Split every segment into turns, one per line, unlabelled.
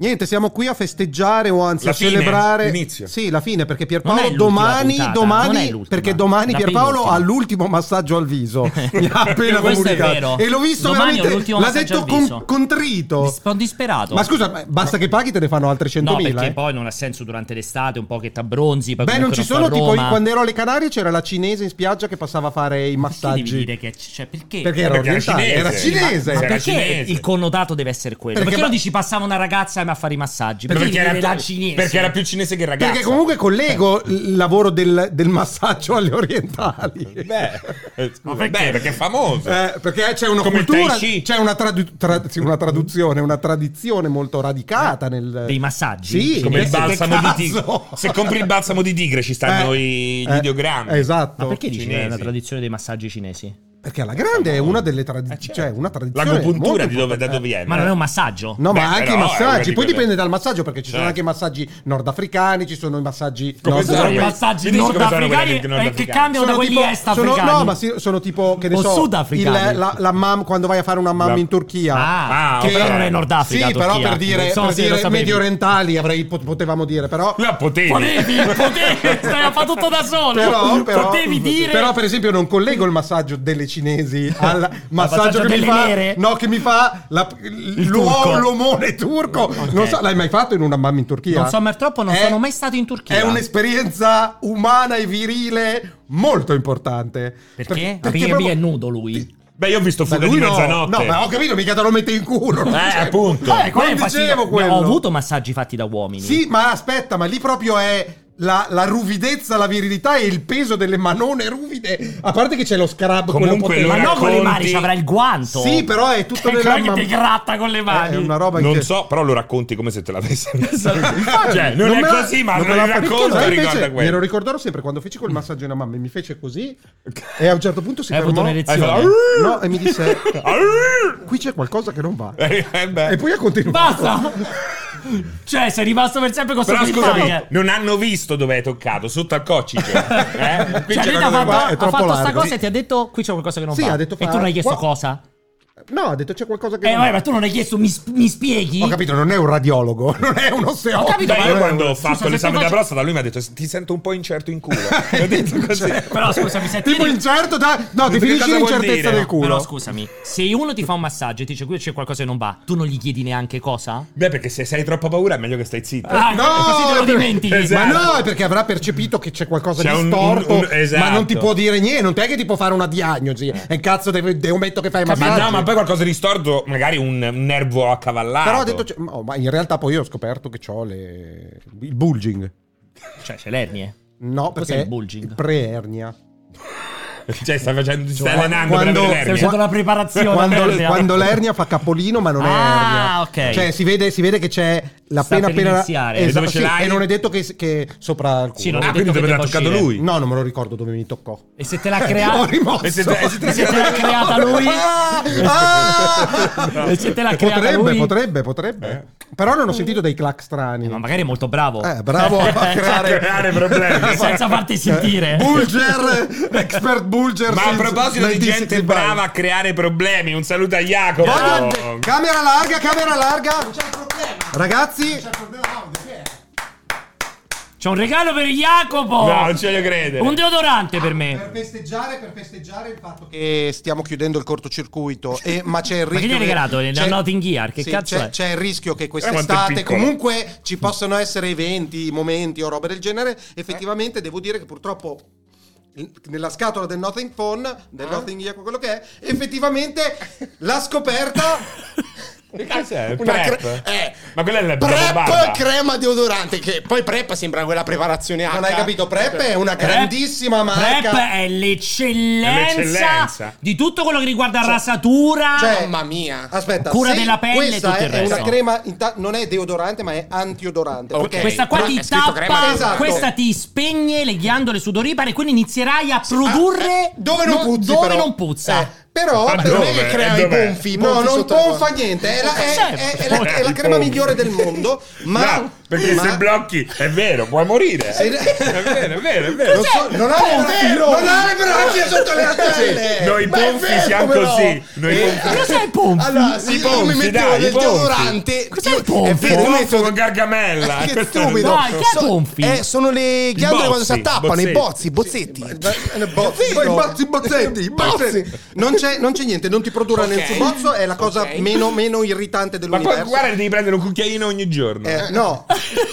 Niente, siamo qui a festeggiare o anzi
La
a
fine,
celebrare.
l'inizio.
Sì, la fine, perché
Non è
Pierpaolo
l'ultima
domani,
puntata, non è
domani,
l'ultima.
perché domani
La
Pierpaolo
penultima.
ha l'ultimo massaggio al viso. Mi ha appena
Questo è
comunicato.
vero.
E l'ho visto
Domani ho
veramente.
l'ultimo
L'ha
massaggio
detto
al viso.
con- contrito.
Sono disperato.
Ma scusa, ma basta che paghi, te ne fanno altre 100.000.
No, perché
eh.
poi non ha senso durante l'estate, un po' che t'abbronzi. Poi
Beh, non
comunque
ci
sto
sono,
a
tipo
Roma.
quando ero alle Canarie c'era la cinese in spiaggia che passava a fare i
Perché devi
massaggi.
dire che c- cioè, perché?
Perché era
Perché era
orientale, era
cinese.
cinese.
Ma- ma
Era
Perché
cinese.
il connotato deve essere quello?
Perché
Perché,
ma-
non dici passava una ragazza a fare i massaggi? Perché, devi dire la cinese?
perché era più cinese che ragazza.
Perché comunque collego il lavoro del, del massaggio alle orientali.
Beh, eh, scusa,
Ma
beh,
perché?
perché? è famoso.
Eh, perché c'è una
Come il
cultura,
Tai Chi.
c'è una, tradu- tra- sì, una traduzione, una tradizione molto radicata nel...
Dei massaggi?
Sì,
Eh, Come
che-
il balsamo
che
di tigre.
cazzo?
Se compri il balsamo di tigre ci stanno
Eh,
i- gli
eh,
ideogrammi.
Esatto.
Ma perché dici che è una
Cinesi.
tradizione dei massaggi cinesi?
Perché alla grande è una delle tradizioni...
Eh, certo.
Cioè, una tradizione...
L'agopuntura
molto
di dove, da
importante.
dove viene?
Ma non è un massaggio?
No,
Beh,
ma anche
però
i
è una
massaggi.
di
Poi
quelle-
dipende dal massaggio, perché ci sono
Certo.
anche i massaggi nordafricani, ci sono i massaggi
Come
nord-
sono
Sono
quelli-
massaggi
mi dici come sono
nordafricani
quelli
eh, che
nordafricani?
cambiano da quelli est
sono,
africani.
no, ma sì, sono tipo che ne
O
so,
sudafricani.
il- la, la mam- quando vai a fare una mamma
La-
in Turchia.
Ah,
Ah,
che
ok.
però non è Nord Africa.
Sì, però
Turchia.
per dire,
Non so
per
se
dire
lo sapevi.
medio orientali avrei, pot- potevamo dire, però
La potevi.
Potevi, potevi, Cioè, stai a fare tutto da solo.
però, però-
potevi dire.
però, per esempio non collego il massaggio delle cinesi al massaggio
massaggio
che mi
delle
fa
nere?
no che mi fa la- l'uo-
turco.
l'omone turco non so l'hai mai fatto in una mamma in Turchia?
Non so, ma purtroppo non
È- Eh?
sono mai stato in Turchia.
è un'esperienza umana e virile molto importante
perché?
perché
Perché
proprio-
è nudo lui.
Beh, io ho visto
Ma
fuga di
lui no,
mezzanotte.
no, ma ho capito, mica te lo mette in culo. non
Eh,
c'è-
appunto.
Eh, quello
Quello è
dicevo
fastidio-
quello.
Ho avuto massaggi fatti da uomini.
Sì, ma aspetta, ma lì proprio è la, la ruvidezza, la virilità e il peso delle manone ruvide. A parte che c'è lo scarab quello
Comunque
potente.
ma
lo
no con le
racconti-
mani, ci avrà il guanto.
Sì, però è tutto
Che
nella
che ti gratta con le
È
Eh,
mani.
una roba
Non
che-
so, però lo racconti come se te l'avessi messo. cioè, non,
Esatto. Non me
è
la-
così, ma
non
non
me
lo
la-
racconto.
perché
ricorda
invece Me
quello.
lo ricorderò sempre quando feci quel massaggio a una mamma e mi fece così e a un certo punto si
Hai avuto
fermò.
Hai
un'erezione.
fatto-
No, e mi disse
Arrrr!
"Qui c'è qualcosa che non va".
Eh, beh.
E poi ha continuato.
Basta! cioè, sei rimasto per sempre con
Però
sto
scusami,
cliffhanger.
non hanno visto dove hai toccato, sotto al coccice. Eh? Qui
Cioè,
c'è
lui ti
qua, è
qualcosa-
ha fatto, ha
troppo
fatto sta
largo.
cosa e ti ha detto qui c'è qualcosa che non
Sì,
va.
ha detto,
e tu non hai chiesto
"Qua-
cosa?
No, ha detto c'è qualcosa che
Eh,
non va.
vabbè, ma tu non hai chiesto mi, sp- mi spieghi?
Ho capito, non è un radiologo, non è un osteopata.
Ho capito,
Beh,
ma
io
eh,
quando ho
scusa,
fatto
se
l'esame
tu
della
facci-
prostata, lui mi ha detto: Ti sento un po' incerto in culo. E ho detto così.
Cioè,
Però scusami, se
Tipo
tieni-
incerto da... No,
Che
definisci
cosa vuol
l'incertezza
dire?
del culo.
Però scusami, se uno ti fa un massaggio e ti dice qui c'è qualcosa che non va, tu non gli chiedi neanche cosa?
Beh, perché se sei troppa paura, è meglio che stai zitto.
Ah, così te lo
per-
dimentichi.
Ma
Esatto.
no, è perché avrà percepito che c'è qualcosa
C'è
di
un-
storto,
un- un- esatto.
ma non ti può dire niente, non è che ti può fare una diagnosi. È un cazzo de- de- un metto che fai
Ma
massaggio.
no, ma poi qualcosa di storto, magari un, un nervo accavallato.
Però ha detto, cioè, no, ma in realtà poi io ho scoperto che ho le... il bulging.
Cioè, c'è l'ernie.
No, perché
il bulging?
preernia.
Cioè, stai facendo, stai allenando
quando-
per
Sei
avere l'ernia.
usando la preparazione.
Quando,
l'ernia.
quando l'ernia fa capolino, ma non è
Ah,
ernia.
ok.
Cioè, si vede, si vede che c'è
Sta
l'appena
per
appena.
iniziare.
Esatto,
E dove ce
sì,
l'hai?
e non è detto che, che sopra il culo.
Sì, non è
Ah,
detto
quindi
che
dove l'ha
debba
toccato
uscire.
lui?
No, non me lo ricordo dove mi toccò.
E se te l'ha
Ho
creata...
rimosso.
E se te- e se te-
se te l'ha creata lui...
Ah! Ah!
E se te l'ha creata
Potrebbe,
lui... Eh,
potrebbe, potrebbe.
Eh.
Però non ho sentito dei clack strani.
Ma magari è molto bravo.
Eh, bravo a creare,
A creare problemi.
Senza farti sentire.
Bulger, expert Bulger.
Ma a
since
proposito
1965.
di gente brava a creare problemi, un saluto a Jacopo.
Voglio- Camera larga, camera larga. Ragazzi,
C'è un regalo per Jacopo.
No, non ce lo crede.
un deodorante per
Per
me.
festeggiare, per festeggiare il fatto che stiamo chiudendo il cortocircuito, e- ma c'è il
Ma che
rischio.
gli hai regalato?
che-
Le
c'è-
Not in Gear? Che
sì,
cazzo
c'è,
è?
c'è il rischio che
Eh, quanto è
quest'estate
piccolo.
comunque ci possano essere eventi, momenti o roba del genere. Effettivamente, devo dire che purtroppo. in- Nella scatola del Nothing Phone, del
Ah.
Nothing Gear, quello che è, effettivamente la scoperta.
Che cos'è?
Una
Prep?
cre- eh.
Ma quella è la
Prep
barba.
crema deodorante che poi Prep sembra quella preparazione H. Eh?
Non hai capito? Prep è una
Prep-
grandissima marca.
Prep è l'eccellenza,
È l'eccellenza.
di tutto quello che riguarda rasatura.
cioè-
Mamma mia.
Aspetta,
Cura
se
della pelle e
questa
tutto
è,
il resto.
una crema, in ta- non è deodorante, ma è antiodorante.
Ok.
perché-
questa qua
Ma
ti
è scritto
tappa,
crema-
Esatto.
questa ti spegne le ghiandole sudoripare, quindi inizierai a produrre
Ah, eh, dove non
no-
puzzi,
dove
però.
non puzza.
Eh, però
Ma
però-
non è
dove?
che crea
E
i
dov'è? Certo.
gonfi. Certo.
No, non gonfa niente, è la, è- è- è la- è la crema migliore del mondo, ma
Eh, No, Perché
Ma-
se blocchi, è vero, puoi morire.
Se-
È vero, è vero, è vero.
Non, so- non ha un filo, non ha le branchie sotto le
Sì.
antenne.
Noi
Ma è
ponfi
vero,
siamo
come no?
così. Noi
Eh,
ponfi.
Cos'è il pompo?
Allora, se
I
io mi
pompi,
mettevo
dai, i
del
pompi.
deodorante.
Cos'è
io-
il pompi?
È vero, io
Pompo
metto-
con gargamella.
Che
Questo è
stupido.
Dai, che
So-
pompi?
eh, sono le ghiandole quando si
bozzi,
attappano, i
bozzetti.
bozzi, i bozzetti.
Bozzi, poi bozzi, bozzetti, bozzi. Non c'è, non c'è niente, non ti produrrà nel
Ok.
suo bozzo, è la cosa
Ok.
meno, meno irritante
Ma poi
dell'universo.
guarda, devi prendere un cucchiaino ogni giorno.
Eh, no,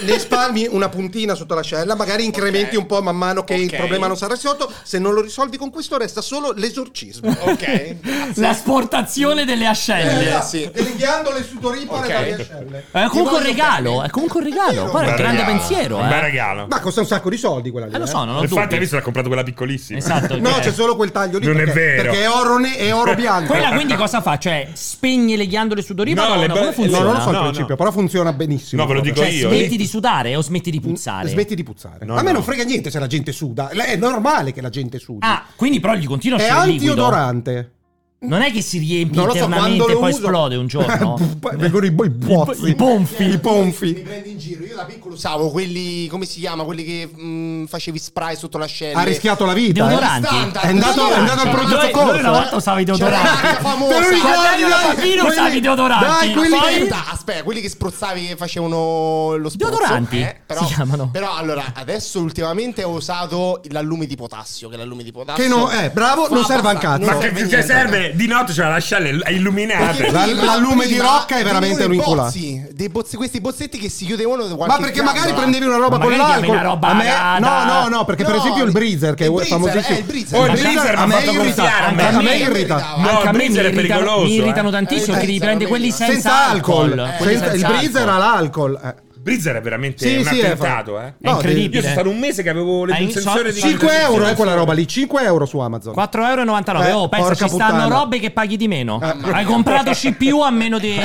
ne spalmi una puntina sotto l'ascella, magari incrementi un po' man mano che il
Ok.
problema non sarà risolto. Se non lo risolvi con questo, resta solo l'esorcismo.
Ok.
L'asportazione delle ascelle.
Eh,
sì.
Delle ghiandole sudoripare
Ok.
dalle ascelle.
È
Ti
comunque un
voglio
regalo, è comunque un regalo. Guarda,
Un
è
bel
un grande
regalo,
pensiero,
Un bel
eh.
regalo.
Ma costa un sacco di soldi quella lì.
Eh, lo so, non ho
Infatti, hai
dubbi.
visto, l'ha comprato quella piccolissima.
Esatto.
No,
cioè,
c'è solo quel taglio lì.
Non è
perché-
vero.
Perché è oro, ne- è oro bianco.
Quella quindi cosa fa? Cioè, spegne le ghiandole sudoripare?
No,
No,
le
no, come
be-
No,
funziona?
non lo so il
No,
principio,
no.
però funziona benissimo.
No, ve lo dico
Cioè,
io.
smetti di sudare o smetti di puzzare?
Smetti di puzzare.
No,
a me
no.
non frega niente se la gente suda. È normale che la gente sudi.
Ah, quindi però gli continua a
è
uscire il liquido.
antiodorante.
Non è che si riempie
Non lo so
internamente
quando
e
lo
poi
uso.
esplode un giorno.
Poi vengono i, i pozzi.
I ponfi.
I
Mi
ponfi.
prendi in giro, io da piccolo usavo quelli, come si chiama, quelli che mh, facevi spray sotto l'ascella.
Ha rischiato la vita.
Deodorante.
È andato, è andato al pronto
Noi-
soccorso. eh.
noi una volta usava i deodoranti.
C'era la
famosa.
Te lo ricordi,
Quando eri
dai,
bambino
quelli-
usavi i deodoranti.
Dai, quelli
Poi-
che...
Aspetta, aspetta, quelli che spruzzavi che facevano lo spruzzo
Deodoranti,
eh, però,
si chiamano.
Però allora, adesso ultimamente ho usato l'allume di potassio, che l'allume di potassio...
Che no- eh, bravo,
fa
non serve
abbastanza-
un cazzo.
non
Ma che,
serve
che
niente.
serve? Di notte c'è la lasciale è illuminata.
La- l'allume di Rocca è veramente
venivano i
un
bozzi, dei bozzi- questi bozzetti che si chiudevano da
Ma
qualche
perché
fiamma.
magari prendevi una roba
Ma
con
magari chiami
l'alcol.
una roba
A
agata.
No, no, no, perché per
No,
esempio il breezer che
il
è
Breezer,
famosissimo.
eh, il Breezer.
Oh,
Ma
il
a
Breezer mi ha
me
fatto
irrita.
gonfiare, a me.
A me
A me
irrita.
irrita.
No,
Anche
il
a me mi
breezer è
irritano,
pericoloso,
mi
eh.
irritano tantissimo
Eh,
che devi
senza
prendere quelli
alcol.
senza,
senza alcol.
quelli
Senza- il
senza
breezer
alcol.
ha l'alcol. eh.
Breezer è veramente
Sì,
un
sì, è
attentato,
fa-
eh.
No,
È incredibile.
Io sono stato un mese che avevo le-
Ah,
un
in-
sensore di
so-
5 euro è
è
quella roba lì, 5 euro su Amazon.
4,99
Eh,
euro. Oh, pensa,
porca
ci stanno
puttana. Eh,
robe che paghi di meno.
mamma
Hai comprato CPU a meno di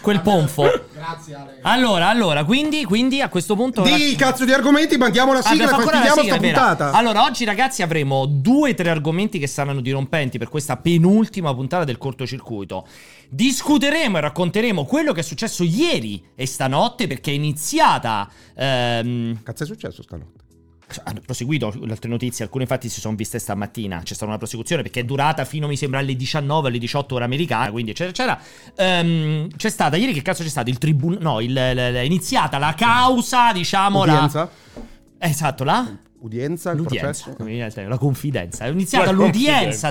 quel ponfo.
Grazie Ale.
Allora, allora, quindi, quindi a questo punto.
Di cazzo di argomenti, mandiamo la
Ah,
sigla
abbiamo
e
fatto
poi
ancora la
chiudiamo
sigla,
sta
è vera.
puntata.
Allora, oggi, ragazzi, avremo due o tre argomenti che saranno dirompenti per questa penultima puntata del cortocircuito. Discuteremo e racconteremo quello che è successo ieri e stanotte, perché è iniziata. ehm,
Cazzo è successo stanotte?
hanno proseguito altre notizie, alcune infatti si sono viste stamattina, c'è stata una prosecuzione perché è durata fino mi sembra alle 19, alle 18 ore americana, quindi eccetera eccetera. Ehm, c'è stata ieri che cazzo c'è stato il tribunale, no, il- l- l- è iniziata la causa, diciamo la...
Udienza?
Esatto, la...
Udienza? il
L'udienza,
processo?
l'udienza, la confidenza. È iniziata
La
l'udienza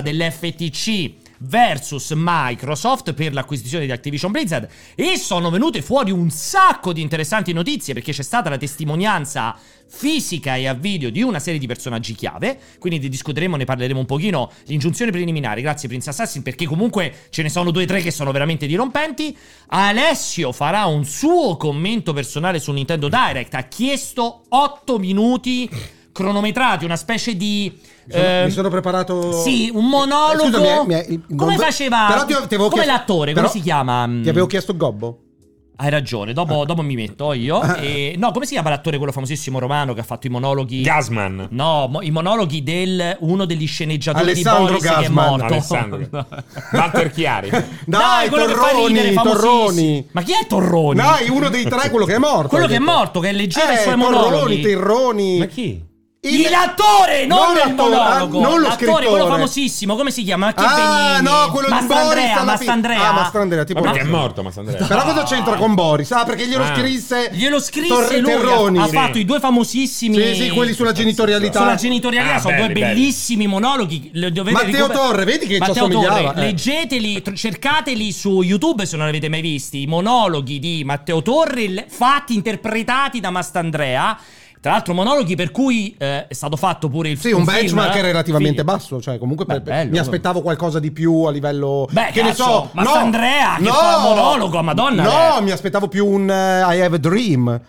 confidenza.
dell'FTC versus Microsoft per l'acquisizione di Activision Blizzard e sono venute fuori un sacco di interessanti notizie perché c'è stata la testimonianza fisica e a video di una serie di personaggi chiave, quindi ne discuteremo, ne parleremo un pochino, l'ingiunzione preliminare, grazie Prince Assassin perché comunque ce ne sono due o tre che sono veramente dirompenti. Alessio farà un suo commento personale su Nintendo Direct, ha chiesto 8 minuti cronometrati, una specie di.
Mi sono,
ehm,
mi sono preparato.
Sì, un monologo.
Scusami, eh, mi è- il-
come
non-
faceva.
Però ti- ti avevo
come
chiesto-
l'attore,
però
come si chiama?
Ti avevo chiesto Gobbo. Ah.
Hai ragione, dopo, dopo mi metto io. E- no, come si chiama l'attore, quello famosissimo romano che ha fatto i monologhi.
Gasman.
No, mo- i monologhi del uno degli sceneggiatori
Alessandro
di Boris che è
Gassman.
morto.
Alessandro. Walter Chiari.
Dai,
quello che fa ridere,
Torroni,
famosissimo.
Torroni.
Ma chi è Torroni?
Dai, uno dei tre, quello che è morto.
Quello che è
Hai detto.
morto, che leggeva i
eh,
suoi
Torroni,
monologhi.
Terroni.
Ma chi?
Il-
Il- l'attore, non,
Non
il
l'attore,
monologo.
ah, non lo
l'attore, quello
scrittore.
famosissimo, come si chiama? Chi
Ah,
Benigni?
no, quello di Boris. alla
Mastandrea,
fine.
Mastandrea.
Ah, Mastandrea, tipo.
Ma perché è morto, ma Sandrea?
Però cosa c'entra con Boris? Ah, perché glielo
Ah.
scrisse.
Glielo scrisse
Torre-
lui, ha-
Terroni.
ha,
Sì.
fatto i due famosissimi
Sì, sì, quelli sulla genitorialità.
sulla genitorialità
Ah,
sono
belli,
due
belli.
bellissimi monologhi. le dovete
Matteo
recuper-
Torre, vedi che ci
Matteo
assomigliava,
Torre,
eh.
leggeteli, tr- cercateli su YouTube se non l'avete mai visti. I monologhi di Matteo Torre l- fatti, interpretati da Mastandrea. Tra l'altro, monologhi per cui eh, è stato fatto pure il
Sì, un
film,
benchmark
eh?
relativamente
Film.
basso. Cioè, comunque per-
Beh, bello,
mi aspettavo qualcosa di più a livello.
Beh,
che
cazzo,
ne so.
ma Sandrea, che fa monologo, Madonna,
No,
eh.
mi aspettavo più un eh, I have a dream.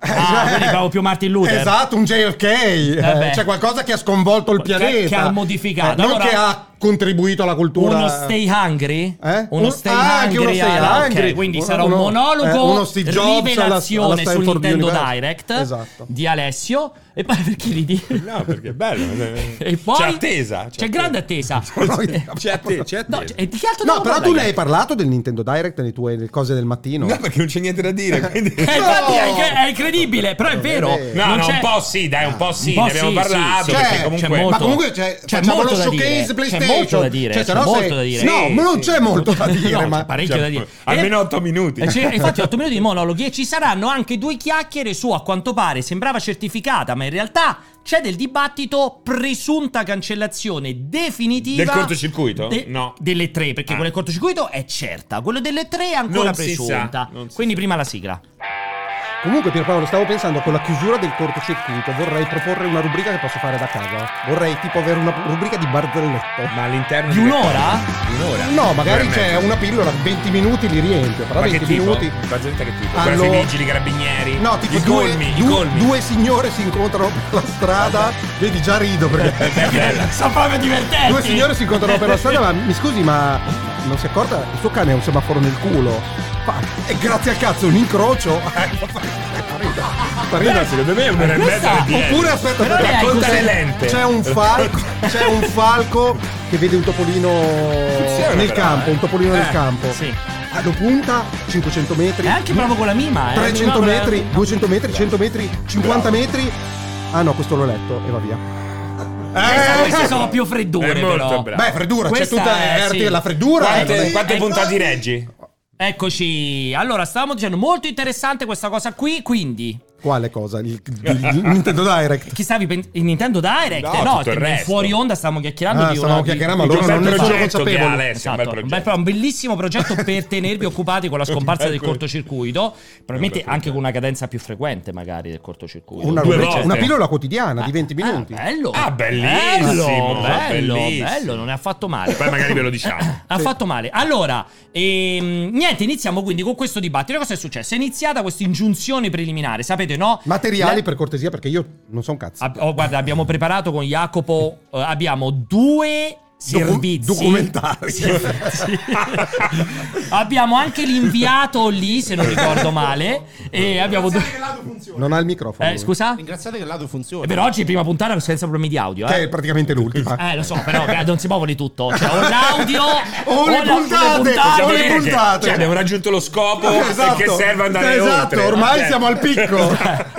Ah, quindi proprio più Martin Luther.
Cioè, Esatto, un JFK. eh,
beh.
C'è qualcosa che ha sconvolto il
Che-
pianeta.
che ha modificato.
Eh, non
Allora-
che ha contribuito alla cultura.
Uno stay hungry?
Eh?
Uno
Un-
stay
ah, anche
hungry.
uno stay
alla-
hungry.
ok, quindi
Uno-
sarà un
uno-
monologo,
eh, uno Steve Jobs alla-
rivelazione
alla
su
Stanford
Nintendo
University.
Direct
Esatto.
di Alessio. E poi perché ridi?
No, perché è bello. eh,
E poi
C'è attesa.
C'è, grande attesa.
attesa. C'è attesa. C'è
No,
attesa.
e di che altro
No,
devo
però tu
parlare?
ne hai parlato del Nintendo Direct nelle tue cose del mattino.
No, perché non c'è niente da dire. Quindi...
Eh, infatti è, incre- è incredibile, però è vero.
vero.
No,
non
no,
c'è-
un po' sì, dai, un po' sì, ne abbiamo
sì,
parlato.
sì,
Cioè,
perché comunque...
c'è molto-
Ma comunque cioè,
c'è
facciamo
molto
lo
da dire,
showcase
c'è
PlayStation.
molto da dire,
Cioè,
c'è
sennò
molto
sei-
da dire.
No,
Sì,
ma non
sì. Cioè,
c'è molto da dire.
No,
ma...
c'è parecchio da dire.
Almeno
E-
8 minuti.
Eh, c'è- infatti 8 minuti di monologhi e ci saranno anche due chiacchiere su a quanto pare sembrava certificata, ma in realtà c'è del dibattito presunta cancellazione definitiva
Del cortocircuito?
de-
No.
delle tre, perché
Ah.
quella del cortocircuito è certa, quello delle tre è ancora
Non si
presunta.
sa, non si
Quindi prima la sigla.
Comunque, Pierpaolo, stavo pensando con la chiusura del cortocircuito. Vorrei proporre una rubrica che posso fare da casa. Vorrei tipo avere una rubrica di barzellette.
Ma all'interno
Di
che
un'ora?
cosa? Di un'ora.
No, magari
Per me.
c'è una pillola, 20 minuti li riempio, però
Ma che
20
tipo?
minuti.
Barzelletta che tipo? Quella
Allora-
sui vigili, i carabinieri,
No, tipo
i
due,
colmi, i
due-
colmi.
due signore si incontrano per la strada. Vedi, già rido perché.
È bella.
Sono proprio divertenti.
Due signore si incontrano per la strada, ma mi scusi, ma non si è accorta? Il suo cane ha un semaforo nel culo. Fa- E grazie al cazzo, un incrocio.
eh,
Fa
Beh,
ridere.
secondo me è un'ora e
Questa-
mezza di dieci.
Oppure aspetta,
Però
aspetta,
lei ha
racconta-
così-
le lente.
C'è un falco, c'è un falco che vede un topolino
Funziona
nel
però,
campo,
eh.
un topolino nel
Eh,
campo.
sì.
Ah, Lo punta 500 metri.
E anche bravo con la mima, eh.
300
Bravo con la-
metri, 200 metri, 100 metri, 50 metri. Ah no, questo l'ho letto e va via.
Queste- esatto, Queste
Eh,
sono più freddure,
È molto
però.
bravo.
Beh, freddura, c'è
Questa
tutta
è-
eh,
sì.
arti della freddura.
Quante,
eh.
quante
Eh,
puntate reggi?
Eccoci. Allora, stavamo dicendo molto interessante questa cosa qui, quindi
Quale cosa? Il, il- il Nintendo Direct.
Chi stavi pen- il Nintendo Direct?
No,
No,
tutto il
nel
resto.
fuori onda stavamo chiacchierando
Ah,
di
stavamo
una di-
chiacchierando,
di
ma loro
un
non
bel
ne sono
progetto.
che ha
consapevoli.
Alessio,
Esatto,
un bel
un, bel
progetto.
pro- un bellissimo progetto per tenervi occupati con la scomparsa del
Ecco.
cortocircuito, probabilmente
Un bel
anche con una cadenza più frequente magari del cortocircuito.
Una,
Due
rubrica-
volte.
una pillola quotidiana di 20
Ah,
minuti.
bello.
Ah, bellissimo,
Bello, bello,
bellissimo.
bello, non è affatto male.
Poi magari ve lo diciamo.
Ha fatto male. Allora, ehm, niente, iniziamo quindi con questo dibattito. Cosa è successo? È iniziata questa ingiunzione preliminare, sapete, no?
Materiali
Le-
per cortesia, perché io non so un cazzo.
Ab- oh, guarda, abbiamo preparato con Jacopo. eh, abbiamo due
Docu-
servizi.
documentari.
Servizi. abbiamo anche l'inviato lì, se non ricordo male. E abbiamo due.
Non ha il microfono.
Eh, scusa?
Ringraziate che l'ado funziona.
Eh, Per oggi, prima puntata senza problemi di audio.
Che
Eh.
è praticamente l'ultima.
Eh, lo so, però eh, non si muove di tutto. Cioè, o l'audio
O le
la-
puntate, o le
dire che-
puntate.
cioè, abbiamo raggiunto lo scopo e che serve andare
esatto,
oltre.
ormai
Cioè,
siamo al picco.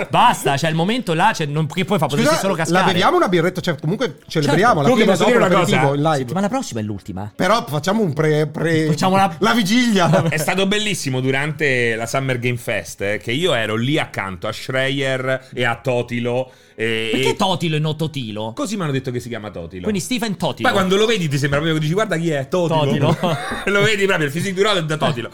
Basta, cioè, il momento là, cioè, non- che poi fa potersi solo
Scusa, la
cascare. Certo.
beviamo una birretta, cioè comunque celebriamo
Comunque
la
posso
fine
dire
dopo
una cosa?
l'aperitivo in
La
live.
settimana prossima è l'ultima.
Però facciamo un pre, pre-
Facciamo una-
la vigilia.
È stato bellissimo durante la Summer Game Fest eh, che io ero lì accanto a Schreier e a Totilo. E,
Perché
e-
Totilo e non Totilo?
Così mi hanno detto che si chiama Totilo.
Quindi Stephen Totilo.
Poi quando lo vedi ti sembra proprio che dici guarda chi è Totilo.
Totilo.
lo vedi proprio il fisico di da Totilo.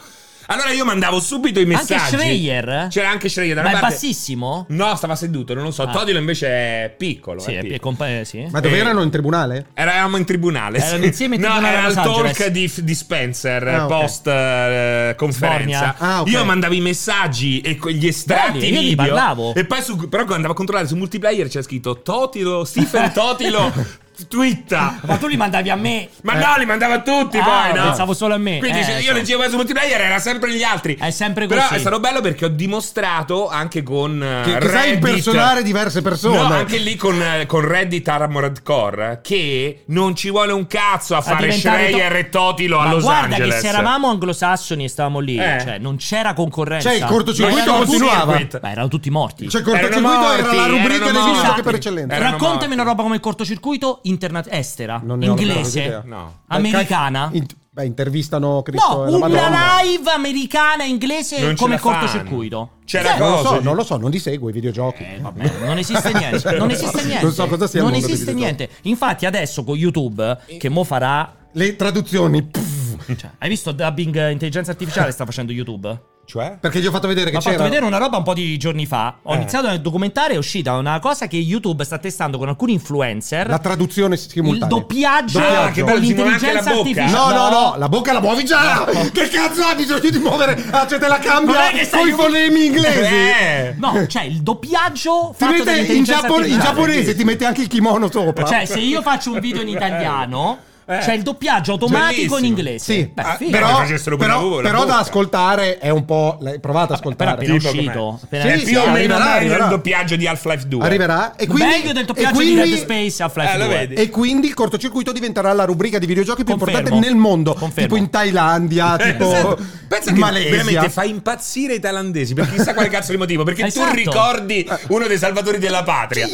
Allora io mandavo subito i messaggi.
Schreier?
C'era anche Schreier da
Ma
una
è
parte.
bassissimo?
No, stava seduto, non lo so.
Ah.
Totilo invece è piccolo.
Sì,
eh,
è,
piccolo.
è compa- sì.
Ma dove
Eh.
erano in tribunale?
Eravamo in tribunale.
Erano
sì.
insieme in
no,
tribunale a
era il
Los Angeles.
talk di, di Spencer
Ah, ok.
post eh, conferenza.
Sbornia.
Ah, ok.
Io mandavo i messaggi e co- gli estratti
Belli, io gli
video.
parlavo.
E poi su- però andavo a controllare su multiplayer c'era scritto Totilo, Stephen Totilo twitta.
Ma tu li mandavi a me.
Ma no, li mandava a tutti
Ah,
poi, no?
pensavo solo a me.
Quindi
Eh,
se io
so.
leggevo su multiplayer, era sempre gli altri.
È sempre
Però
così.
è stato bello perché ho dimostrato anche con eh,
Che, che sai
Reddit-
impersonare diverse persone.
No, anche lì con, eh, con Reddit Armored Core eh, che non ci vuole un cazzo a,
a
fare
diventare
Schreier
to-
e Totilo a
Ma
Los
guarda
Angeles.
che se eravamo anglosassoni e stavamo lì,
Eh.
cioè non c'era concorrenza.
Cioè, il cortocircuito
Ma erano tutti-
continuava.
circuito.
Ma erano tutti morti.
Cioè,
Erano
cortocircuito era
morti,
la rubrica
erano
del video
morti.
che per eccellenza.
Erano
Raccontami
morti.
una roba come il cortocircuito interna- estera,
Non ne ho la
inglese,
minore idea.
No.
americana.
Ah. In- beh, intervistano Cristo
No,
e la Madonna.
una live americana inglese
Non ce
come
la
il cortocircuito.
fanno. C'era
Non lo
cosa.
so, non lo so, non li seguo i videogiochi. Cioè,
Eh, vabbè, non esiste niente. Non esiste niente.
Certo. Non so cosa sia il
Non
mondo dei
esiste
videogiochi.
niente. Infatti, adesso con YouTube,
Eh.
che mo farà.
Le traduzioni. pff,
cioè, hai visto dubbing eh, intelligenza artificiale sta facendo YouTube?
Cioè? Eh.
perché gli ho fatto vedere che
L'ho
c'era.
fatto vedere una roba un po' di giorni fa. Ho iniziato a documentare, è uscita una cosa che YouTube sta testando con alcuni influencer.
La traduzione
il
simultanea.
doppiaggio
Ah, che
con
bello, simulare
l'intelligenza
anche la bocca.
artificiale.
No, no, no, la bocca la muovi già! Che cazzo ha bisogno di muovere? Ah, cioè te la cambia
Non è che stai-
con i fonemi inglesi!
Eh.
No, cioè il doppiaggio
Ti
fatto
mette in,
dall'intelligenza
giappo- in
artificiale.
giapponese ti mette anche il kimono sopra.
Cioè, se io faccio un video in italiano,
Eh.
C'è il doppiaggio automatico in
Bellissimo.
inglese.
Sì,
Beh,
ah,
figo.
però,
Che facessero prima
però-
voi la
però da
bocca.
ascoltare è un po'. l'hai- Provate ad
Però
ascoltare.
appena
Tipo
uscito.
com'è.
appena-
Sì,
È
sì,
più o meno
arriverà,
meglio
arriverà.
il doppiaggio di Half-Life 2.
Arriverà. E quindi,
meglio del
e
doppiaggio di Dead
quindi,
Space a Flash
Eh, lo
2.
vedi.
e quindi il cortocircuito diventerà la rubrica di videogiochi più
Confermo.
importante nel mondo.
Confermo.
Tipo in Thailandia,
Eh,
tipo
esatto. Pensa
in
che
Malesia.
veramente fa impazzire i thailandesi per chissà quale cazzo di motivo. Perché
Esatto.
tu ricordi uno dei salvatori della patria.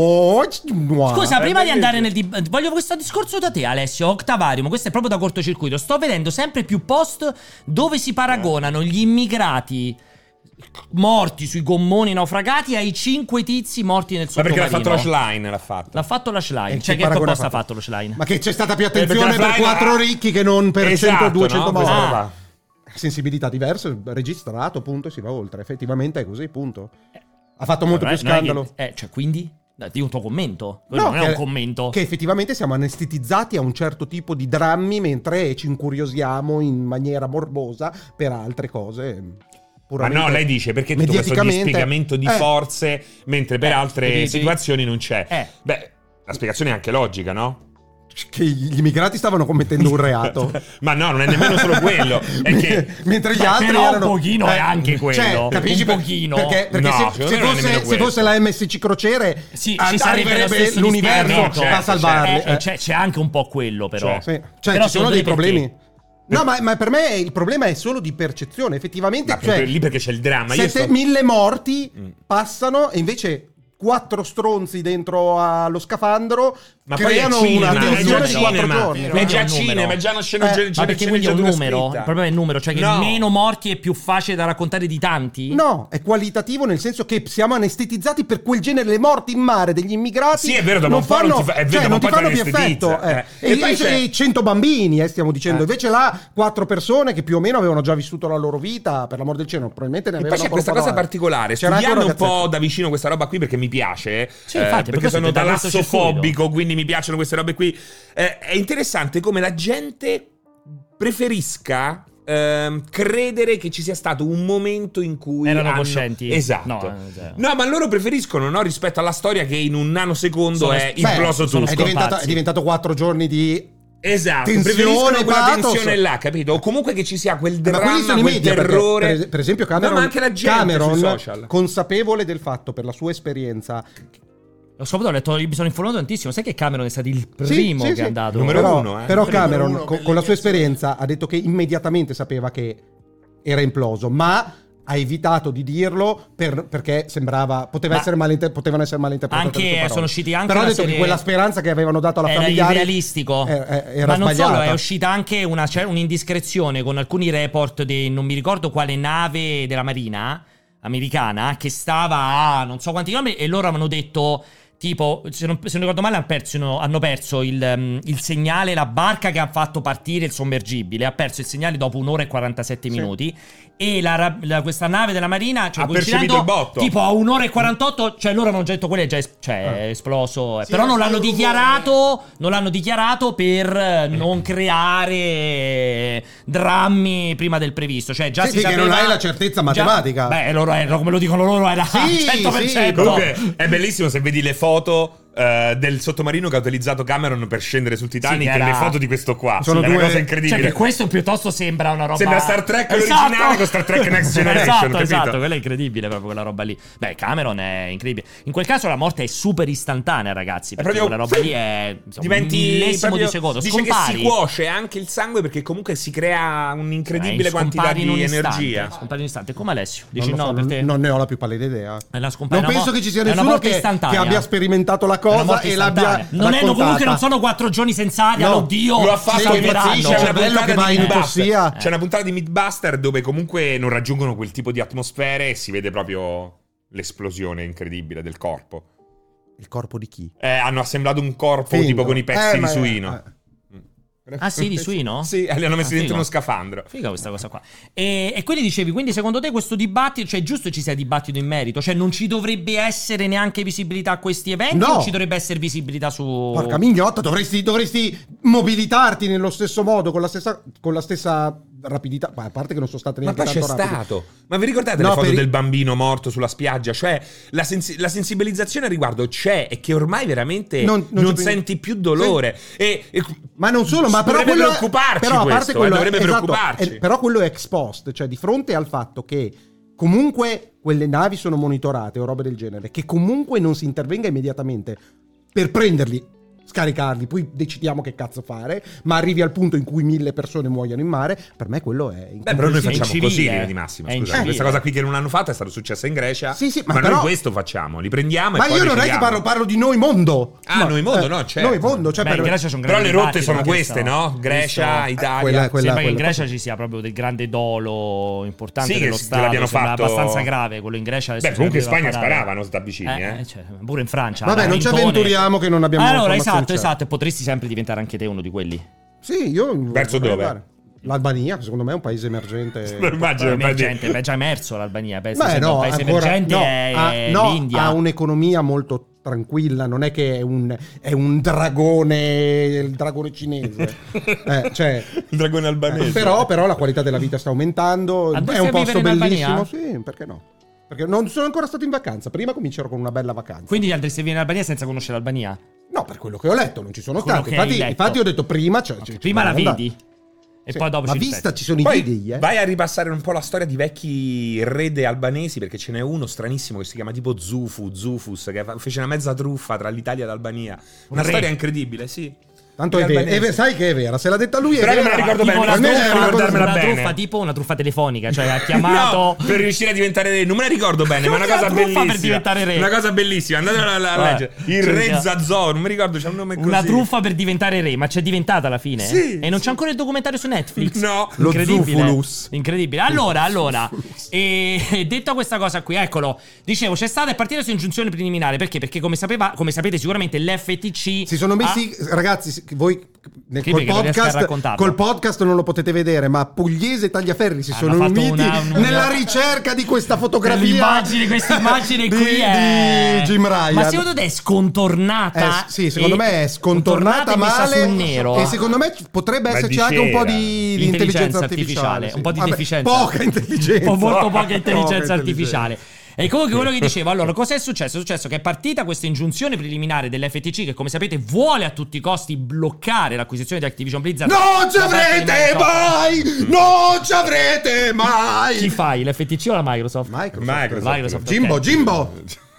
Scusa,
Scusa,
prima di
bellissimo.
andare nel dib- voglio questo discorso da te, Alessio Octavarium. Questo è proprio da cortocircuito. Sto vedendo sempre più post dove si paragonano gli immigrati morti sui gommoni naufragati ai cinque tizi morti nel
Ma perché l'ha
sottomarino.
fatto Rushline? L'ha fatto.
L'ha fatto la Schlein.
E
Cioè,
che
che
Eh, paragone
proposta
ha
ha
fatto?
fatto lo Schlein? Eh,
Ma che c'è stata più
Eh, Perché
attenzione per
Rushline ha-
quero ricchi che non per
Esatto,
100, 200
no?
morti.
Questa
Ah.
roba.
sensibilità diverse, registrato, punto, e si va oltre. Effettivamente è così, punto. Ha fatto molto
Vabbè,
più
non è che-
scandalo.
eh, cioè, quindi? Dai, Di un tuo commento.
No, eh,
non è
che-
un commento.
Che effettivamente siamo anestetizzati a un certo tipo di drammi mentre ci incuriosiamo in maniera morbosa per altre cose. mm,
Ma
puramente
no, lei dice perché tutto questo
mediaticamente-
dispiegamento di
Eh,
forze, mentre per
Eh,
altre
vedi?
situazioni non c'è.
Eh.
Beh, la spiegazione è anche logica, no?
Che gli immigrati stavano commettendo un reato.
Ma no, non è nemmeno solo quello. È che cioè,
mentre gli
Beh,
altri
però un
erano
pochino è anche quello.
Cioè, capisci
Un
per-
pochino.
Perché, perché
No,
se,
secondo
se
me non è
fosse,
nemmeno
se
questo.
fosse la MSC Crociere,
Sì,
a-
ci sarebbe lo
arriverebbe
stesso
l'universo
dispiacere.
a
Certo,
salvarli.
Eh, eh,
Eh.
c'è, c'è anche un po' quello, però.
Cioè,
Sì. Cioè, ci
Però
sono
secondo
dei
te perché?
problemi. No, ma, ma per me il problema è solo di percezione. Effettivamente,
Ma
cioè,
proprio lì perché c'è il dramma. Io
sette-
sto-
mille morti
Mm.
passano e invece quattro stronzi dentro allo scafandro
Ma poi è
creano una
cinema, è
tensione
già
di quattro
cinema,
giorni.
è già
È un numero.
cinema, è già una sceneggiatura.
Eh,
Ma perché quindi è un numero? Il problema è il numero, cioè che
No.
meno morti è più facile da raccontare di tanti?
No, è qualitativo nel senso che siamo anestetizzati per quel genere. Le morti in mare degli immigrati
Sì, è vero, dopo
non
un po' non
fanno,
ti fa- è vero,
cioè,
dopo
non
un
ti
po' ti
fanno più
anestetizza,
effetto. eh.
eh.
E,
E poi c'è-
100 bambini, eh, stiamo dicendo.
Eh.
Invece là, quattro persone che più o meno avevano già vissuto la loro vita, per l'amor del cielo, probabilmente ne
E
avevano
poi c'è
ancora
questa
un po'
cosa
davanti.
particolare,
C'era anche
studiando un po'
ragazzetta.
da vicino questa roba qui perché mi piace, eh,
Sì, infatti,
perché
per questo
sono
ti dà questo
talassofobico, quindi mi piacciono queste robe qui. Eh, è interessante come la gente preferisca ehm, credere che ci sia stato un momento in cui
Erano
hanno-
coscienti.
Esatto.
No,
No,
eh, cioè.
ma loro preferiscono no, rispetto alla storia che in un nanosecondo
Sono-
è
Beh,
imploso
sono
È
tutto.
scomparsi.
diventato, è diventato quattro giorni di.
Esatto,
Tensione,
preferiscono quella
pathos. Eh,
tensione là, capito? O comunque che ci sia quel
Ma quelli
dramma,
sono i
quel
media. perché,
terrore.
Per, per esempio, Cameron,
no, ma anche la gente
Cameron,
sui social.
consapevole del fatto per la sua esperienza
Ho scoperto, ho letto, mi sono informato tantissimo. Sai che Cameron è stato il
Sì,
primo
sì,
che
sì.
è andato?
Numero
però,
uno, eh.
però
Numero
Cameron,
uno
co-
per
con,
le
la sua
intenzioni.
esperienza, ha detto che immediatamente sapeva che era imploso, ma ha evitato di dirlo per- perché sembrava poteva
Ma-
essere malinter- potevano essere malinterpretate
Anche-
le sue parole.
sono usciti anche
però ha
una
detto che
serie-
quella speranza che avevano dato alla
era
familiare
irrealistico.
eh, eh, era
Ma non
sbagliata.
solo, è uscita anche una, c'è un'indiscrezione con alcuni report di non mi ricordo quale nave della marina americana che stava a non so quanti chilometri e loro avevano detto. Tipo, se non, se non ricordo male, hanno perso, hanno perso il, ehm, il segnale, la barca che ha fatto partire il sommergibile. Ha perso il segnale dopo un'ora e 47 minuti. E la ra- la- questa nave della Marina cioè,
Ha percepito
coincidendo,
il botto.
Tipo a un'ora e 48, cioè loro avevano già detto quello è già es-
Ah.
cioè, è esploso. eh.
Sì,
Però
è
non l'hanno
stato un
dichiarato non l'hanno dichiarato per eh, non creare drammi prima del previsto. Cioè, già
Sì,
si
sì, che
sapeva-
non hai la certezza matematica.
Beh, loro erano, come lo dicono loro, era
Sì,
100%.
sì,
Comunque è bellissimo se vedi le foto eh, del sottomarino che ha utilizzato Cameron per scendere sul Titanic
Sì, che era-
e le foto di questo qua.
Sono
Sono Ah, una
due-
cosa
Cioè,
incredibile.
che questo piuttosto sembra una roba.
Sembra Star Trek
Esatto.
originale con Star Trek Next Generation,
esatto,
capito?
esatto, quella è incredibile proprio quella roba lì. Beh, Cameron è incredibile. In quel caso la morte è super istantanea, ragazzi. Perché
proprio-
quella roba lì è. Insomma, un millesimo
proprio-
di secondo.
Dice
scompari.
che si cuoce anche il sangue perché comunque si crea un'incredibile
Eh,
quantità
scompari
di
in un istante,
energia.
Scompari in un istante, come Alessio.
Non,
Dici
lo
no,
so,
per te?
non ne ho la più pallida idea.
È la scompa-
Non
è una
penso
mo-
che ci sia
è una
nessuno
morte
che,
istantanea.
che abbia sperimentato la
È una
cosa
morte
e l'abbia.
istantanea. Non è, no, comunque non sono quattro giorni senza aria,
No,
oddio.
Lo ha fatto
Sì,
in
impazzisce,
Mezz'Iscia,
il
c'è una
cervello
puntata
che va
di
in
Mythbuster.
ipossia.
C'è una puntata di Midbuster dove comunque non raggiungono quel tipo di atmosfere e si vede proprio l'esplosione incredibile del corpo.
Il corpo di chi?
Eh, hanno assemblato un corpo
Finto.
tipo con i pezzi
Eh,
di
ma-
suino.
eh.
Ah, sì, di suino?
Sì, li hanno messi
Ah,
dentro
figo.
uno scafandro.
Figa questa cosa qua. E, e quindi dicevi, quindi secondo te questo dibattito, cioè è giusto che ci sia dibattito in merito? Cioè non ci dovrebbe essere neanche visibilità a questi eventi?
No.
O ci dovrebbe essere visibilità su...
Porca mignotta, dovresti, dovresti mobilitarti nello stesso modo, con la stessa, con la stessa rapidità. Ma a parte che non sono state
Ma
neanche
poi c'è
tanto rapide.
stato. Ma vi ricordate
No,
le foto
per i-
del bambino morto sulla spiaggia? Cioè, la, sensi- la sensibilizzazione al riguardo c'è e che ormai veramente non,
Non- non c'è più-
senti più dolore. E, e-
Ma non solo, ma però
dovrebbe
quello è-
preoccuparci
però a parte
questo, eh,
quello è-
dovrebbe
esatto,
preoccuparci.
è- però quello è ex post, cioè di fronte al fatto che comunque quelle navi sono monitorate o robe del genere, che comunque non si intervenga immediatamente per prenderli, scaricarli, poi decidiamo che cazzo fare, ma arrivi al punto in cui mille persone muoiono in mare, per me quello è
Beh, però noi
È
facciamo
incivile.
così, in linea di massima.
È
Scusate,
incivile.
questa cosa qui che non hanno fatto è stata successa in Grecia.
Sì, sì,
ma
ma
noi
però-
questo facciamo, li prendiamo
Ma
e poi
io non è che
decidiamo.
parlo, parlo di noi mondo. eh,
Ah, noi mondo, no, certo.
Noi mondo, cioè
Beh, in
per-
Grecia sono
Però
grandi
le rotte
dibattiti,
sono
ma
queste,
questo-
no? Grecia,
questo-
quella-
Italia.
quella-
Sembra che in
quella-
Grecia ci sia proprio del grande dolo importante
Sì, che
dello
s- che
Stato.
l'abbiano
sembra
fatto-
abbastanza grave quello in Grecia. adesso
Beh, comunque in
ci dobbiamo
Spagna
parlare.
sparavano da vicini, eh.
cioè, pure in Francia.
Vabbè,
alla
non ci
Rintone.
avventuriamo che non abbiamo
Allora,
informazioni
esatto,
certo.
certe.
esatto. E potresti sempre diventare anche te uno di quelli.
Sì, io
Verso
vorrei
dove?
andare. L'Albania, che secondo me è un paese emergente.
Lo immagino,
Emergente,
infatti.
beh, è già emerso l'Albania. Penso
Beh,
sia
no,
un paese
ancora,
emergente
no,
è, è
ha, no,
l'India.
ha un'economia molto tranquilla, non è che è un, è un dragone, il dragone cinese. Eh, cioè,
Il dragone albanese.
però, però la qualità della vita sta aumentando, è
Andresti
un
a
posto
vivere in
bellissimo,
Albania?
sì, perché no? Perché non sono ancora stato in vacanza, prima comincerò con una bella vacanza.
Quindi andresti a venire in Albania senza conoscere l'Albania?
No, per quello che ho letto, non ci sono
Quello
stato.
che hai
Infatti,
letto.
infatti ho detto prima, cioè, cioè,
Prima la
ci voglio
vedi e
andare. Sì,
poi dopo
Ma
ci
vista
rifletti.
ci sono i
Poi
video, eh.
vai a ripassare un po' la storia di vecchi rede albanesi, perché ce n'è uno stranissimo che si chiama tipo Zufu, Zufus, che fa- fece una mezza truffa tra l'Italia e l'Albania. Una
Re.
storia incredibile, sì.
Tanto è
Re
vero,
albanese.
Eh,
è ver- sai che è vera, se l'ha detta lui è
Però io
vera.
me la ricordo
Tipo
bene,
una
almeno
almeno
truffa-
era una cosa-
una
bene.
truffa tipo una truffa telefonica, cioè ha chiamato
No, per riuscire a diventare non me la ricordo bene, ma è una
Una
cosa
truffa
bellissima.
per diventare re.
Una cosa bellissima, andatela a, a
Vabbè,
leggere. Il
cioè,
re
già-
Zazzo, non mi ricordo, c'è un nome così.
una truffa per diventare re, ma c'è diventata alla fine.
Sì,
e non
sì.
c'è ancora il documentario su Netflix.
No.
Lo
incredibile.
Zufulus.
Incredibile. Allora, allora, e, e detta questa cosa qui, eccolo. Dicevo, c'è stata e partita su ingiunzione preliminare, perché? Perché come sapeva, come sapete sicuramente l'FTC
Si sono
ha-
messi, ragazzi, si- voi nel,
Sì,
col,
perché non riesco a
podcast,
raccontarlo.
col podcast non lo potete vedere, ma Pugliese e Tagliaferri si
Hanno
sono
fatto
uniti
una- una-
nella ricerca di questa fotografia.
L'immagine, questa immagine
di,
qui è...
di Jim Ryan.
Ma secondo te è scontornata?
Eh, sì, secondo
E-
me è scontornata
e messa
male.
sul nero.
E secondo me ci- potrebbe
Ma è di
esserci anche un po'
cera.
di di
Intelligenza
intelligenza
artificiale,
artificiale. sì.
un po' di
Vabbè,
deficienza.
Poca intelligenza.
Ho molto poca intelligenza
Poca
artificiale. E comunque quello che dicevo, allora, cos'è successo? È successo che è partita questa ingiunzione preliminare dell'FTC che, come sapete, vuole a tutti i costi bloccare l'acquisizione di Activision Blizzard.
Non ci
da parte di
avrete
Microsoft.
mai! Non ci avrete mai!
Chi fai, l'FTC o la Microsoft?
Microsoft.
Microsoft, ok.
Jimbo, Jimbo!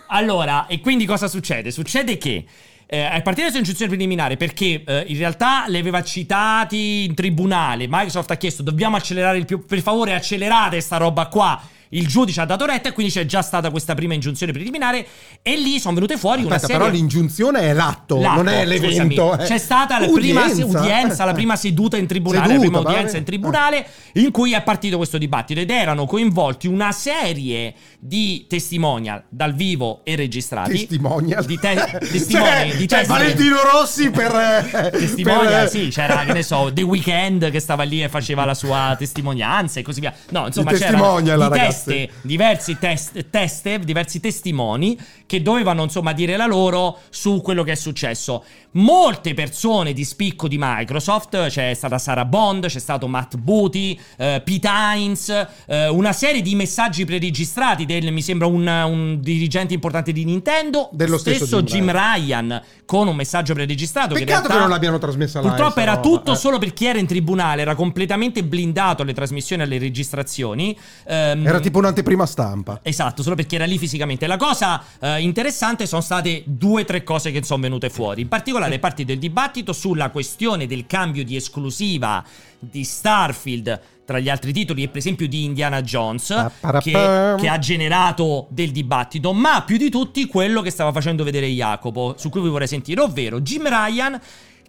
Allora, e quindi cosa succede? Succede che eh, è partita questa ingiunzione preliminare perché eh, in realtà le aveva citati in tribunale. Microsoft ha chiesto: dobbiamo accelerare il più. Per favore, accelerate sta roba qua. Il giudice ha dato retta e quindi c'è già stata questa prima ingiunzione preliminare. E lì sono venute fuori una
Aspetta,
serie
però l'ingiunzione è l'atto,
L'atto,
non è l'evento.
scusami.
eh.
C'è stata la prima se- udienza, la prima seduta in tribunale, la
Seduta,
prima
va
udienza
bene.
in tribunale in cui è partito questo dibattito ed erano coinvolti una serie di testimonial dal vivo e registrati.
Testimonial.
Di te- testimoni,
Cioè-
di
cioè,
testi-
Valentino Rossi per... eh,
Testimonial,
per, eh,
sì, c'era, che ne so, The Weeknd che stava lì e faceva la sua testimonianza e così via. No, insomma,
I
c'erano
testimonial,
di
ragazzi.
teste, diversi test- teste, diversi testimoni che dovevano, insomma, dire la loro su quello che è successo. Molte persone di spicco di Microsoft, c'è stata Sarah Bond, c'è stato Matt Booty, eh, Pete Hines, eh, una serie di messaggi preregistrati del, mi sembra, un, un dirigente importante di Nintendo,
Dello stesso Jim
Jim Ryan. con un messaggio preregistrato che in
Peccato che
realtà-
non l'abbiano trasmessa live.
Purtroppo
sta
era
roba,
tutto
eh.
solo per chi era in tribunale, era completamente blindato alle trasmissioni, alle registrazioni. Ehm,
Era tipo un'anteprima stampa.
Esatto, solo perché era lì fisicamente. La cosa eh, interessante sono state due o tre cose che sono venute fuori. In particolare è partito il dibattito sulla questione del cambio di esclusiva di Starfield tra gli altri titoli e per esempio di Indiana Jones che,
Pa-pa-ra-pam.
che ha generato del dibattito, ma più di tutti quello che stava facendo vedere Jacopo, su cui vi vorrei sentire, ovvero Jim Ryan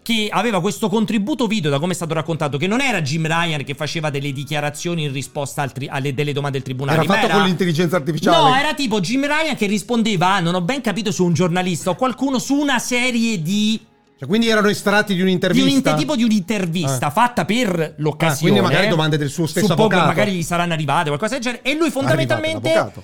che aveva questo contributo video da come è stato raccontato che non era Jim Ryan che faceva delle dichiarazioni in risposta al tri- alle delle domande del tribunale
Era
ma
fatto con l'intelligenza artificiale.
No, era tipo Jim Ryan che rispondeva, ah, non ho ben capito su un giornalista o qualcuno su una serie di
Cioè, quindi erano estratti di
di un
un'intervista.
inter- tipo di un'intervista
Ah.
fatta per l'occasione. eh.
Ah, quindi magari domande del suo stesso
Suppongo che
avvocato.
magari gli saranno arrivate qualcosa del genere. E lui
Arrivato
fondamentalmente
l'avvocato.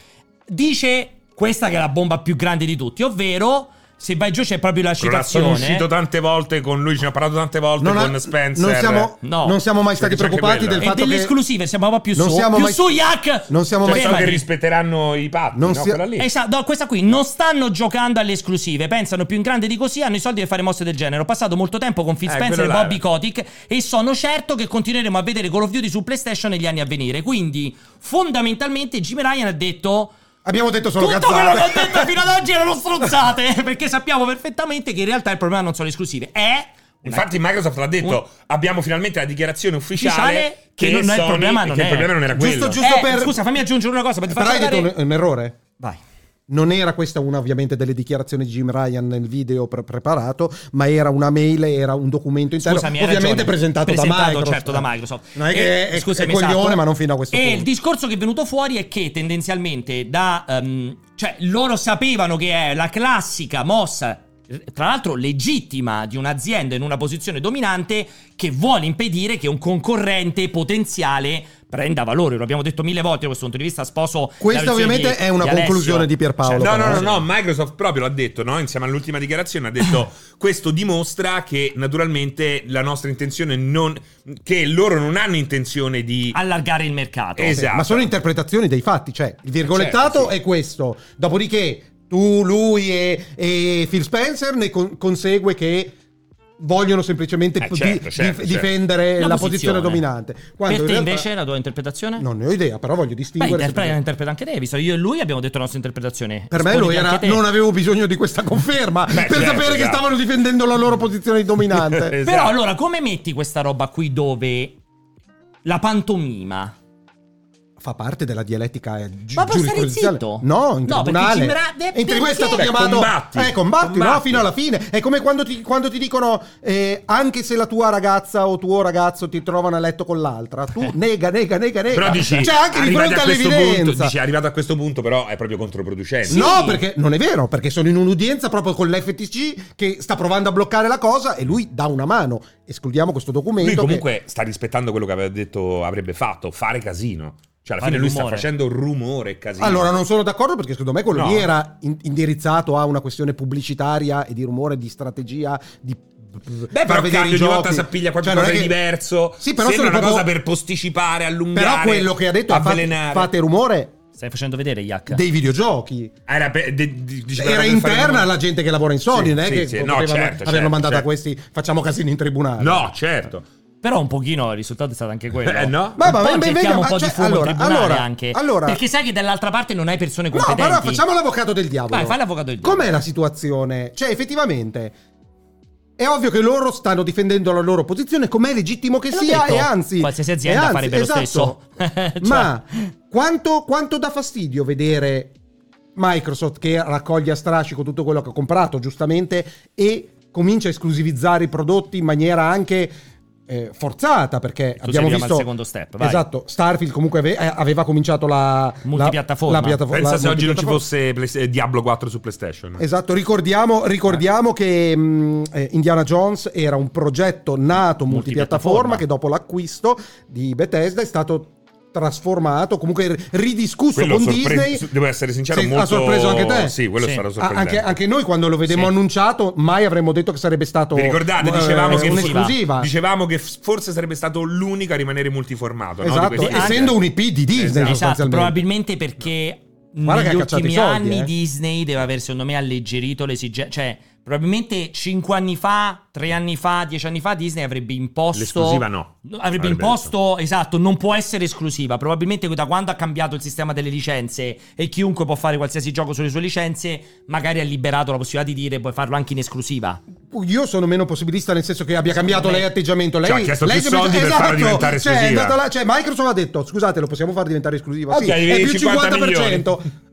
dice questa che è la bomba più grande di tutti, ovvero se vai giù c'è proprio la
Allora, sono uscito
citazione.
tante volte con lui, ci ne ho parlato tante volte con Spencer.
non siamo,
No.
non siamo mai stati
Perché c'è anche
preoccupati
quella.
del
E
fatto
delle
che
esclusive siamo proprio
Non
su.
siamo
più
mai-
su, Yak!
non siamo
Cioè,
mai
So che
infatti-
rispetteranno i patti,
Non
no?
sia-
Quella lì.
Esatto, no, questa qui non stanno giocando alle esclusive, pensano più in grande di così, hanno i soldi per fare mosse del genere. Ho passato molto tempo con Phil
Eh,
Spencer e
quello là
Bobby
era.
Kotick e sono certo che continueremo a vedere Call of Duty su PlayStation negli anni a venire. Quindi, fondamentalmente Jim Ryan ha detto
abbiamo detto solo
tutto quello che
cazzate.
ho detto fino ad oggi erano stronzate, perché sappiamo perfettamente che in realtà il problema non sono le esclusive, è
Infatti Microsoft l'ha detto, abbiamo finalmente la dichiarazione
Ufficiale
ufficiale che,
che non- no, il
Sony-
problema non
che
è.
il problema non era
Giusto,
quello.
giusto.
Eh,
per-
scusa, fammi aggiungere una cosa, ma ti
Però
faccio
hai detto
vedere-
un, un errore.
Vai.
Non era questa una ovviamente delle dichiarazioni di Jim Ryan nel video pre- preparato, ma era una mail, era un documento interno,
Scusami, hai
ovviamente
ragione.
presentato, da
Presentato,
Microsoft.
certo, da Microsoft.
Non è che
Eh,
è,
scusami,
è coglione,
esatto.
ma non fino a questo
E il
punto.
discorso che è venuto fuori è che tendenzialmente da... ehm, cioè, loro sapevano che è la classica mossa, tra l'altro legittima, di un'azienda in una posizione dominante che vuole impedire che un concorrente potenziale prenda valore. Lo abbiamo detto mille volte da questo punto di vista, sposo...
Questa
la versione
ovviamente
di-
è una
di Alessio.
conclusione di Pierpaolo.
No, no,
però.
no, no, Microsoft proprio l'ha detto, no? Insieme all'ultima dichiarazione ha detto questo dimostra che naturalmente la nostra intenzione non che loro non hanno intenzione di
Allargare il mercato.
Esatto.
Eh, Ma sono interpretazioni dei fatti, cioè il virgolettato
Certo, sì.
è questo, dopodiché tu, lui e, e Phil Spencer ne con- consegue che vogliono semplicemente
Eh,
di-
certo,
di-
certo, certo.
difendere la, posizione dominante.
per
in
te
realtà-
invece la tua interpretazione?
Non ne ho idea, però voglio
Beh,
distinguere.
interpreta,
semplicemente.
interpreta anche te, visto io e lui abbiamo detto la nostra interpretazione.
per me lo
Esponiti
era,
anche te.
non avevo bisogno di questa conferma
Beh,
per
certo,
sapere che
esatto.
stavano difendendo la loro posizione di dominante.
Esatto.
Però allora, come metti questa roba qui dove la pantomima?
Fa parte della dialettica eh, gi-
Ma può stare
giurisprudenziale.
zitto?
No, in
No, perché
tribunale.
Jim Ra- eh,
e in tribunale è stato
perché?
chiamato.
Beh, combatti.
Eh, combatti, no?
Combatti.
Fino alla fine. È come quando ti, quando ti dicono: eh, anche se la tua ragazza o tuo ragazzo ti trovano a letto con l'altra, tu nega, nega, nega, nega.
Eh. Però dici,
cioè, anche di
arrivati
fronte
a questo
all'evidenza.
punto, dici, arrivato a questo punto però è proprio controproducente.
No, perché non è vero, perché sono in un'udienza proprio con l'FTC che sta provando a bloccare la cosa e lui dà una mano. Escludiamo questo documento.
Lui
che-
comunque sta rispettando quello che aveva detto avrebbe fatto, fare casino. Cioè alla
Fare
fine lui sta
rumore.
facendo rumore e casino.
Allora non sono d'accordo perché secondo me quello
No.
lì era in- indirizzato a una questione pubblicitaria e di rumore, di strategia, di...
Beh, però cambio di volta si appiglia qualcosa
Cioè, non è
di
che-
diverso.
Sì, però
Sembra
sono
una
proprio-
cosa per posticipare, allungare.
Però quello che ha detto è fate,
avvelenare.
fate rumore
Stai facendo vedere, Yak.
dei videogiochi.
Era, pe- de- di- diceva
Era
per fare
interna
rumore.
alla gente che lavora in Sony,
Sì,
non è
sì,
che
sì,
potevano
no, certo,
averlo
certo,
mandato a
certo.
questi facciamo casino in tribunale.
No, certo.
Però un pochino il risultato è stato anche quello.
Eh, no?
Ma- ma-
Però
ma-
cerchiamo
ma-
un po'
cioè,
di fumo
allora,
in tribunale
allora,
anche.
allora-
perché sai che dall'altra parte non hai persone
No,
competenti.
ma allora facciamo l'avvocato del diavolo.
Vai, fai l'avvocato del diavolo.
Com'è la situazione? Cioè, effettivamente, è ovvio che loro stanno difendendo la loro posizione, com'è legittimo che
l'ho
sia,
detto.
ah, e anzi.
Qualsiasi azienda
e anzi, esatto.
farebbe lo stesso. Cioè.
Ma quanto, quanto dà fastidio vedere Microsoft che raccoglie a strascico tutto quello che ha comprato, giustamente, e comincia a esclusivizzare i prodotti in maniera anche. eh, forzata perché
Tu
abbiamo
sei al
visto
secondo step, vai.
esatto Starfield comunque ave- eh, aveva cominciato la la-
Multipiattaforma.
la piattafo-
Pensa
la
se oggi non ci
multipiattaforma.
fosse Play- eh, Diablo 4 su PlayStation.
Esatto, ricordiamo, ricordiamo che mh, eh, Indiana Jones era un progetto nato multipiattaforma
Multipiattaforma.
che dopo l'acquisto di Bethesda è stato trasformato, comunque r- ridiscusso
Quello
con
sorpre-
Disney.
su- devo essere sincero,
Sì,
molto...
ha sorpreso anche te.
Sì, quello
Sì.
sarà
Ah,
sorprendente.
anche, anche noi quando lo vedemmo
Sì.
annunciato mai avremmo detto che sarebbe stato
Vi
eh,
ricordate? Dicevamo che-
un'esclusiva.
Dicevamo che f- forse sarebbe stato l'unico a rimanere multiformato. no? Di
Esatto,
questi-
essendo un IP di Disney
Esatto,
Esatto,
sostanzialmente.
probabilmente perché
Guarda che
negli
ha cacciato
ultimi
i soldi,
anni
eh.
Disney deve aver, secondo me, alleggerito l'esigenza. Cioè, probabilmente 5 anni fa, 3 anni fa, 10 anni fa, Disney avrebbe imposto.
L'esclusiva no.
Avrebbe,
Avrebbe
imposto, esatto, non può essere esclusiva. Probabilmente da quando ha cambiato il sistema delle licenze e chiunque può fare qualsiasi gioco sulle sue licenze, magari ha liberato la possibilità di dire puoi farlo anche in esclusiva.
Io sono meno possibilista nel senso che abbia cambiato lei atteggiamento. Lei
Cioè, ha chiesto
lei
più soldi per farla diventare
cioè, è
esclusiva.
andata là- cioè, Microsoft ha detto: scusate, lo possiamo far diventare esclusiva?
Ok,
sì, è più
50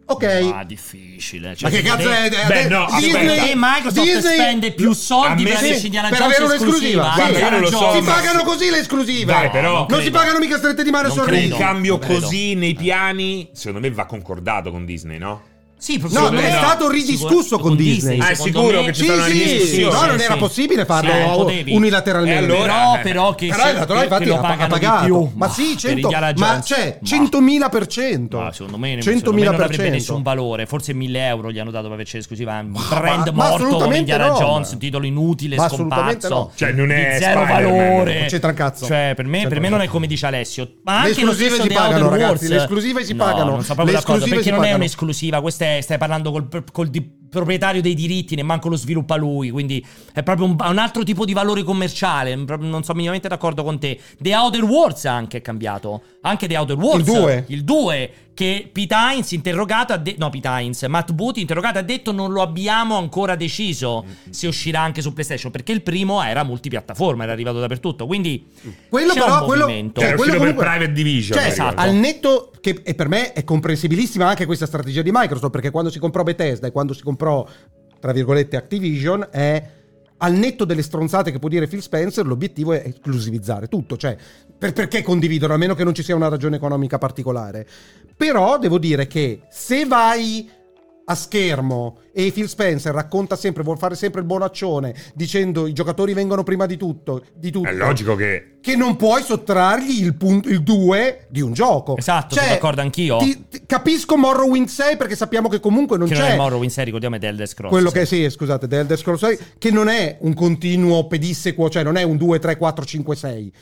Ok.
Ah, difficile.
Ma
cioè,
che
secondo
cazzo
te-
è?
Beh, no,
Disney, e Microsoft spende più soldi per
a me-
averci Indiana
per
Jones
avere un'esclusiva.
esclusiva.
Sì.
Guarda, io non lo so,
Si
ma-
pagano così le esclusive.
Dai, però.
non si
credo.
pagano mica strette di mano e
Non
sorrisi.
un cambio
Non credo.
così nei piani, secondo me va concordato con Disney, no?
Sì,
No,
secondo
è
me
stato ridiscusso con Disney.
Ah, è
secondo
sicuro
me-
che ci
Sì,
sarà una
sì, sì,
discussione.
no, non era possibile farlo
Sì, Eh, potevi.
unilateralmente.
E allora?
Però,
eh.
però, che,
Però
se-
il naturale,
che- che
infatti
lo
ha-
pagano
ha
di
pagato.
più.
Ma sì, 100,
per il Gala
ma
Jones.
c'è
Ma-
100.000 per cento.
Ma secondo me, secondo
100.000
me non
per
avrebbe
cento.
nessun valore. Forse 1000 euro gli hanno dato per averci l'esclusiva. Un
ma
brand morto come
assolutamente
Indiana
no.
Jones, un titolo inutile,
Ma assolutamente
scomparso.
no.
Cioè, non è
di zero
Spider-Man,
valore.
non c'entra un cazzo.
Cioè, per me, per me non è come dice Alessio. Ma
Le
anche lo
esclusive
stesso
si
di
pagano,
Outer
ragazzi,
Worlds.
le esclusive si
No,
pagano.
Non sono proprio
Le
d'accordo
esclusive
perché
si
non è
pagano.
un'esclusiva. Questa è- stai parlando col, col di- proprietario dei diritti, nemmeno lo sviluppa lui. Quindi è proprio un, un altro tipo di valore commerciale. proprio Non sono minimamente d'accordo con te. The Outer Worlds anche è cambiato. Anche The Outer Worlds.
Il due.
Il 2 che Pete Hines interrogato ha detto no Pete Hines Matt Booty interrogato ha detto non lo abbiamo ancora deciso
Mm-hmm.
se uscirà anche su PlayStation perché il primo era multipiattaforma era arrivato dappertutto quindi
Mm. Quello
c'è
però,
un
quello,
movimento.
Cioè, era
quello
uscito per Private Division,
Cioè,
mi ricordo.
al netto, che e per me è comprensibilissima anche questa strategia di Microsoft, perché quando si comprò Bethesda e quando si comprò, tra virgolette, Activision, è al netto delle stronzate che può dire Phil Spencer, l'obiettivo è esclusivizzare tutto. Cioè, per- perché condividono, a meno che non ci sia una ragione economica particolare. Però devo dire che se vai a schermo e Phil Spencer racconta sempre, vuol fare sempre il buonaccione, dicendo i giocatori vengono prima di tutto, di tutto
È logico che
che non puoi sottrargli il, punto, il 2 di un gioco.
Esatto, sono d'accordo anch'io.
Cioè, ti- ti- capisco Morrowind 6 perché sappiamo che comunque non
che non
c'è
è Morrowind serie ricordiamo è The Elder Scrolls
quello
sì.
che sì, scusate, The Elder Scrolls 6 che non è un continuo pedissequo, cioè non è un 2 3 4 5 6.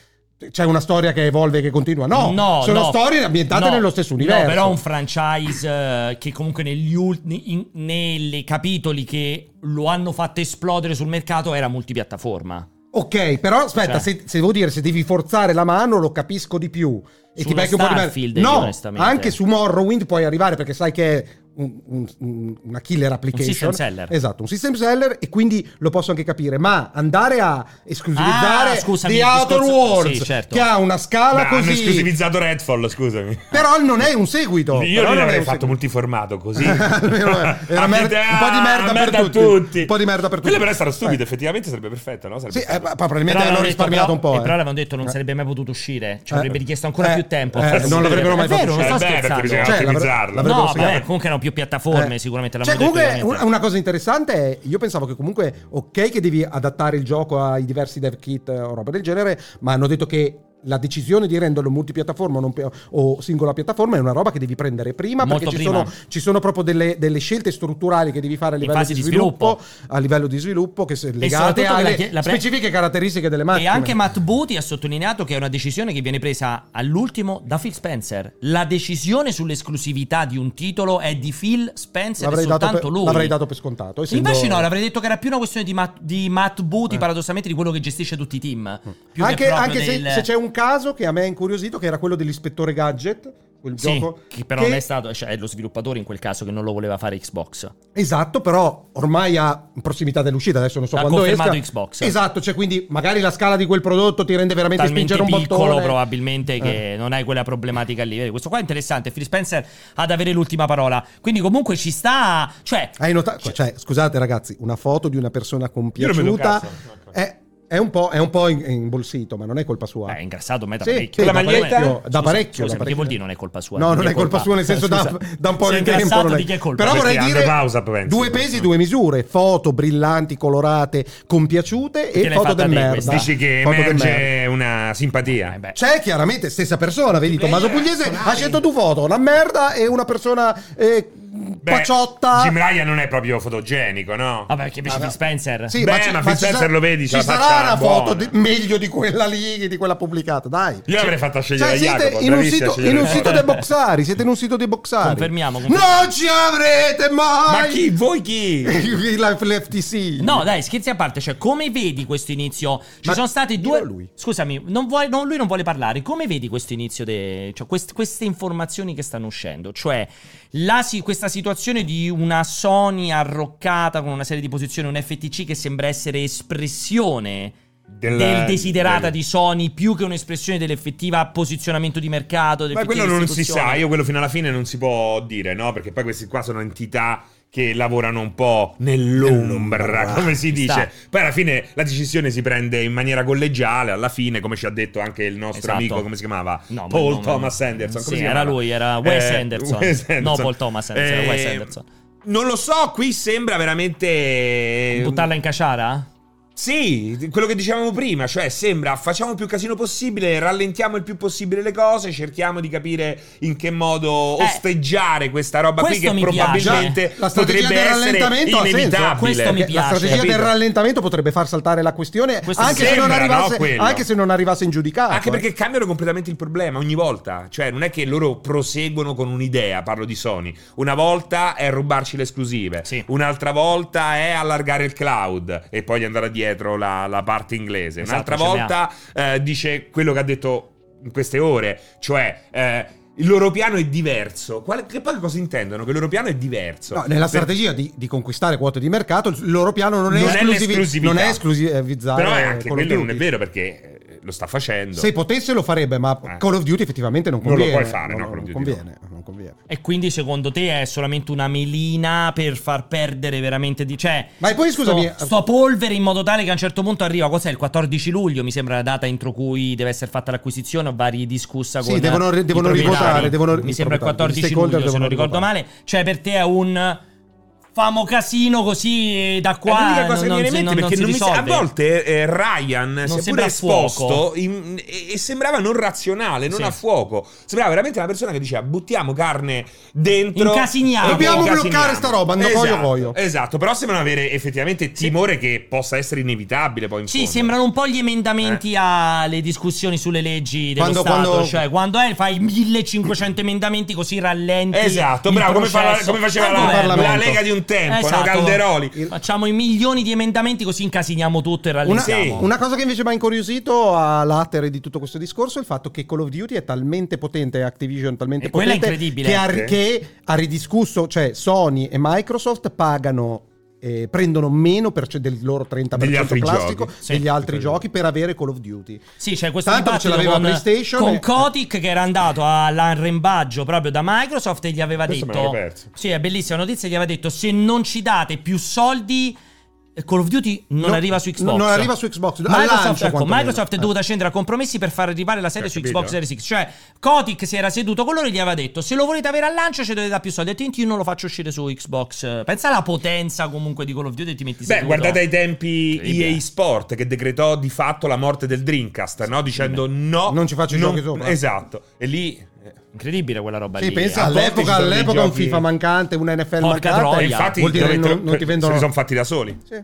C'è una storia che evolve e che continua. No, sono
no.
storie ambientate
No,
nello stesso
no,
universo.
però un franchise eh, che comunque negli ultimi in- nei capitoli che lo hanno fatto esplodere sul mercato era multipiattaforma.
Ok, però aspetta,
Cioè.
se, se devo dire, se devi forzare la mano lo capisco di più. E
Su
ti
uno
becchi un po' di
Starfield,
merda.
io,
No,
onestamente.
anche su Morrowind puoi arrivare perché sai che è un- un- un- una killer application.
system seller.
Esatto, un system seller e quindi lo posso anche capire. Ma andare a esclusivizzare
Ah, scusami,
The
il
Outer
discorso-
Worlds,
sì, certo.
che ha una scala
Ma hanno
così...
esclusivizzato Redfall, scusami.
Però non è un seguito.
Io
però
non
non è
avrei
un
fatto
seguito.
multiformato così.
Almeno era- era mer- un po' di merda per tutti. Un po' di merda per
Quello
tutti.
però è stato stupido,
Eh.
effettivamente sarebbe perfetto, no? Sarebbe
Sì, eh,
stato-
pa- probabilmente
Però
hanno
l'hanno detto,
risparmiato
però-
un po'.
E però
eh.
l'avevano detto non
Eh.
sarebbe mai potuto uscire. Ci
Eh.
avrebbe richiesto ancora
Eh.
più tempo. Cioè,
Eh, non l'avrebbero mai
È
fatto
vero, non
Eh,
sto
beh, perché
scherzando.
bisognava
Cioè, l'avre-
ottimizzarlo.
l'avre-
No,
l'avrebbero
vabbè,
segnato.
comunque erano più piattaforme,
Eh.
sicuramente
Cioè,
l'hanno
comunque
detto
un-
veramente.
una cosa interessante è io pensavo che comunque ok che devi adattare il gioco ai diversi dev kit eh, o roba del genere, ma hanno detto che la decisione di renderlo multipiattaforma o, non pi- o singola piattaforma è una roba che devi prendere prima
Molto
perché ci,
prima.
Sono, ci sono proprio delle, delle scelte strutturali che devi fare a
In
livello
fase
di
di
sviluppo, a livello di sviluppo che se- legate
soprattutto
alle
la- la pre-
specifiche caratteristiche delle macchine.
E anche Matt Booty ha sottolineato che è una decisione che viene presa all'ultimo da Phil Spencer. La decisione sull'esclusività di un titolo è di Phil Spencer e
l'avrei dato,
soltanto
per,
lui.
l'avrei dato per scontato. essendo-
Invece no, l'avrei detto che era più una questione di Matt, di Matt Booty, paradossalmente, di quello che gestisce tutti i team.
Eh. Mm.
Più che
anche
proprio
anche se,
del-
se c'è un caso che a me ha incuriosito, che era quello dell'ispettore gadget, quel
Sì,
gioco.
che però
che-
non è stato, cioè è lo sviluppatore in quel caso che non lo voleva fare Xbox.
Esatto, però ormai ha in prossimità dell'uscita, adesso non so
L'ha
quando esca.
confermato Xbox.
Esatto, cioè quindi magari la scala di quel prodotto ti rende veramente
Talmente
spingere un
piccolo
bottone. Eh.
probabilmente che non hai quella problematica lì. Vedi, Questo qua è interessante, Phil Spencer ad avere l'ultima parola. Quindi comunque ci sta, cioè
Hai notato? Cioè, scusate ragazzi, una foto di una persona
Io non vedo
compiaciuta
cazzo.
è, è un po', è un po' in- imbolsito, ma non è colpa sua.
Beh, è ingrassato a me da
Sì,
parecchio.
sì,
da parecchio,
da parecchio, da
Perché
parecchio.
vuol dire non è colpa sua?
No, non
Di chi
è colpa
Eh,
sua, nel senso da- da un po'
Se è
di tempo
ingrassato,
non è-
di chi è colpa?
Però
Questi
vorrei
hanno
dire
pausa, penso.
due pesi, due misure, foto brillanti, colorate, compiaciute
Perché
e
l'hai
foto
fatta
del
te
merda.
questa?
Dici che
Foto del merda.
emerge una simpatia.
Eh, beh.
C'è chiaramente stessa persona, vedi Tommaso Pugliese ha scelto due foto, una merda e una persona eh,
Beh,
paciotta.
Jim Ryan non è proprio fotogenico, no?
Vabbè, che invece
Vabbè.
di Spencer.
Sì,
Beh,
ci-
ma Phil
ci sa-
Spencer lo vedi, c'ha
Ci
la
sarà
faccia
una
buona.
foto di- meglio di quella lì, di quella pubblicata, dai.
Io l'avrei fatta scegliere
Cioè,
a
siete
Jacopo.
in un
bravissimi a
sito,
scegliere
in un
la
Eh,
sito
foto.
dei boxari, siete in un sito dei boxari.
Confermiamo, confermiamo.
Non ci avrete mai!
Ma chi? Voi chi?
La- L'FTC.
No, dai, scherzi a parte, cioè, come vedi questo inizio? Ci
Ma
sono stati
dillo
due.
a lui.
Scusami, non vuoi- no, lui non vuole parlare. Come vedi questo inizio? de- cioè, quest- queste informazioni che stanno uscendo? Cioè, la si- questa situazione di una Sony arroccata con una serie di posizioni, un FTC che sembra essere espressione.
Del-
del desiderata
del-
di Sony più che un'espressione dell'effettiva posizionamento di mercato.
Ma quello non si sa,
io
io quello fino alla fine non si può dire, no? Perché poi questi qua sono entità che lavorano un po' nell'ombra, come si
Ci
dice.
sta.
Poi alla fine la decisione si prende in maniera collegiale, alla fine, come ci ha detto anche il nostro
Esatto.
amico, come si chiamava?
No, ma
Paul
no, no,
Thomas
no.
Anderson. Cioè, come
Sì,
si
era
chiamava?
lui, era Wes
Eh,
Anderson.
Wes Eh,
No, Paul Thomas Anderson, era Wes Anderson.
Non lo so, qui sembra veramente. ehm,
Buttarla in caciara?
Sì, quello che dicevamo prima, cioè sembra facciamo più casino possibile, rallentiamo il più possibile le cose, cerchiamo di capire in che modo
Eh,
osteggiare questa roba qui
questo
che
mi piace.
probabilmente
La strategia
potrebbe
del
essere
rallentamento ha senso.
inevitabile.
Questo mi
Che
piace,
la strategia
capito?
del rallentamento potrebbe far saltare la questione
Questo
anche, se non
sembra, no,
arrivasse,
quello.
anche se non arrivasse in giudicato.
Anche
eh.
perché cambiano completamente il problema ogni volta. Cioè, non è che loro proseguono con un'idea, parlo di Sony. Una volta è rubarci le esclusive,
Sì.
un'altra volta è allargare il cloud e poi gli andrà dietro la, la parte inglese.
Esatto,
un'altra
ce
volta eh, dice quello che ha detto in queste ore, cioè. eh, il loro piano è diverso. Quale- che poi cosa intendono? Che il loro piano è diverso.
No, nella
Per-
strategia di, di conquistare quote di mercato, il loro piano non è,
Non è
esclusivi-
l'esclusività.
non è esclusivizzare.
Però è anche
Call of
quello non è
Duty.
vero perché eh, lo sta facendo.
Se potesse lo farebbe, ma
Eh.
Call of Duty effettivamente non
Non lo
conviene.
puoi fare, no, Call of
non
Duty
conviene, non conviene.
E quindi secondo te è solamente una melina per far perdere veramente di... Cioè,
Ma e poi, scusami,
eh,
sto, sto polvere in modo tale che a un certo punto arriva, cos'è, il 14 luglio, mi sembra la data entro cui deve essere fatta l'acquisizione o va ridiscussa
Sì,
con
devono ri-
i
devono
proprietari.
rivotare, devono-
Mi
i
sembra il
proprietari, gli
14
stakeholder
luglio, se
devono
non ricordo
rivotare.
male. Cioè, per te è un... Famo casino così eh, da
È l'unica
qua
cosa che mi
non, non,
viene in
non-
mente perché non
non
mi
si
sa- a
risolve.
volte eh, Ryan si è pure
sembra a fuoco.
esposto in- e, e sembrava non razionale, non
Sì.
a fuoco. Sembrava veramente una persona che diceva buttiamo carne dentro.
Incasiniamo.
e
Dobbiamo
incasiniamo".
bloccare sta roba, no,
esatto,
voglio, voglio.
Esatto, però sembrano avere effettivamente timore che possa essere inevitabile poi in
Sì,
fondo. Eh.
sembrano un po' gli emendamenti alle discussioni sulle leggi dello
Quando-
Stato,
quando-
cioè quando è, fai 1500 emendamenti così rallenti
Esatto,
il
bravo, come,
processo.
parla- come faceva
Al
la,
governo.
la Lega di un tempo, no?
Esatto.
Calderoli.
Facciamo i milioni di emendamenti così incasiniamo tutto e
Una,
rallentiamo.
una cosa che invece mi ha incuriosito a latere di tutto questo discorso è il fatto che Call of Duty è talmente potente, Activision talmente
E quella è
potente,
incredibile. eh.
che ha,
Sì.
che ha ridiscusso, cioè Sony e Microsoft pagano, eh, prendono meno perce- del loro 30%
Degli altri
plastico
giochi.
Sì.
degli altri giochi per avere Call of Duty.
Sì, c'è questo
Tanto ce
dibattito
l'aveva
con,
PlayStation
con
e-
Kotick che era andato all'arrembaggio proprio da Microsoft e gli aveva
Questo me
detto...
l'ero perso.
Sì, è bellissima notizia, gli aveva detto se non ci date più soldi... Call of Duty non
No,
arriva su Xbox.
non arriva su Xbox, al
Microsoft,
lancio,
ecco,
quantomeno.
Microsoft è
Eh.
dovuta scendere a compromessi per far arrivare la serie
Eh,
su
capito,
Xbox
eh.
Series X. Cioè, Kotick si era seduto con loro e gli aveva detto: Se lo volete avere al lancio, ci dovete dare più soldi. E io non lo faccio uscire su Xbox. Pensa alla potenza comunque di Call of Duty e ti
Beh,
metti seduto.
guardate ai tempi
Incredibile.
EA Sport che decretò di fatto la morte del Dreamcast, no? Dicendo no.
Non ci faccio i giochi sopra.
Esatto. E lì. eh,
Incredibile quella roba
Sì,
lì.
pensa
a volte ci
all'epoca,
sono dei
all'epoca un
giochi-
FIFA mancante, un NFL
Porca
mancante.
troia.
infatti,
vuol dire
dove
non,
tro-
non ti vendono.
Se li sono fatti da soli.
Sì.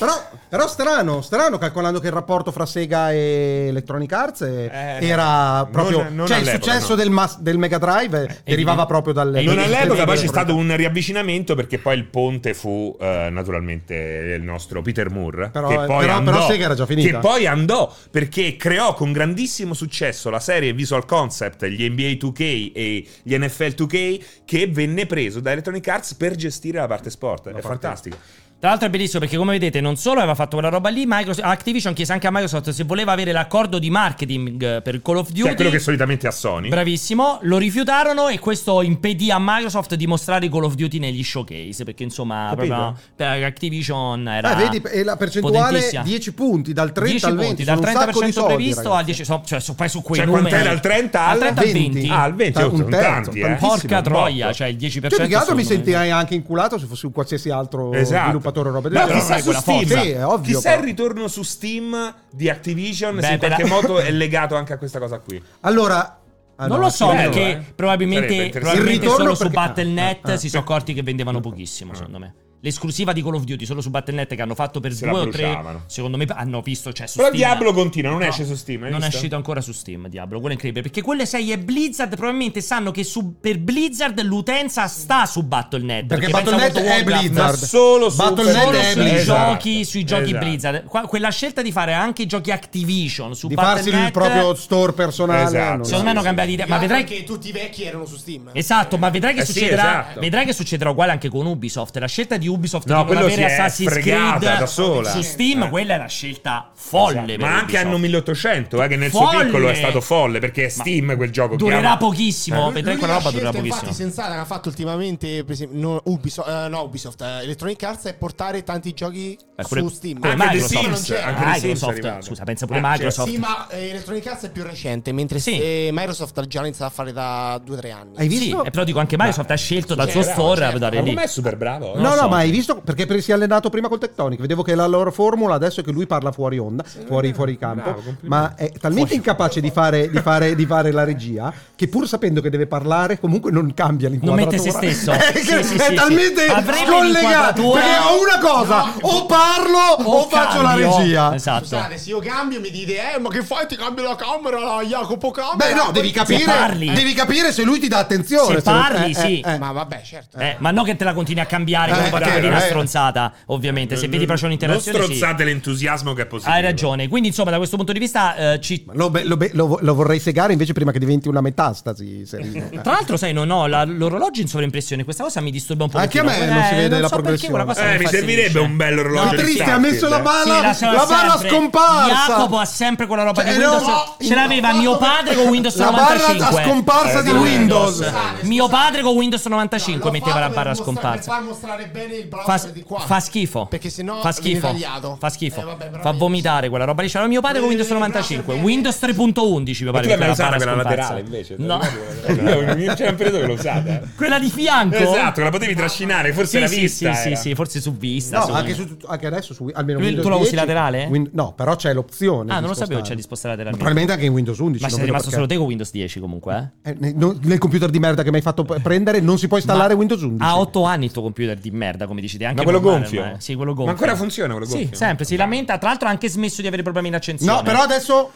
Però, però strano, strano, calcolando che il rapporto fra Sega e Electronic Arts eh,
Eh,
era proprio.
non- non
cioè, il
all'epoca,
successo
no.
del, mas- del Mega Drive eh, derivava
di-
proprio dal.
Non all'epoca, poi c'è
dal-
stato un riavvicinamento perché poi il ponte fu eh, naturalmente il nostro Peter Moore.
Però-
che
eh,
poi
però-
andò,
però Sega era già finita.
Che poi andò perché creò con grandissimo successo la serie Visual Concept, gli NBA 2K e gli NFL 2K, che venne preso da Electronic Arts per gestire la parte sport. È fantastico.
Tra l'altro è bellissimo perché come vedete non solo aveva fatto quella roba lì, Microsoft, Activision chiese anche a Microsoft se voleva avere l'accordo di marketing eh, per Call of Duty.
Cioè, quello che solitamente ha Sony.
Bravissimo, lo rifiutarono e questo impedì a Microsoft di mostrare Call of Duty negli showcase perché insomma
Capito?
proprio per Activision era
Ah, vedi, e la percentuale
potentissima.
10 punti dal 30
10
al
punti,
20,
dal
sono un sacco di
30%
soldi,
previsto
ragazzi.
al 10 so- cioè so- poi su quei
Cioè,
numeri
quant'è dal 30 al
30 al 20,
20.
Ah, al 20,
oh, Un
sono
terzo,
tanti, eh.
tantissimo.
porca
un
troia
botto.
cioè il 10%
Cioè, più che altro mi
secondo me.
sentirei anche inculato se fossi un qualsiasi altro
Esatto.
sviluppatore o roba del
Però
genere.
chissà
Sai
su
quella forza.
Steam,
Sì, è ovvio,
chissà
però.
il ritorno su Steam di Activision,
Beh,
se in
per la-
qualche modo è legato anche a questa cosa qui.
Allora, ah,
non
no,
lo so
sì,
bello,
perché
eh. Sarebbe
probabilmente,
interessante.
probabilmente
Il ritorno
solo su
perché-
Battle.net
ah, ah.
si sono accorti che vendevano pochissimo secondo me. L'esclusiva di Call of Duty solo su Battle.net che hanno fatto per
Se la
due o tre
bruciavano.
secondo me hanno visto cioè su
Però
Steam-
Diablo continua, non esce su Steam, hai
Non è
visto?
uscito ancora su Steam Diablo, quello è incredibile perché quelle 6 e Blizzard probabilmente sanno che su- per Blizzard l'utenza sta su Battle.net
Perché
pensa
Battle.net
World of
è
Warcraft,
Blizzard.
ma solo su-
Battle.net
Solo
è
Eh,
sui
Blizzard.
esatto,
giochi, sui giochi
esatto.
Blizzard. Qua- quella scelta di fare anche i giochi Activision su
Di farsi
Battle.net
il proprio store personale.
Esatto.
non so.
Secondo me hanno cambiato idea, ma vedrai che
che tutti i vecchi erano su Steam.
Esatto, ma vedrai che
Eh sì,
succederà.
esatto.
Vedrai che succederà uguale anche con Ubisoft. La scelta di di Ubisoft
No,
di non
quello si
avere
è
Assassin's
fregata
Creed
da sola.
su Steam,
Eh.
quella è una scelta folle. per
Cioè, ma anche
Ubisoft.
anno 1800, eh, che nel suo
Folle.
piccolo è stato folle perché è
Ma
Steam quel gioco.
Durerà
chiama-
pochissimo,
Eh.
vedrai quella roba durerà
infatti
pochissimo.
sensata che ha fatto ultimamente per esempio, no, Ubisoft, eh, no, Ubisoft, eh, Electronic Arts è portare tanti giochi
Eh,
su
pure-
Steam.
pure
Anche
Microsoft.
The Sims,
Anche The Sims è
Microsoft,
arrivato.
scusa, pensa pure
Ah, certo.
Microsoft.
Sì, ma eh, Electronic Arts è più recente, mentre
Sì.
eh, Microsoft ha già iniziato a fare da 2-3 anni.
Hai
Sì,
visto?
eh, però dico anche Microsoft ha scelto dal suo
Sì, bravo,
store a
certo.
dare
Ma
lì.
com'è super bravo? eh?
No,
lo
no,
so.
ma hai visto perché per- si è allenato prima col Tectonic. Vedevo che la loro formula adesso è che lui parla fuori onda, fuori, fuori campo.
Bravo, complimenti.
ma è talmente incapace di fare, di, fare, di fare la regia che pur sapendo che deve parlare, comunque non cambia
Non
l'inquadratura.
mette se stesso.
è
Sì,
che-
sì,
è
sì, sì.
talmente
Avrebbe
scollegato.
l'inquadratura-
Perché ho una cosa: o parlo o, faccio la
cambio.
regia.
Esatto.
Scusate, se io cambio mi dite, eh, ma che fai? Ti cambio la camera, la Jacopo camera.
Beh, no, devi capire,
parli.
devi capire se lui ti dà attenzione.
Se
non-
parli,
eh,
sì.
eh, eh.
Ma vabbè, certo.
Eh, ma non che te la continui a cambiare
Eh,
come quella
perché-
una
eh.
stronzata, ovviamente. Se vedi però c'è un'interazione.
Non
sì.
strozzate l'entusiasmo che è positivo.
Hai ragione. Quindi, insomma, da questo punto di vista, eh, ci-
Ma Lo, be- lo be- lo vo- lo vorrei segare invece prima che diventi una metastasi. Serino. Eh.
Tra l'altro, sai, non ho la- l'orologio in sovraimpressione. Questa cosa mi disturba un po'.
Anche a me non si vede la progressione.
Eh, mi servirebbe un bello orologio.
Che
di
triste, ha
Starfield,
messo la
eh.
balla,
Sì, la-
la, barra
sempre.
scomparsa.
Jacopo ha sempre quella roba
Cioè,
di
no,
Windows.
no,
ce l'aveva
no,
mio
no,
padre con Windows
la barra
95.
a
Eh,
scomparsa di Windows.
Mio padre con Windows 95
Lo
metteva
fa
la
per
barra a
mostrare-
scomparsa.
Per far mostrare bene il
Fa,
browser di qua.
fa schifo.
Perché sennò
fa
viene
schifo.
tagliato.
Fa schifo.
Eh, vabbè,
fa
veramente.
vomitare quella roba lì. C'era mio padre con Windows 95.
Eh,
Windows 3.11 mi
Ma
pare.
tu l'hai mai
metteva
usata
barra
quella
scomparsa.
laterale invece?
No.
No. C'era un periodo che l'ho usata. eh.
Quella di fianco?
Esatto, la potevi trascinare, forse
Sì,
la
sì,
vista.
sì, sì,
era.
sì, forse su vista.
No,
su-
anche, su, anche adesso su almeno
Lui-
Windows
tu la usi
10,
laterale?
Win- no, però c'è l'opzione.
Ah,
di
non lo sapevo
spostare.
c'è di spostare
Ma
lateralmente.
probabilmente anche in Windows 11.
Ma
non
sei
vedo
rimasto solo
perché.
te con Windows 10 comunque, eh?
Eh, ne- no- nel computer di merda che mi hai fatto p- prendere non si può installare
Ma
Windows 11.
Ha 8 anni il tuo computer di merda, come dici te. Anche
Ma quello
normale
gonfio?
ormai. Sì, quello gonfio.
Ma ancora funziona quello
Sì,
gonfio?
sempre. Si lamenta. Tra l'altro ha anche smesso di avere problemi in accensione.
No, però adesso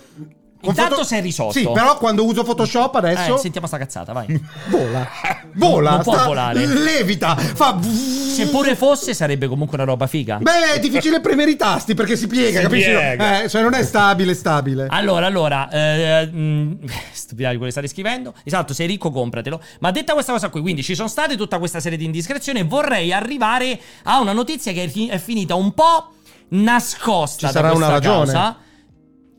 Intanto
foto-
sei risolto.
Sì, però quando uso Photoshop adesso
Eh, sentiamo sta cazzata, vai.
vola. Vola,
Non può
sta-
volare.
levita, fa
Se pure fosse, sarebbe comunque una roba figa.
Beh, è difficile premere i tasti perché si piega,
Si
capisci?
piega.
Eh, cioè non è stabile, stabile.
Allora, allora, eh, mh, stupidari quello che state scrivendo. Esatto, sei ricco, compratelo. Ma detta questa cosa qui, quindi ci sono state tutta questa serie di indiscrezioni. Vorrei arrivare a una notizia che è fi- è finita un po'
Ci
nascosta. da
sarà una
questa
ragione?
causa.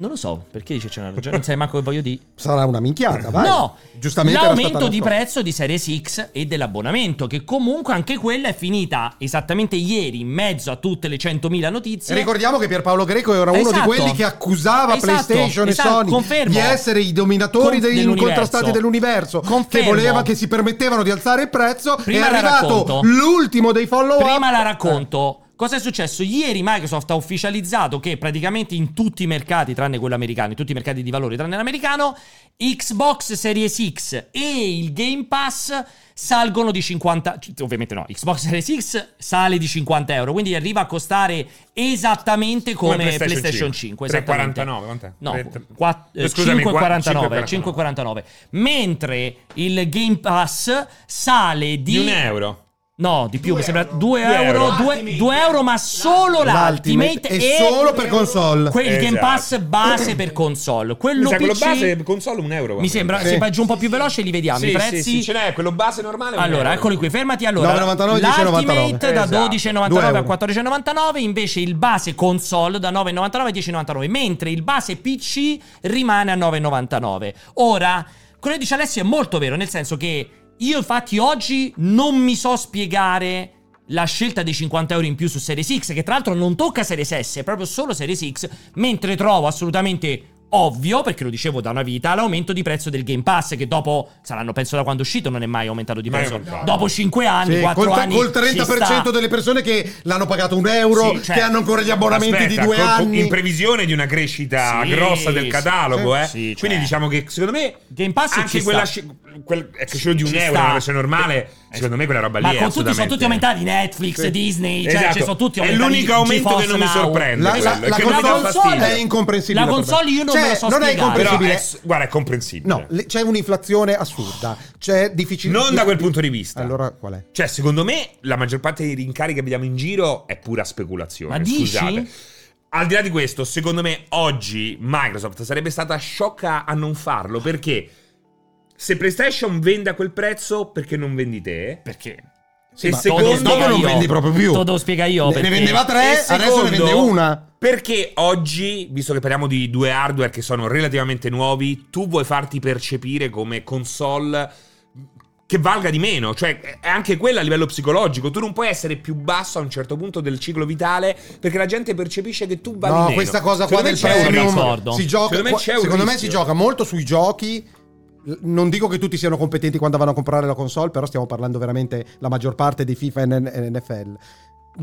Non lo so, perché dice c'è una ragione? Non sai manco che voglio dire.
Sarà una minchiata, vai.
No,
giustamente era
l'aumento
stata
di
nascosta.
prezzo di Series X e dell'abbonamento, che comunque anche quella è finita esattamente ieri in mezzo a tutte le 100.000 notizie.
Ricordiamo che Pierpaolo Greco era uno di
Esatto.
quelli che accusava
Esatto,
PlayStation
esatto,
e Sony
confermo.
di essere i dominatori
Con-
dei-
dell'universo.
incontrastati dell'universo, che
Confermo.
voleva che si permettevano di alzare il prezzo.
Prima
è
la
arrivato
racconto.
l'ultimo dei follow up.
Prima la racconto. Cosa è successo? Ieri Microsoft ha ufficializzato che praticamente in tutti i mercati, tranne quello americano, in tutti i mercati di valore, tranne l'americano, Xbox Series X e il Game Pass salgono di 50... Ovviamente no, Xbox Series X sale di 50 euro, quindi arriva a costare esattamente come, PlayStation 5. esattamente.
3,49, quant'è?
No,
Tre- tre-
qua- eh,
Scusami, qua-
5,49,
5,49.
5,49. Mentre il Game Pass sale di...
Di un euro.
No, di più, mi sembra 2
Due
euro,
euro.
2 euro, ma solo l'Ultimate
L'ultimate è
e,
solo per console.
quel Game
Esatto.
Pass base per console. Quello
Mi sa quello
PC
base console un euro.
mi sembra
Sì.
se vai giù un po' più veloce li vediamo
Sì,
i
sì,
prezzi.
sì, ce n'è, quello base normale. è un
Allora,
euro.
eccoli qui, fermati allora.
9,99, 10,99.
L'Ultimate da
Esatto.
12,99 a
euro.
14,99, invece il base console da 9,99 a 10,99, mentre il base PC rimane a 9,99. Ora, quello che dice Alessio è molto vero, nel senso che io infatti oggi non mi so spiegare la scelta dei 50 euro in più su Series X, che tra l'altro non tocca Series S, è proprio solo Series X, mentre trovo assolutamente ovvio, perché lo dicevo da una vita, l'aumento di prezzo del Game Pass, che dopo saranno, penso da quando è uscito, non è mai aumentato di
Mai
prezzo.
aumentato.
Dopo 5 anni,
Sì,
4
col,
anni.
col
ci sta.
30% delle persone che l'hanno pagato un euro,
Sì, cioè-
che hanno ancora gli abbonamenti
Aspetta,
di due
con- con-
anni.
In previsione di una crescita
Sì,
grossa
sì,
del catalogo, eh.
sì, cioè.
Quindi diciamo che secondo me.
Game Pass
anche
ci
quella.
sta.
sci- quel- è cresciuto di un
Ci
euro,
sta. Eh,
una versione normale. Secondo me quella roba lì
Ma
è
con tutti, sono
assolutamente-
tutti aumentati Netflix, Disney, cioè
Esatto.
ci sono tutti
È
aumentati.
l'unico aumento che non mi
GeForce Now.
sorprende.
La-
quello,
la-
è
la
che mi dà
console
fastidio.
è incomprensibile.
La
per me.
console io non
Cioè,
me lo so
non è
spiegare.
Però
incomprensibile.
è, s- guarda, è comprensibile.
No, le- c'è un'inflazione assurda. C'è difficile.
Non da quel punto di vista.
Allora, qual è?
Cioè, secondo me, la maggior parte dei rincari che abbiamo in giro è pura speculazione.
Ma dici?
Scusate. Al di là di questo, secondo me oggi Microsoft sarebbe stata sciocca a non farlo perché se PlayStation vende a quel prezzo, perché non vendi te?
Perché? Sì,
il
ma-
secondo
Dopo
Dopo
non
non
io.
vendi proprio più.
Te lo devo spiegare io.
Ne-
perché-
Ne vendeva
E
tre, adesso
secondo,
ne vende una.
Perché oggi, visto che parliamo di due hardware che sono relativamente nuovi, tu vuoi farti percepire come console che valga di meno, cioè è anche quella a livello psicologico, tu non puoi essere più basso a un certo punto del ciclo vitale perché la gente percepisce che tu vali
no,
meno.
questa cosa qua
Secondo
del
me c'è un
premium
ricordo.
si gioca,
Secondo me
qua-
c'è un
secondo me si
rischio.
gioca molto sui giochi. L- Non dico che tutti siano competenti quando vanno a comprare la console, però stiamo parlando veramente la maggior parte di FIFA e N- e NFL.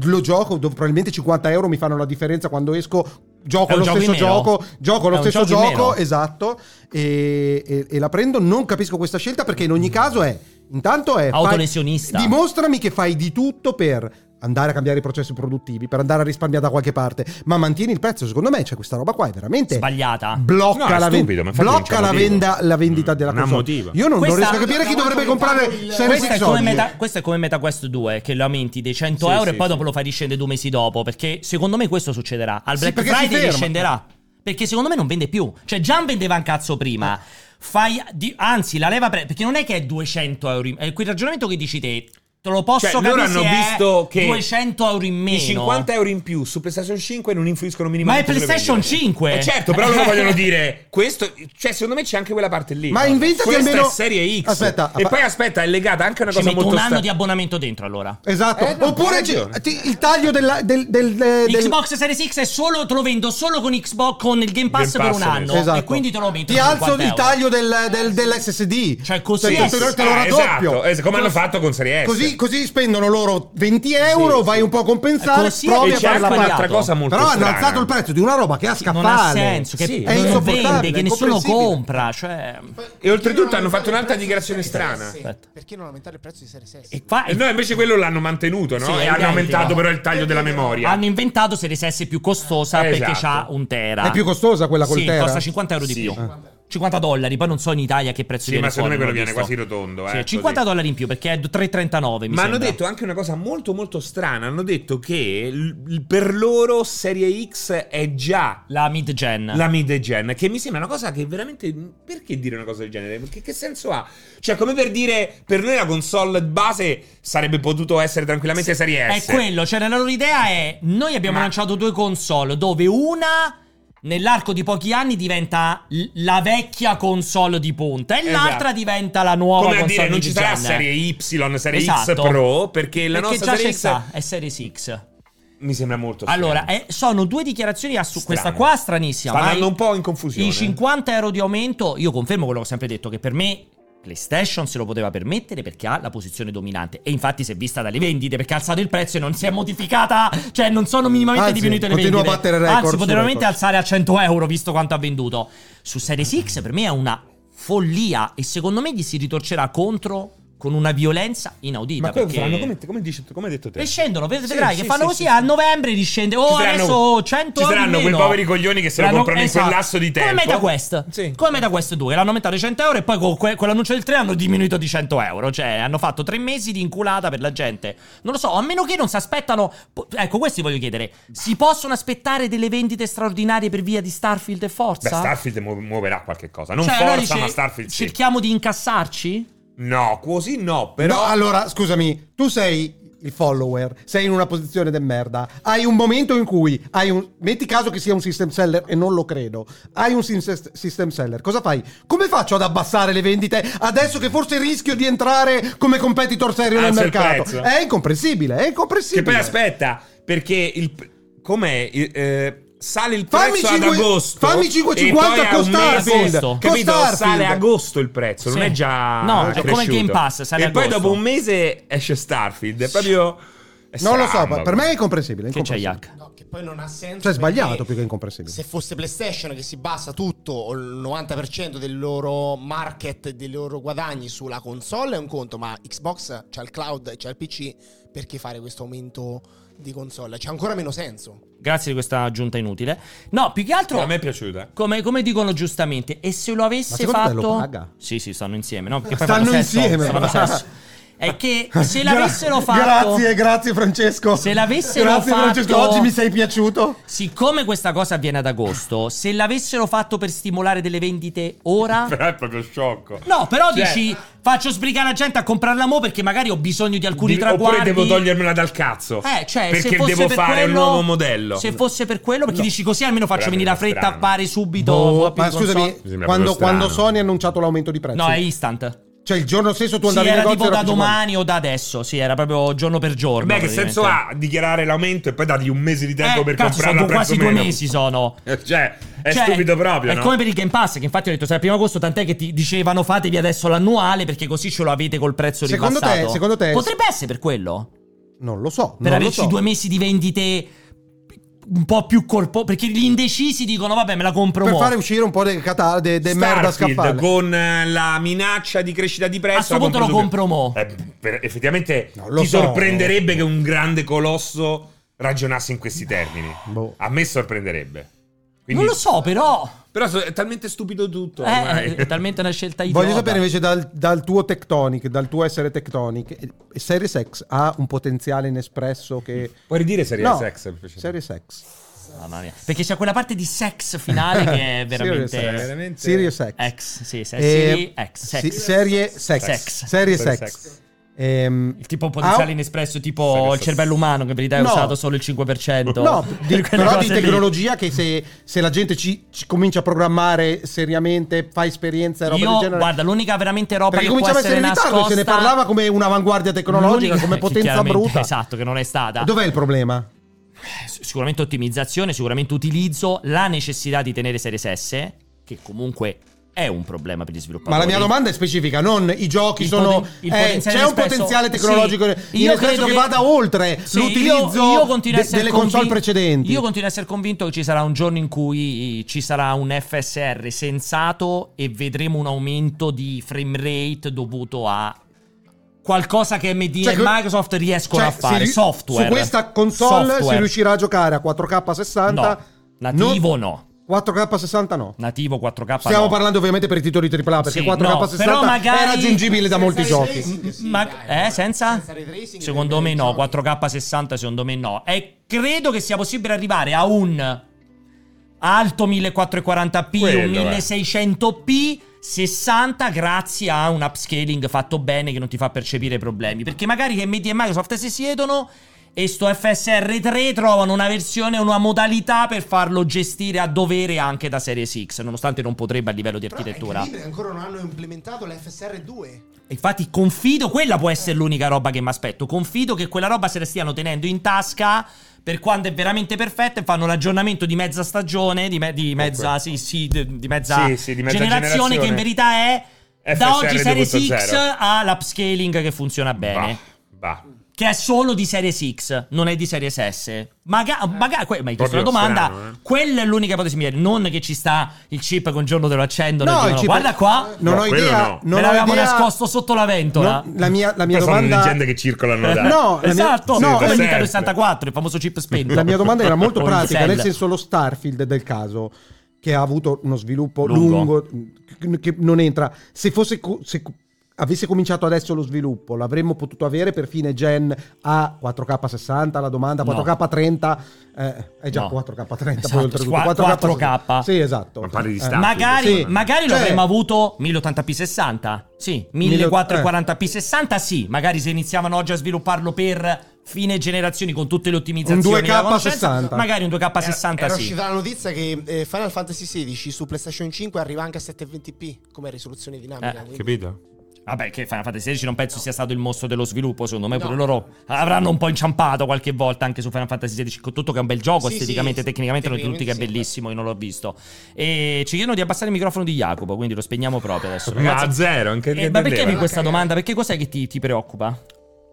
Lo gioco, do- probabilmente 50 euro mi fanno la differenza quando esco.
È
Gioco
un
lo
gioco
stesso
in meno.
gioco, gioco
È
lo
un
stesso
gioco in
gioco,
meno.
esatto. E, e- e la prendo. Non capisco questa scelta perché in ogni caso è. Intanto è. fai-
Autolesionista.
Dimostrami che fai di tutto per andare a cambiare i processi produttivi, per andare a risparmiare da qualche parte, ma mantieni il prezzo. Secondo me, c'è questa roba qua è veramente
Sbagliata.
No,
blocca,
è
la, ven-
stupido, ma infatti
blocca
non c'è
la
motivo.
venda- la vendita
Mm,
della
non ha
console.
motivo.
Io non, non
Questa-
riesco a capire chi dovrebbe comprare Series
Questo è,
X
come
oggi.
meta, questo è come MetaQuest 2 che lo aumenti dei 100
Sì,
euro
sì,
e poi
sì.
dopo lo fai riscendere due mesi dopo. Perché secondo me questo succederà. Al
Sì,
Black
perché si
Friday
ferma.
riscenderà. Perché secondo me non vende più. Cioè, Gian vendeva un cazzo
Eh.
prima. Fai, di- anzi, la leva. pre- perché non è che è 200 euro. in- È quel ragionamento che dici te. Te lo posso
Cioè,
capire.
loro hanno
se è
visto che
200 euro in meno.
I 50 euro in più su PlayStation 5 non influiscono
ma è
minimamente. sulle
PlayStation
vendite.
5.
Eh certo, però loro vogliono dire questo. Cioè, secondo me c'è anche quella parte lì.
Ma
Guarda,
inventati
questa
almeno-
è serie X.
Aspetta,
e
appa-
poi aspetta, è legata anche a una
Ci
cosa
metto
molto
un anno
strana.
di abbonamento dentro allora.
Esatto.
Eh, no, hai
Oppure
ragione.
ci- ti- il taglio della- del, del, del-
Xbox Series X è solo, te lo vendo solo con Xbox con il Game Pass,
Game Pass
per un anno.
adesso.
Esatto.
E quindi te lo metto.
Ti
a
alzo
50
il
euro.
taglio del, del- dell'SSD.
Cioè, così-
Te, te lo- te lo
Eh,
raddoppio.
esatto, es- come hanno fatto con Serie S.
Così, così spendono loro 20 euro,
Sì,
vai
sì.
un po' a compensare,
Così è
provi
E
a
c'è
fare
anche
la
sbagliato.
parte.
un'altra cosa molto
Però hanno
strana.
alzato il prezzo di una roba che è a scaffale.
Non ha senso, che
Sì,
che
è
non
insopportabile,
vende, che nessuno
incomprensibile.
compra. Cioè.
E oltretutto hanno fatto un'altra dichiarazione strana.
Aspetta.
Perché non aumentare il prezzo di Series S?
E qua-
E no, invece quello l'hanno mantenuto, no?
Sì,
e
è
hanno
identico.
aumentato però il taglio della memoria.
Hanno inventato Series S più costosa
Esatto.
perché c'ha un tera.
È più costosa quella col
sì,
Tera?
costa 50 euro di
Sì.
più.
Ah.
50 dollari, poi non so in Italia che prezzo
Sì,
viene
ma secondo me
fuori,
quello viene
non ho
quasi
visto.
rotondo.
Sì,
eh,
50
così.
dollari in più perché è 3,39 mi
Ma hanno
sembra.
detto anche una cosa molto molto strana. Hanno detto che l- per loro Serie X è già
la mid-gen.
la mid-gen, che mi sembra una cosa che veramente... Perché dire una cosa del genere? Perché che senso ha? Cioè, come per dire, per noi la console base sarebbe potuto essere tranquillamente Serie S.
È quello, cioè la loro idea è noi abbiamo
Ma-
lanciato due console dove una nell'arco di pochi anni diventa l- la vecchia console di punta e
Esatto.
l'altra diventa la nuova
Come a
console
dire, non
di
ci sarà
gen.
Serie Y, Serie
Esatto.
X Pro, perché la
Perché
nostra
già
Serie
c'è
X
sta, è Series X.
mi sembra molto strana.
Allora, eh, sono due dichiarazioni a su
Strane.
questa qua stranissima.
Sta
ma
andando
i-
un po' in confusione. eh.
I 50 euro di aumento, io confermo quello che ho sempre detto, che per me PlayStation se lo poteva permettere perché ha la posizione dominante. E infatti si è vista dalle vendite perché ha alzato il prezzo e non si è modificata, cioè non sono minimamente
Anzi,
diminuite le vendite.
continua a battere record
Anzi,
su
poteva veramente
record.
alzare a 100 euro visto quanto ha venduto. Su Series X per me è una follia e secondo me gli si ritorcerà contro con una violenza inaudita.
Ma quello
perché-
faranno come, come, dici- come hai detto te?
e scendono, ved-
Sì,
vedrai
sì,
che fanno
sì,
così
sì,
a
sì.
novembre riscende. Oh,
Ci saranno-
adesso 100
ci
euro. in
saranno quei
meno.
poveri coglioni che se lo
L'hanno- esatto.
comprano in quel lasso di tempo.
Come MetaQuest.
Sì.
Come MetaQuest 2, l'hanno aumentato di 100 euro e poi con, que- con l'annuncio del 3 hanno diminuito di 100 euro. Cioè, hanno fatto tre mesi di inculata per la gente. Non lo so, a meno che non si aspettano. po- Ecco, questi voglio chiedere. Si possono aspettare delle vendite straordinarie per via di Starfield e Forza?
Beh, Starfield mu- muoverà qualche cosa. Non
Cioè,
forza,
allora dice,
ma Starfield sì.
Cerchiamo di incassarci?
No, così no, però...
No, allora, scusami, tu sei il follower, sei in una posizione de merda. Hai un momento in cui hai un. Metti caso che sia un system seller e non lo credo. Hai un sim- system seller, cosa fai? Come faccio ad abbassare le vendite adesso che forse rischio di entrare come competitor serio nel
Alza il
mercato?
prezzo.
È incomprensibile, è incomprensibile.
Che poi aspetta, perché il. Com'è? Il- eh, sale il
Fammi
prezzo
cinque-
ad agosto.
fammi 5,50
e poi a un mese-
Starfield.
Capito?
Con Starfield.
Sale agosto il prezzo, non
Sì.
è già.
No, cioè, come
cresciuto.
il Game Pass, sale
E poi
agosto.
dopo un mese esce Starfield. È proprio. è
Non lo so,
strano.
ma per me è incomprensibile. è
Che c'è,
incomprensibile.
Yak?
No, che poi non ha senso.
Cioè, è sbagliato
perché
più che incomprensibile.
Se fosse PlayStation che si basa tutto, o il 90% del loro market, dei loro guadagni sulla console, è un conto, ma Xbox c'ha il cloud e c'ha il PC, perché fare questo aumento di console? C'ha ancora meno senso.
Grazie di questa aggiunta inutile. No, più che altro.
A me è piaciuta. eh.
Come, come dicono giustamente, e se lo avesse
Ma secondo te
fatto.
lo paga?
sì, sì, stanno insieme. No, perché poi
Stanno
fanno sesso,
insieme,
fanno
ma-
sesso. è che se
Eh, Gra-
l'avessero fatto...
Grazie, grazie Francesco.
Se l'avessero
grazie,
fatto-
Francesco, oggi mi sei piaciuto.
Siccome questa cosa avviene ad agosto, se l'avessero fatto per stimolare delle vendite ora...
Però è proprio sciocco.
No, però
Cioè-
dici faccio sbrigare la gente a comprarla mo perché magari ho bisogno di alcuni
Di-
traguardi.
Oppure devo togliermela dal cazzo.
Eh, cioè,
perché
se fosse
devo
per
fare
quello-
un nuovo modello.
Se fosse per quello, perché
No.
dici così almeno faccio
Però
venire la
sembra
fretta a
strano.
fare subito.
Boh,
un po'
ma
più console.
scusami, quando,
sembra proprio strano.
quando Sony ha annunciato l'aumento di prezzi,
No, è instant.
cioè il giorno stesso tu
Sì,
andavi in
era
negozio
tipo
era
da
più buono.
domani o da adesso. Sì, era proprio giorno per giorno.
Beh, che senso ha dichiarare l'aumento e poi dargli un mese di tempo
Eh,
per
cazzo,
comprarla
sono
a prezzo
quasi due
meno?
mesi sono.
Eh, Cioè, è
Cioè,
stupido proprio,
È
no?
come per il Game Pass, che infatti ho detto, sarà primo agosto, tant'è che ti dicevano fatevi adesso l'annuale perché così ce lo avete col prezzo
Secondo te-
ribassato.
secondo te-
eh, Potrebbe essere per quello?
Non lo so. non
per
lo
averci
so.
due mesi di vendite un po' più colpo perché gli indecisi dicono vabbè me la compro
Per
mo.
fare uscire un po' del catalogo de merda
Starfield
scappale.
con eh, la minaccia di crescita di prezzo
A sto
la
punto lo
subito.
compro mo.
Eh, per- effettivamente
No, lo
ti
so.
sorprenderebbe che un grande colosso ragionasse in questi termini.
boh.
A me sorprenderebbe. Quindi-
non lo so però
Però so- è talmente stupido tutto.
Eh,
ormai.
è talmente una scelta idiota
Voglio sapere invece dal, dal tuo Tectonic, dal tuo essere Tectonic, eh, Series X ha un potenziale inespresso che...
Puoi ridire Series
No,
X, per piacere?
Series X.
Mamma mia. perché c'è quella parte di sex finale che è
Series X.
veramente
veramente-
Series X.
ex sì, se-
Eh,
serie X sex.
sì, serie sex.
Sex.
Series
Series
X.
X.
Ehm,
il tipo
ha-
potenziale inespresso
Sai
tipo
che
il
so-
cervello umano che per l'idea è
No.
usato solo il 5%
No, di-
Quelle
però di
cose lì.
tecnologia che se, se la gente ci, ci comincia a programmare seriamente, fa esperienza e roba del
io
genere...
guarda l'unica veramente roba
perché
che può
cominciava a
essere
essere in ritardo,
nascosta
se ne parlava come un'avanguardia tecnologica,
l'unica-
come
che
potenza
chiaramente-
bruta.
esatto che non è stata
Dov'è il problema?
Sic- sicuramente ottimizzazione, sicuramente utilizzo, la necessità di tenere Series S, che comunque è un problema per gli sviluppatori.
Ma la mia domanda è specifica, non i giochi
Il
sono...
poten- il
eh,
potenziale
c'è un
espresso-
potenziale tecnologico
Sì,
io credo che, vada oltre
Sì,
l'utilizzo
io- io continuo a
de-
essere
delle console
convin-
precedenti.
Io continuo a essere convinto che ci sarà un giorno in cui ci sarà un FSR sensato e vedremo un aumento di frame rate dovuto a qualcosa che MD
Cioè,
e
que-
Microsoft riescono
Cioè,
a fare,
si ri-
software.
Su questa console si
Software.
riuscirà a giocare a 4K 60.
No, nativo no.
4K 60 no.
Nativo 4K
Stiamo
no.
parlando ovviamente per i titoli AAA perché
Sì,
4K
no,
60
però magari-
è raggiungibile da molti
Senza
giochi.
raytracing, sì,
Ma,
dai,
eh, senza?
senza raytracing
Secondo me
dei
no,
giochi.
4K60 secondo me no. E credo che sia possibile arrivare a un alto 1440p, un
Quello, eh.
1600p, 60 grazie a un upscaling fatto bene che non ti fa percepire problemi. Perché magari che Media e Microsoft si siedono e sto FSR3 trovano una versione, una modalità per farlo gestire a dovere anche da Series X, nonostante non potrebbe a livello di
Però è
architettura.
incredibile, ancora non hanno implementato l'FSR2.
Infatti confido, quella può essere l'unica roba che mi aspetto. Confido che quella roba se la stiano tenendo in tasca per quando è veramente perfetta e fanno l'aggiornamento di mezza stagione, di, me- di mezza, sì, sì, di, di mezza
Sì, sì, di mezza
generazione,
generazione.
che in verità è da
FSR
oggi Series X
2.0.
all'upscaling che funziona bene.
Bah, bah.
Che è solo di Series X, non è di Series S. Maga- magari, que- ma hai chiesto una
Eh, Proprio
domanda.
strano, eh.
Quella è l'unica ipotesi mia. Non che ci sta il chip che un giorno te lo accendono. e
No,
dicono,
il chip-
Guarda qua,
Non
No,
ho
quello
idea,
no.
non
me
ho
l'avevamo
idea-
nascono sotto la ventola.
no, la mia, la mia
Poi sono
domanda
leggende che circolano da...
No, la mia-
esatto,
no,
come
eh,
il
sempre.
Nintendo 64, il famoso chip spento.
La mia domanda era molto
O il
pratica,
Cell.
nel senso lo Starfield del caso, che ha avuto uno sviluppo lungo,
Lungo.
che- che non entra. Se fosse... co- se co- Avesse cominciato adesso lo sviluppo, l'avremmo potuto avere per fine gen a 4K60, la domanda
No.
4K30, eh, è già
No.
4K30
Esatto,
poi oltretutto
qua-
4K.
4K.
Sì, esatto.
Ma parli di
Eh.
Starfield.
Magari,
Sì.
magari lo
Cioè-
avremmo avuto 1080p60. Sì, 1440p60.
eh.
Sì, magari se iniziavano oggi a svilupparlo per fine generazioni con tutte le ottimizzazioni.
Un 2K
che avevano scelto,
60.
Magari un
Era,
2K60
era
sì.
uscita la notizia che eh, Final Fantasy XVI su PlayStation 5 arriva anche a 720p come risoluzione
Eh,
dinamica. quindi-
Capito?
Vabbè, che Final Fantasy XVI non penso sia stato il mostro dello sviluppo, secondo me pure loro avranno un po' inciampato qualche volta anche su Final Fantasy XVI, con tutto che è un bel gioco
Sì,
esteticamente,
sì,
tecnicamente, non tutti che è
tecnicamente sì.
bellissimo, io non l'ho visto. E ci chiedono di abbassare il microfono di Jacopo, quindi lo spegniamo proprio adesso.
Ma
ragazzi.
a zero, anche
Eh, ma perché
Deva.
mi questa domanda? Perché cos'è che ti, ti preoccupa?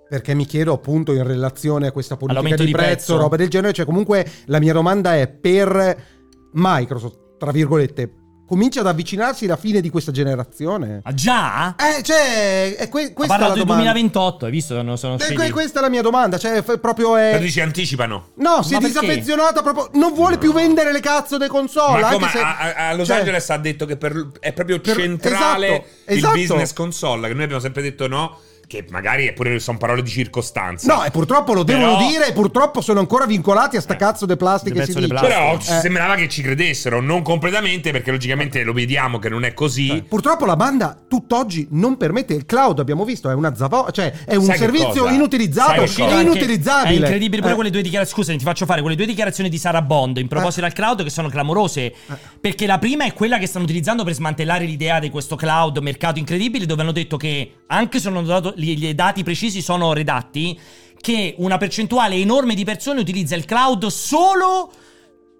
Perché mi chiedo appunto in relazione a questa politica
All'aumento
di
di
prezzo,
prezzo.
roba del genere, cioè comunque la mia domanda è per Microsoft, tra virgolette, comincia ad avvicinarsi la fine di questa generazione?
Ah, già? Ha
Eh, cioè, è que- questa è la
parlato del
domanda.
2028, hai visto? Non sono
Eh,
scesi.
que- questa è la mia domanda, cioè f- proprio
Però
è...
dici anticipano.
No, si è
Ma perché?
disaffezionata proprio, non vuole più vendere le cazzo delle console. Oh,
Ma
anche
come
se-
a, a- a Los
cioè-
Angeles ha detto che per- è proprio
Per-
centrale
esatto, esatto.
il business console, che noi abbiamo sempre detto no. Che magari è pure- sono parole di circostanza.
No, e purtroppo lo
Però-
devono dire, e purtroppo sono ancora vincolati a sta
Eh.
cazzo de plastica
Del
che si
pezzo de
dice.
plastica.
Però ci
Eh.
sembrava che ci credessero, non completamente, perché logicamente lo vediamo che non è così.
Eh.
Purtroppo la banda tutt'oggi non permette il cloud, abbiamo visto, è una zavo- cioè è un
Sai che
servizio
cosa? Sai
inutilizzato,
che cosa?
è
Anche-
inutilizzabile.
È incredibile pure
Eh,
quelle due dichiarazioni. Scusami, ti faccio fare quelle due dichiarazioni di Sara Bond in
Eh.
proposito al cloud che sono clamorose. Perché la prima è quella che stanno utilizzando per smantellare l'idea di questo cloud mercato incredibile, dove hanno detto che anche se non hanno dato- gli- gli dati precisi sono redatti, che una percentuale enorme di persone utilizza il cloud solo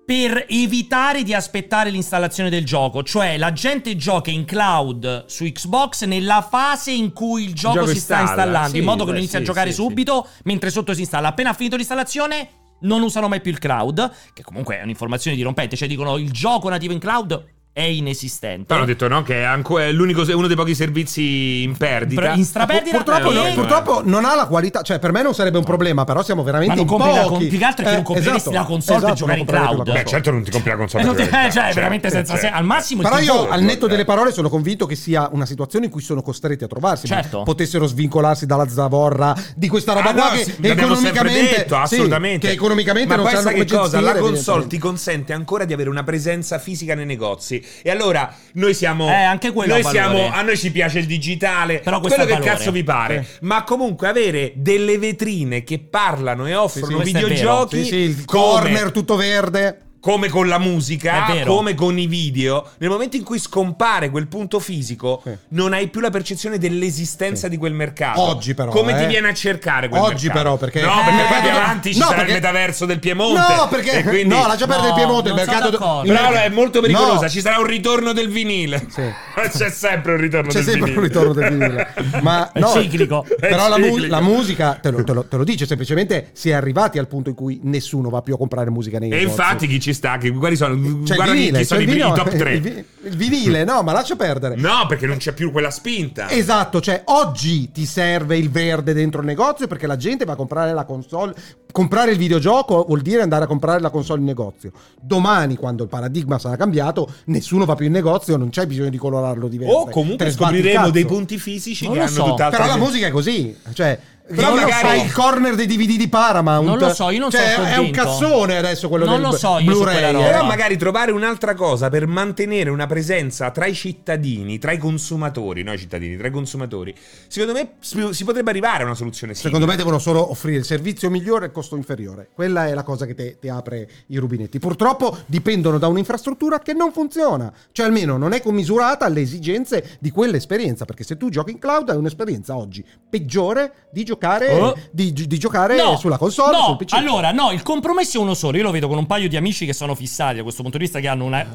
per evitare di aspettare l'installazione del gioco, cioè la gente gioca in cloud su Xbox nella fase in cui il gioco,
gioco
si sta
installa,
installando,
sì,
in modo che
beh,
non inizia
sì,
a giocare
sì, sì.
subito, mentre sotto si installa. Appena finito l'installazione non usano mai più il cloud, che comunque è un'informazione dirompente, cioè dicono il gioco nativo in cloud è inesistente.
Però hanno detto no, che è anco- è l'unico se- uno dei pochi servizi in perdita.
Però in straperdita
Purtroppo,
Eh,
non,
eh.
purtroppo non ha la qualità, cioè per me non sarebbe un problema, però siamo veramente
Ma
in
non compri la-
pochi. Eh, esatto,
più che altro è che non compreresti esatto, la console per
non
giocare in
comprerete la
cloud.
Beh,
console.
certo non ti compri la console.
Eh, non ti-
per carità,
eh, cioè, veramente senza
cioè.
se- al massimo il
Però io
gioco,
al netto
eh.
delle parole sono convinto che sia una situazione in cui sono costretti a trovarsi, ma
Certo.
potessero svincolarsi dalla zavorra di questa roba
Ah,
qua
no,
che
sì, l'abbiamo sempre
economicamente
detto,
sì,
assolutamente.
che economicamente
Ma
non
poi
sanno
sai
come
che cosa? La
gestire,
console ti
evidentemente.
consente ancora di avere una presenza fisica nei negozi. E allora noi siamo.
Eh, anche quello
noi
ha valore.
siamo, a noi ci piace il digitale,
Però questo
quello
ha
che
valore.
cazzo vi pare. Ma comunque avere delle vetrine che parlano e offrono
Questo è vero.
videogiochi.
Sì, sì, il
come-
corner tutto verde.
come con la musica,
È vero.
come con i video, nel momento in cui scompare quel punto fisico,
Sì.
non hai più la percezione dell'esistenza di quel mercato.
Oggi però,
Come
eh.
ti viene a cercare quel
Oggi
mercato?
però, perché-
No, perché
Eh.
poi più avanti ci
No,
sarà
perché-
il metaverso del Piemonte.
No, perché
e quindi-
no, lascia perdere il
No,
Piemonte, il
non sono
mercato
d'accordo.
Però è molto pericolosa,
No.
ci sarà un ritorno del vinile.
Sì.
C'è sempre un ritorno
C'è
del
sempre
vinile.
un ritorno del vinile. Ma
È
no,
ciclico.
Però
È
la, mu-
ciclico.
la musica te lo, te lo- te lo dice, semplicemente si è arrivati al punto in cui nessuno va più a comprare musica nei
E
negozi.
infatti chi ci sta, che, quali sono,
C'è il
guarda chi-
vinile,
chi
c'è
sono i,
il vinile,
i top 3.
il vi- il vinile, no, ma lascia perdere.
No, perché non c'è più quella spinta.
Esatto, cioè oggi ti serve il verde dentro il negozio perché la gente va a comprare la console. Comprare il videogioco vuol dire andare a comprare la console in negozio. Domani, quando il paradigma sarà cambiato, nessuno va più in negozio, non c'è bisogno di colorarlo di verde.
O
Te
comunque
ne sbatti il
scopriremo
cazzo.
dei punti fisici
Non
che
lo
hanno
so.
tutt'altra
Però la musica
esistenza.
è così, cioè
Però
non
magari-
lo sai il corner dei DVD di Paramount.
Non lo so, io non
Cioè,
sono
È un
convinto.
cazzone adesso quello
Non
del
lo so io su
Blu-ray.
quella
eh.
roba.
Però magari trovare un'altra cosa per mantenere una presenza tra i cittadini, tra i consumatori, no i cittadini, tra i consumatori. Secondo me si si potrebbe arrivare a una soluzione simile.
Secondo me devono solo offrire il servizio migliore al costo inferiore. Quella è la cosa che te- ti apre i rubinetti. Purtroppo dipendono da un'infrastruttura che non funziona, cioè almeno non è commisurata alle esigenze di quell'esperienza. Perché se tu giochi in cloud è un'esperienza oggi peggiore di giocare,
Oh.
di, di giocare
No,
sulla console,
no,
sul PC.
Allora, no, il compromesso è uno solo. Io lo vedo con un paio di amici che sono fissati da questo punto di vista, che hanno una-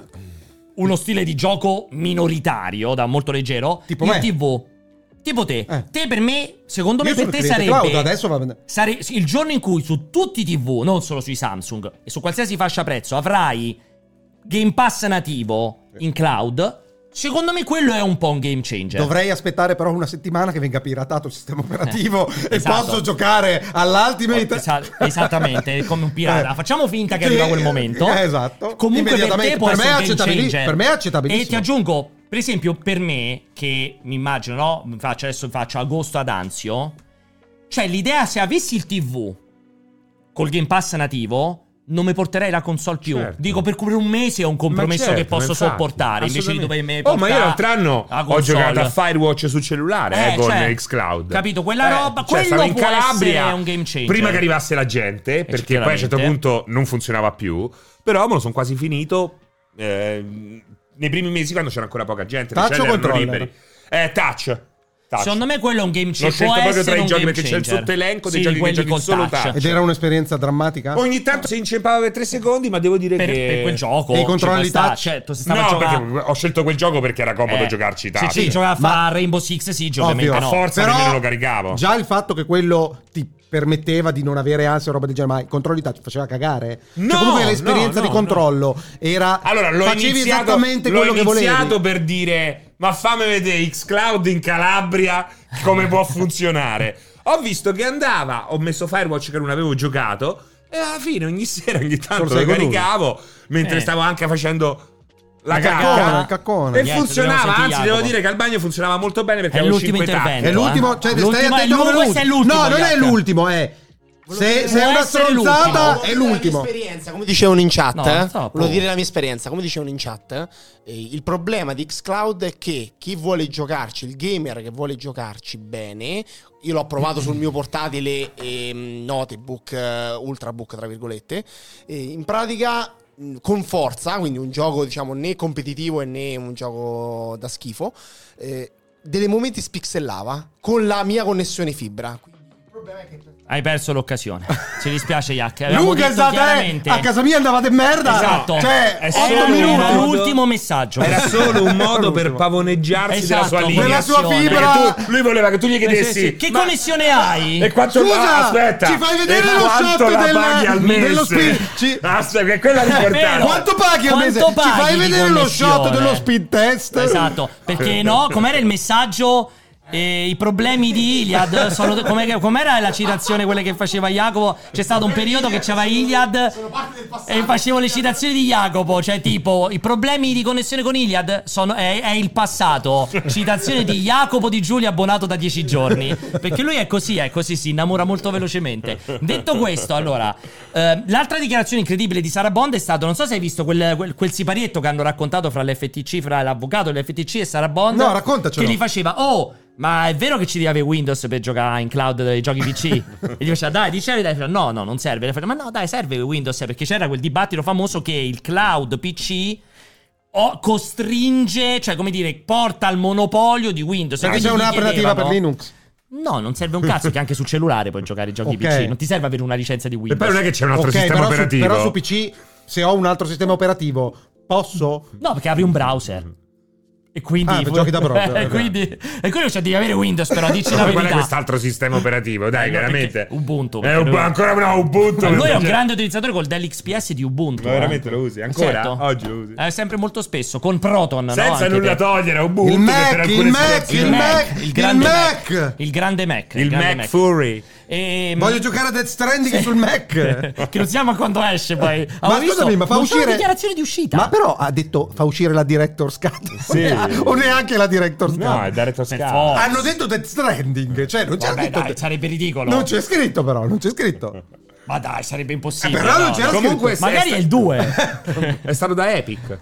uno stile di gioco minoritario, da molto leggero,
Tipo
in
me.
TV. Tipo te.
Eh.
Te per me, secondo me
Io
per
sono
te
il
sarebbe...
cliente cloud, adesso va-
sare- il giorno in cui su tutti i TV, non solo sui Samsung, e su qualsiasi fascia prezzo, avrai Game Pass nativo in cloud, secondo me quello è un po' un game changer.
Cioè. Dovrei aspettare però una settimana che venga piratato il sistema operativo e
Eh. esatto. Eh,
posso giocare all'Ultimate.
Esa- esattamente, come un pirata.
Eh.
Facciamo finta che arriva quel momento.
Eh, esatto.
Comunque per te
Immediatamente.
può
Per me
essere
è
un game
accettabili-
changer.
per me è accettabilissimo.
E ti aggiungo, per esempio, per me, che mi immagino, no? Mi Faccio, adesso faccio agosto ad Anzio. Cioè, l'idea se avessi il TV col Game Pass nativo... Non mi porterei la console più.
Certo.
Dico, per cui un mese è un compromesso
Ma certo,
che posso
infatti,
sopportare. Invece di
assolutamente.
dovermi
Oh, ma io
portare
l'altro anno
la
ho giocato
console.
a Firewatch sul cellulare eh,
Eh,
con
cioè,
Xcloud. Eh, cioè,
capito, quella roba- quello
stavo in
può
Calabria
essere un game changer. Eh,
Prima che arrivasse la gente, perché poi a un certo
chiaramente.
punto non funzionava più, però me lo sono quasi finito eh, nei primi mesi quando c'era ancora poca gente,
Touch
le celle
o
erano
controller?
liberi. Eh, touch. touch.
Secondo me quello è un game
L'ho
changer.
scelto
Può
proprio tra
essere
i
un
giochi
game
perché c'è il
changer.
sottoelenco dei
Sì,
giochi che
quelli
giochi
col
solo
touch.
touch.
Ed era un'esperienza drammatica?
Ogni tanto si inceppava per tre secondi, ma devo dire
per,
che
per quel gioco.
E i
ci
controlli
può stare.
touch?
Certo, se stava
No, perché
giocando.
ho scelto quel gioco perché era comodo
Eh.
giocarci
Sì,
tanto.
sì, giocava
Ma-
a Rainbow Six Siege, ovviamente
Ovvio.
no.
For- forza
Però
nemmeno lo caricavo.
Già il fatto che quello ti permetteva di non avere ansia o roba del genere, ma il controllo ti faceva cagare. Cioè,
No,
comunque l'esperienza
no,
di
no,
controllo era
Allora, l'ho
facevi
iniziato,
esattamente
l'ho
quello che volevi.
iniziato per dire, ma fammi vedere xCloud in Calabria come può funzionare. Ho visto che andava, ho messo Firewatch che non avevo giocato e alla fine ogni sera ogni
Solo
tanto
sei
lo
con uno.
caricavo mentre
Eh.
stavo anche facendo La
La
cacca.
cacca.
Il caccone.
E
Niente,
funzionava,
dobbiamo sentire
anzi, devo
Jacopo.
dire che al bagno funzionava molto bene perché
È
avevo
l'ultimo
5
intervento.
tacchi.
È l'ultimo,
eh.
cioè,
L'ultimo
stai
è
attento
l'ultimo,
come
questo è l'ultimo,
No, non è
Jack.
l'ultimo, è. Se, se è
Può
una
essere
stronzata,
l'ultimo.
è l'ultimo.
Esperienza, come dicevano in chat,
No,
eh,
stop.
volevo
boh.
dire la mia esperienza, come dicevano in chat, eh, il problema di Xcloud è che chi vuole giocarci, il gamer che vuole giocarci bene, io l'ho provato sul mio portatile ehm, Notebook, eh, Ultrabook tra virgolette, e in pratica mh, con forza, quindi un gioco diciamo né competitivo e né un gioco da schifo, eh, dei momenti spixellava con la mia connessione fibra. Quindi il problema è che
Hai perso l'occasione. Ci dispiace, Jack. Avevamo
Luca è
detto
stato, eh,
chiaramente.
a casa mia andavate in merda.
Esatto.
Cioè,
È
otto
solo un
minuti.
modo-
L'ultimo messaggio.
Era solo un modo per
L'ultimo.
pavoneggiarsi della sua
Esatto,
linea.
Nella sua
connessione.
fibra.
Perché tu- lui voleva che tu gli chiedessi
Che
"Ma-
connessione hai?
E quanto
Scusa,
ah, aspetta,
ci fai vedere
e
lo
quanto
shot
la
del-
paghi al mese?
dello speed- ci-
Aspetta, che quella è l'importante.
Eh, Vero.
Quanto paghi al
Quanto
mese? Ci
paghi
fai
di
vedere lo
connessione?
shot dello speed test?
Esatto,
Eh,
perché no, com'era il messaggio? Eh, I problemi di Iliad sono. com'è- com'era la citazione quella che faceva Jacopo? C'è stato un periodo che c'era Iliad e facevo le citazioni di Jacopo, cioè tipo i problemi di connessione con Iliad sono, è, è il passato. Citazione di Jacopo di Giulia abbonato da 10 giorni. Perché lui è così, è così, si innamora molto velocemente. Detto questo, allora, eh, l'altra dichiarazione incredibile di Sara Bond è stato, non so se hai visto quel, quel- quel siparietto che hanno raccontato fra l'FTC, fra l'avvocato dell'FTC e Sara Bond.
No, raccontacelo.
Che gli faceva, oh... Ma è vero che ci deve avere Windows per giocare in cloud dei giochi PC? e gli faceva, dai, dici la verità. E faceva, No, no, non serve. E faceva, ma no, dai, serve Windows perché c'era quel dibattito famoso che il cloud PC o- costringe, cioè come dire, porta al monopolio di
Ah,
Windows. E
Perché
quindi
Cioè, c'è
gli
un'operativa per
chiedevano-
Linux.
Cioè, No, non serve un cazzo che anche sul cellulare puoi giocare ai giochi
Ok.
PC. Non ti serve avere una licenza di
E
Windows.
poi non è che c'è un altro
Ok,
sistema
però su,
operativo.
però su PC, se ho un altro sistema operativo, posso?
No, perché apri un browser. E quindi...
Ah, per giochi da browser,
e
ok.
quindi... E quello cioè, devi avere Windows, però dici la
Ma qual è
verità.
quest'altro sistema operativo? Dai,
Eh, no,
veramente.
perché- Ubuntu,
È
perché
Ub-
lui-
Ancora no, Ubuntu.
Ma lui è un
Cioè-
grande utilizzatore col Dell XPS di Ubuntu.
Ma
eh.
veramente lo usi? Ancora? Oggi lo usi?
Eh, sempre molto spesso, con Proton. no?
Senza
Anche
nulla
te.
togliere a Ubuntu.
Il
che
Mac,
per
il
alcune
Mac,
situazioni-
il Mac,
il
il
grande Mac,
Mac.
il grande Mac,
Il
grande
Mac Fury.
Ehm,
Voglio giocare a Death Stranding sul Mac.
che lo siamo quando esce poi.
Ma
Avevo
scusami,
visto-
ma fa
non c'è
uscire.
una dichiarazione di uscita.
Ma però ha detto fa uscire la Director's Cut.
Sì.
o neanche la Director's Cut.
No, è da retro
Per
Sky.
forza.
Hanno detto Death Stranding. Cioè, non c'è
Vabbè,
scritto.
dai, sarebbe ridicolo.
non c'è scritto, però. Non c'è scritto.
Ma dai, sarebbe impossibile.
Eh, però non
no.
c'era
Comunque,
scritto.
Magari è il 2.
è stato da Epic.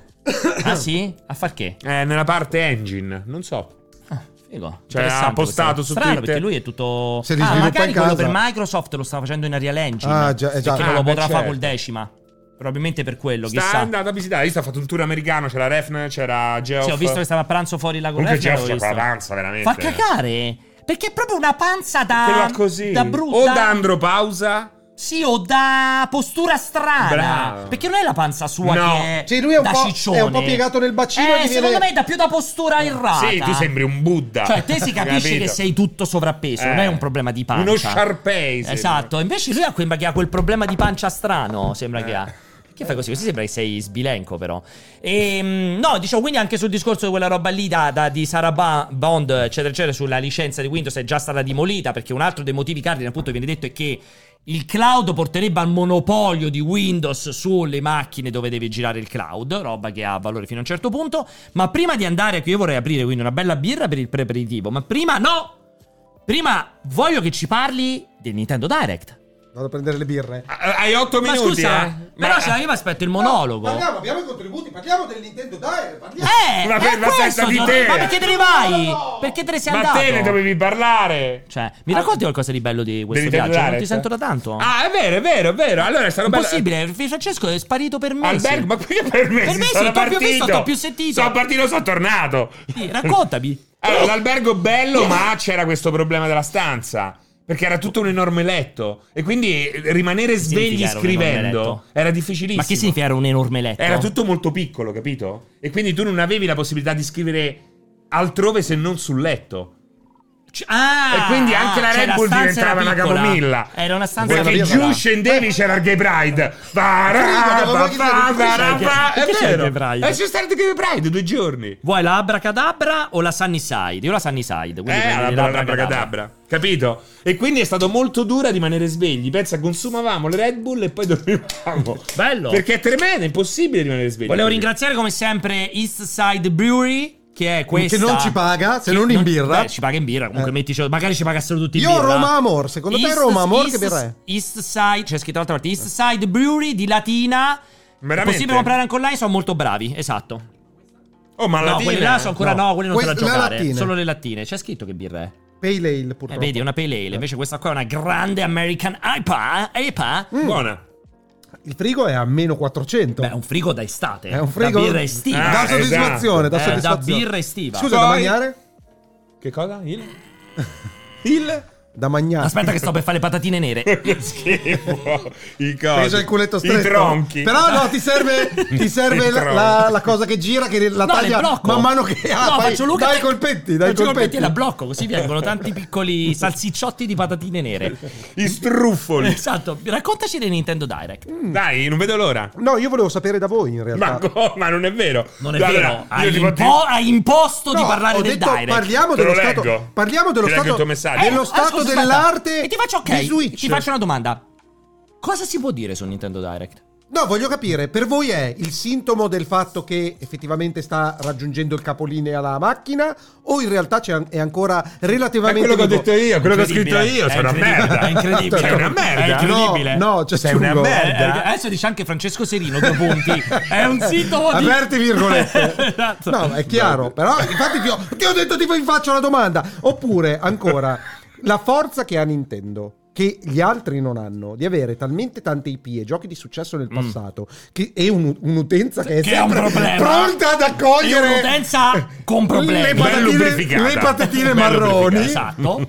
ah sì? A far che?
Eh, nella parte engine, non so.
Ah, figo.
Cioè,
Interessante
ha postato su
questo. Strano,
Twitter.
perché lui è tutto
Se li
Ah,
sviluppa
magari
in
quello
casa.
per Microsoft lo sta facendo in Unreal Engine.
Ah, già, eh, già.
Perché non
Ah,
lo
beh,
potrà fare
certo.
col decima. Probabilmente per quello,
Sta
chissà.
andando a visitare. Visto, ha fatto un tour americano. C'era Refn, c'era Geoff.
Sì, ho visto che stava a pranzo fuori la
Comunque
Refn,
Geoff
l'avevo
c'ha quella
visto.
panza, veramente.
Fa cacare. Perché è proprio una panza da.
Quella così.
Da brutta.
O da andropausa.
Sì, o da postura strana.
Bravo.
Perché non è la panza sua
No.
che è.
Sì, Cioè, lui è un
da
po'-
ciccione.
è un po' piegato nel bacino
Eh,
e gli
secondo
viene-
me è da più da postura errata.
Sì, tu sembri un Buddha.
Cioè, te si capisce
Capito?
che sei tutto sovrappeso, non
Eh.
è un problema di pancia.
Uno Sharpei, sembra.
Esatto, invece lui ha quel, che ha quel problema di pancia strano, sembra
Eh.
che ha. Perché fai così? Così sembra che sei sbilenco, però. Ehm, no, dicevo, quindi anche sul discorso di quella roba lì da, da- di Sarah Ba- Bond, eccetera, eccetera, sulla licenza di Windows è già stata demolita, perché un altro dei motivi cardine, appunto, viene detto è che il cloud porterebbe al monopolio di Windows sulle macchine dove deve girare il cloud, roba che ha valore fino a un certo punto. Ma prima di andare, qui io vorrei aprire quindi una bella birra per il preparativo, ma prima no! Prima voglio che ci parli del Nintendo Direct.
Vado a prendere le birre.
Ah, Hai 8
Ma
minuti.
scusa,
eh?
però
Ma-
c'è- io mi aspetto il monologo.
Parliamo, abbiamo i contributi. Parliamo del Nintendo Dire. Parliamo.
Eh,
Ma
ma,
per- ma senza di te.
ma perché te ne vai? Perché te ne sei
Ma
andato?
te ne dovevi parlare.
Cioè, mi racconti qualcosa di bello di questo
Devi
viaggio?
tornare,
Non ti
cioè.
sento da tanto.
Ah, è vero, è vero, è vero. Allora è stato bello.
Impossibile, Francesco è sparito per me.
Albergo, ma perché per me?
Per
Sì,
me sì,
sono
t'ho più
partito.
visto, t'ho più sentito.
Sono partito, sono tornato.
raccontami.
Allora, l'albergo bello, ma c'era questo problema della stanza. Perché era tutto un enorme letto. E quindi eh, rimanere svegli
significa era un enorme
scrivendo
letto?
era difficilissimo.
Ma che significa era un enorme letto?
Era tutto molto piccolo, capito? E quindi tu non avevi la possibilità di scrivere altrove se non sul letto.
C- ah,
e quindi anche
ah,
la
cioè
Red Bull
stanza
diventava
era
una
piccola.
camomilla.
Era una stanza
Perché
piccola.
giù scendevi c'era il gay pride. Va, ra,
Sì,
va,
guardavo
va,
anche
va,
il
ra,
gay-
va. È
perché c'è il
vero. Eh,
gay pride?
E c'è stato il gay pride due giorni.
Vuoi la Abracadabra o la Sunnyside? Io la Sunnyside. quindi
Eh,
prendi
alla
l'Abracadabra.
bracadabra. Capito? E quindi è stato molto dura rimanere svegli. Pensa, consumavamo le Red Bull e poi dormivamo.
Bello.
Perché è tremendo, è impossibile rimanere svegli.
Volevo ringraziare come sempre East Side Brewery, che è questa.
Che non ci paga, se
Che
non in birra.
beh, ci paga in birra, comunque
Eh.
mettici- magari ci pagassero tutti in
Io
birra.
Roma Amor, secondo te Roma Amor che birra è?
East Side, c'è scritto l'altra parte, East Side Brewery di Latina. È
Veramente?
possibile comprare anche online, sono molto bravi, esatto.
Oh, ma la
no,
tina-
quelle là sono ancora no,
no.
quelle non te la
Queste- le
giocare,
lattine.
solo le lattine. C'è scritto che birra è?
Pale Ale
Eh,
purtroppo.
vedi, è una pale ale, invece questa qua è una grande American IPA, eh? IPA.
Mm.
Buona.
Il frigo è a meno 400.
Beh, è un frigo da estate,
È un frigo
da birra estiva.
Ah,
Da soddisfazione, da
Eh, da
soddisfazione.
birra estiva.
Scusa, da
Poi-
mangiare?
Che cosa? Il? Il?
Da mangiare.
Aspetta che sto per fare le patatine nere.
Che schifo. I cosi.
Preso il culetto stretto.
I tronchi.
Però no, ti serve, ti serve
I
la,
tronchi.
la- la cosa che gira, che la
No, le
taglia
blocco.
man mano che ah,
No,
fai-
faccio Luca-
dai i colpetti, dai i
faccio
colpetti.
e la blocco, così vengono tanti piccoli salsicciotti di patatine nere.
I struffoli.
Esatto, raccontaci del Nintendo Direct.
Mm.
Dai, non vedo l'ora.
No, io volevo sapere da voi in realtà.
Ma, co- ma non è vero.
Non è
Allora,
vero,
io
hai,
ti posso-
impo- hai imposto di
No,
parlare
ho
del
detto,
Direct.
Parliamo
Te
dello
lo
stato,
leggo.
parliamo dello
Ti leggo il
stato,
tuo messaggio.
dello
Eh,
stato
ascolta, aspetta.
dell'arte
E ti faccio ok.
di Switch.
Ti faccio una domanda. Cosa si può dire su Nintendo Direct?
No, voglio capire, per voi è il sintomo del fatto che effettivamente sta raggiungendo il capolinea la macchina o in realtà c'è, è ancora
Ma è
relativamente
quello che ho
vivo?
detto io, quello che ho scritto
Incredibile.
io.
È
Sei una
incredibile,
merda.
È incredibile.
Sei una merda.
È incredibile.
No, no, cioè,
Sei una
aggiungo-
merda.
Eh, adesso dice anche Francesco Serino, due punti. È un sintomo di...
Aperti virgolette.
Esatto.
No, è chiaro. Però infatti ti ho, ti ho detto tipo vi faccio una domanda. Oppure ancora la forza che ha Nintendo. Che gli altri non hanno di avere talmente tante IP e giochi di successo nel passato che è un- un'utenza che è
Mm. Che è un
sempre
problema.
pronta ad
Io
accogliere
un'utenza con
le
problemi.
Bella
patatine,
lubrificata.
le patatine
Bella
marroni.
lubrificata.
Esatto.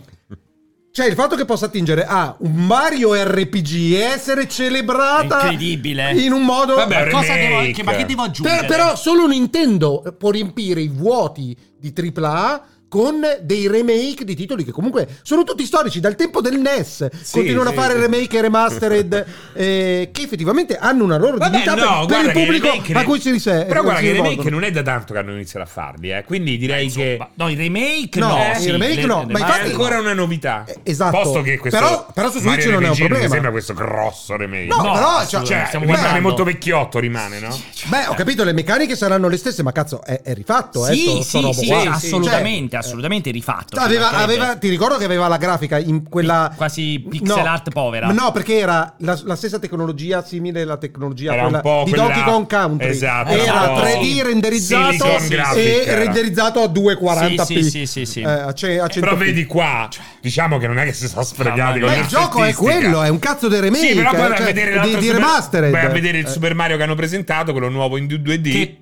Cioè, il fatto che possa attingere a un Mario RPG e essere celebrata
È incredibile.
in un modo
Vabbè,
Ma cosa
remake.
devo- che- ma che devo
Per-
aggiungere?
però solo Nintendo può riempire i vuoti di AAA con dei remake di titoli che comunque sono tutti storici dal tempo del NES continuano
sì.
a fare remake e remastered eh, che effettivamente hanno una loro
Vabbè,
dignità per- per
no,
il
guarda che i
pubblico
remake
a
ne-
cui si riserva
Però guarda che i remake non è da tanto che hanno iniziato a farli, eh. Quindi direi che.
No, i remake no.
No,
i
sì,
remake no, ma
Ma
infatti-
è ancora una novità.
Eh, esatto.
Posto che questo
Però- però su Switch
Mario
non è un
RPG
problema.
Mi sembra questo grosso remake.
No,
No,
però cioè,
assolutamente,
Cioè,
stiamo
beh,
rimane
guardando.
molto vecchiotto, rimane, no?
beh ho capito le meccaniche saranno le stesse ma cazzo è, è rifatto eh,
Sì,
sto- sto
sì,
robo
sì,
qua.
assolutamente, assolutamente rifatto.
Cioè, aveva-
ci mancherebbe.
aveva- ti ricordo che aveva la grafica in quella
Quasi pixel art povera.
No, perché era la, la stessa tecnologia simile alla tecnologia
Era
quella
un po'
di
quella-
Donkey Kong Country.
Esatto,
era
un po'
3D renderizzato
Silicon graphic
e
era.
renderizzato a 240p.
Sì, sì, sì, sì, sì. Cioè,
Eh, a ce- a 100p.
Però vedi qua, diciamo che non è che si sono
Mamma
sfregati
mia.
con
Ma
la
il gioco è
statistica.
quello, è un cazzo di remake,
Sì, però poi
eh,
vai a
cioè,
vedere
di,
l'altro
di
Super-
remastered.
Vai a vedere il
Eh,
Super Mario che hanno presentato, quello nuovo in 2D.
Che-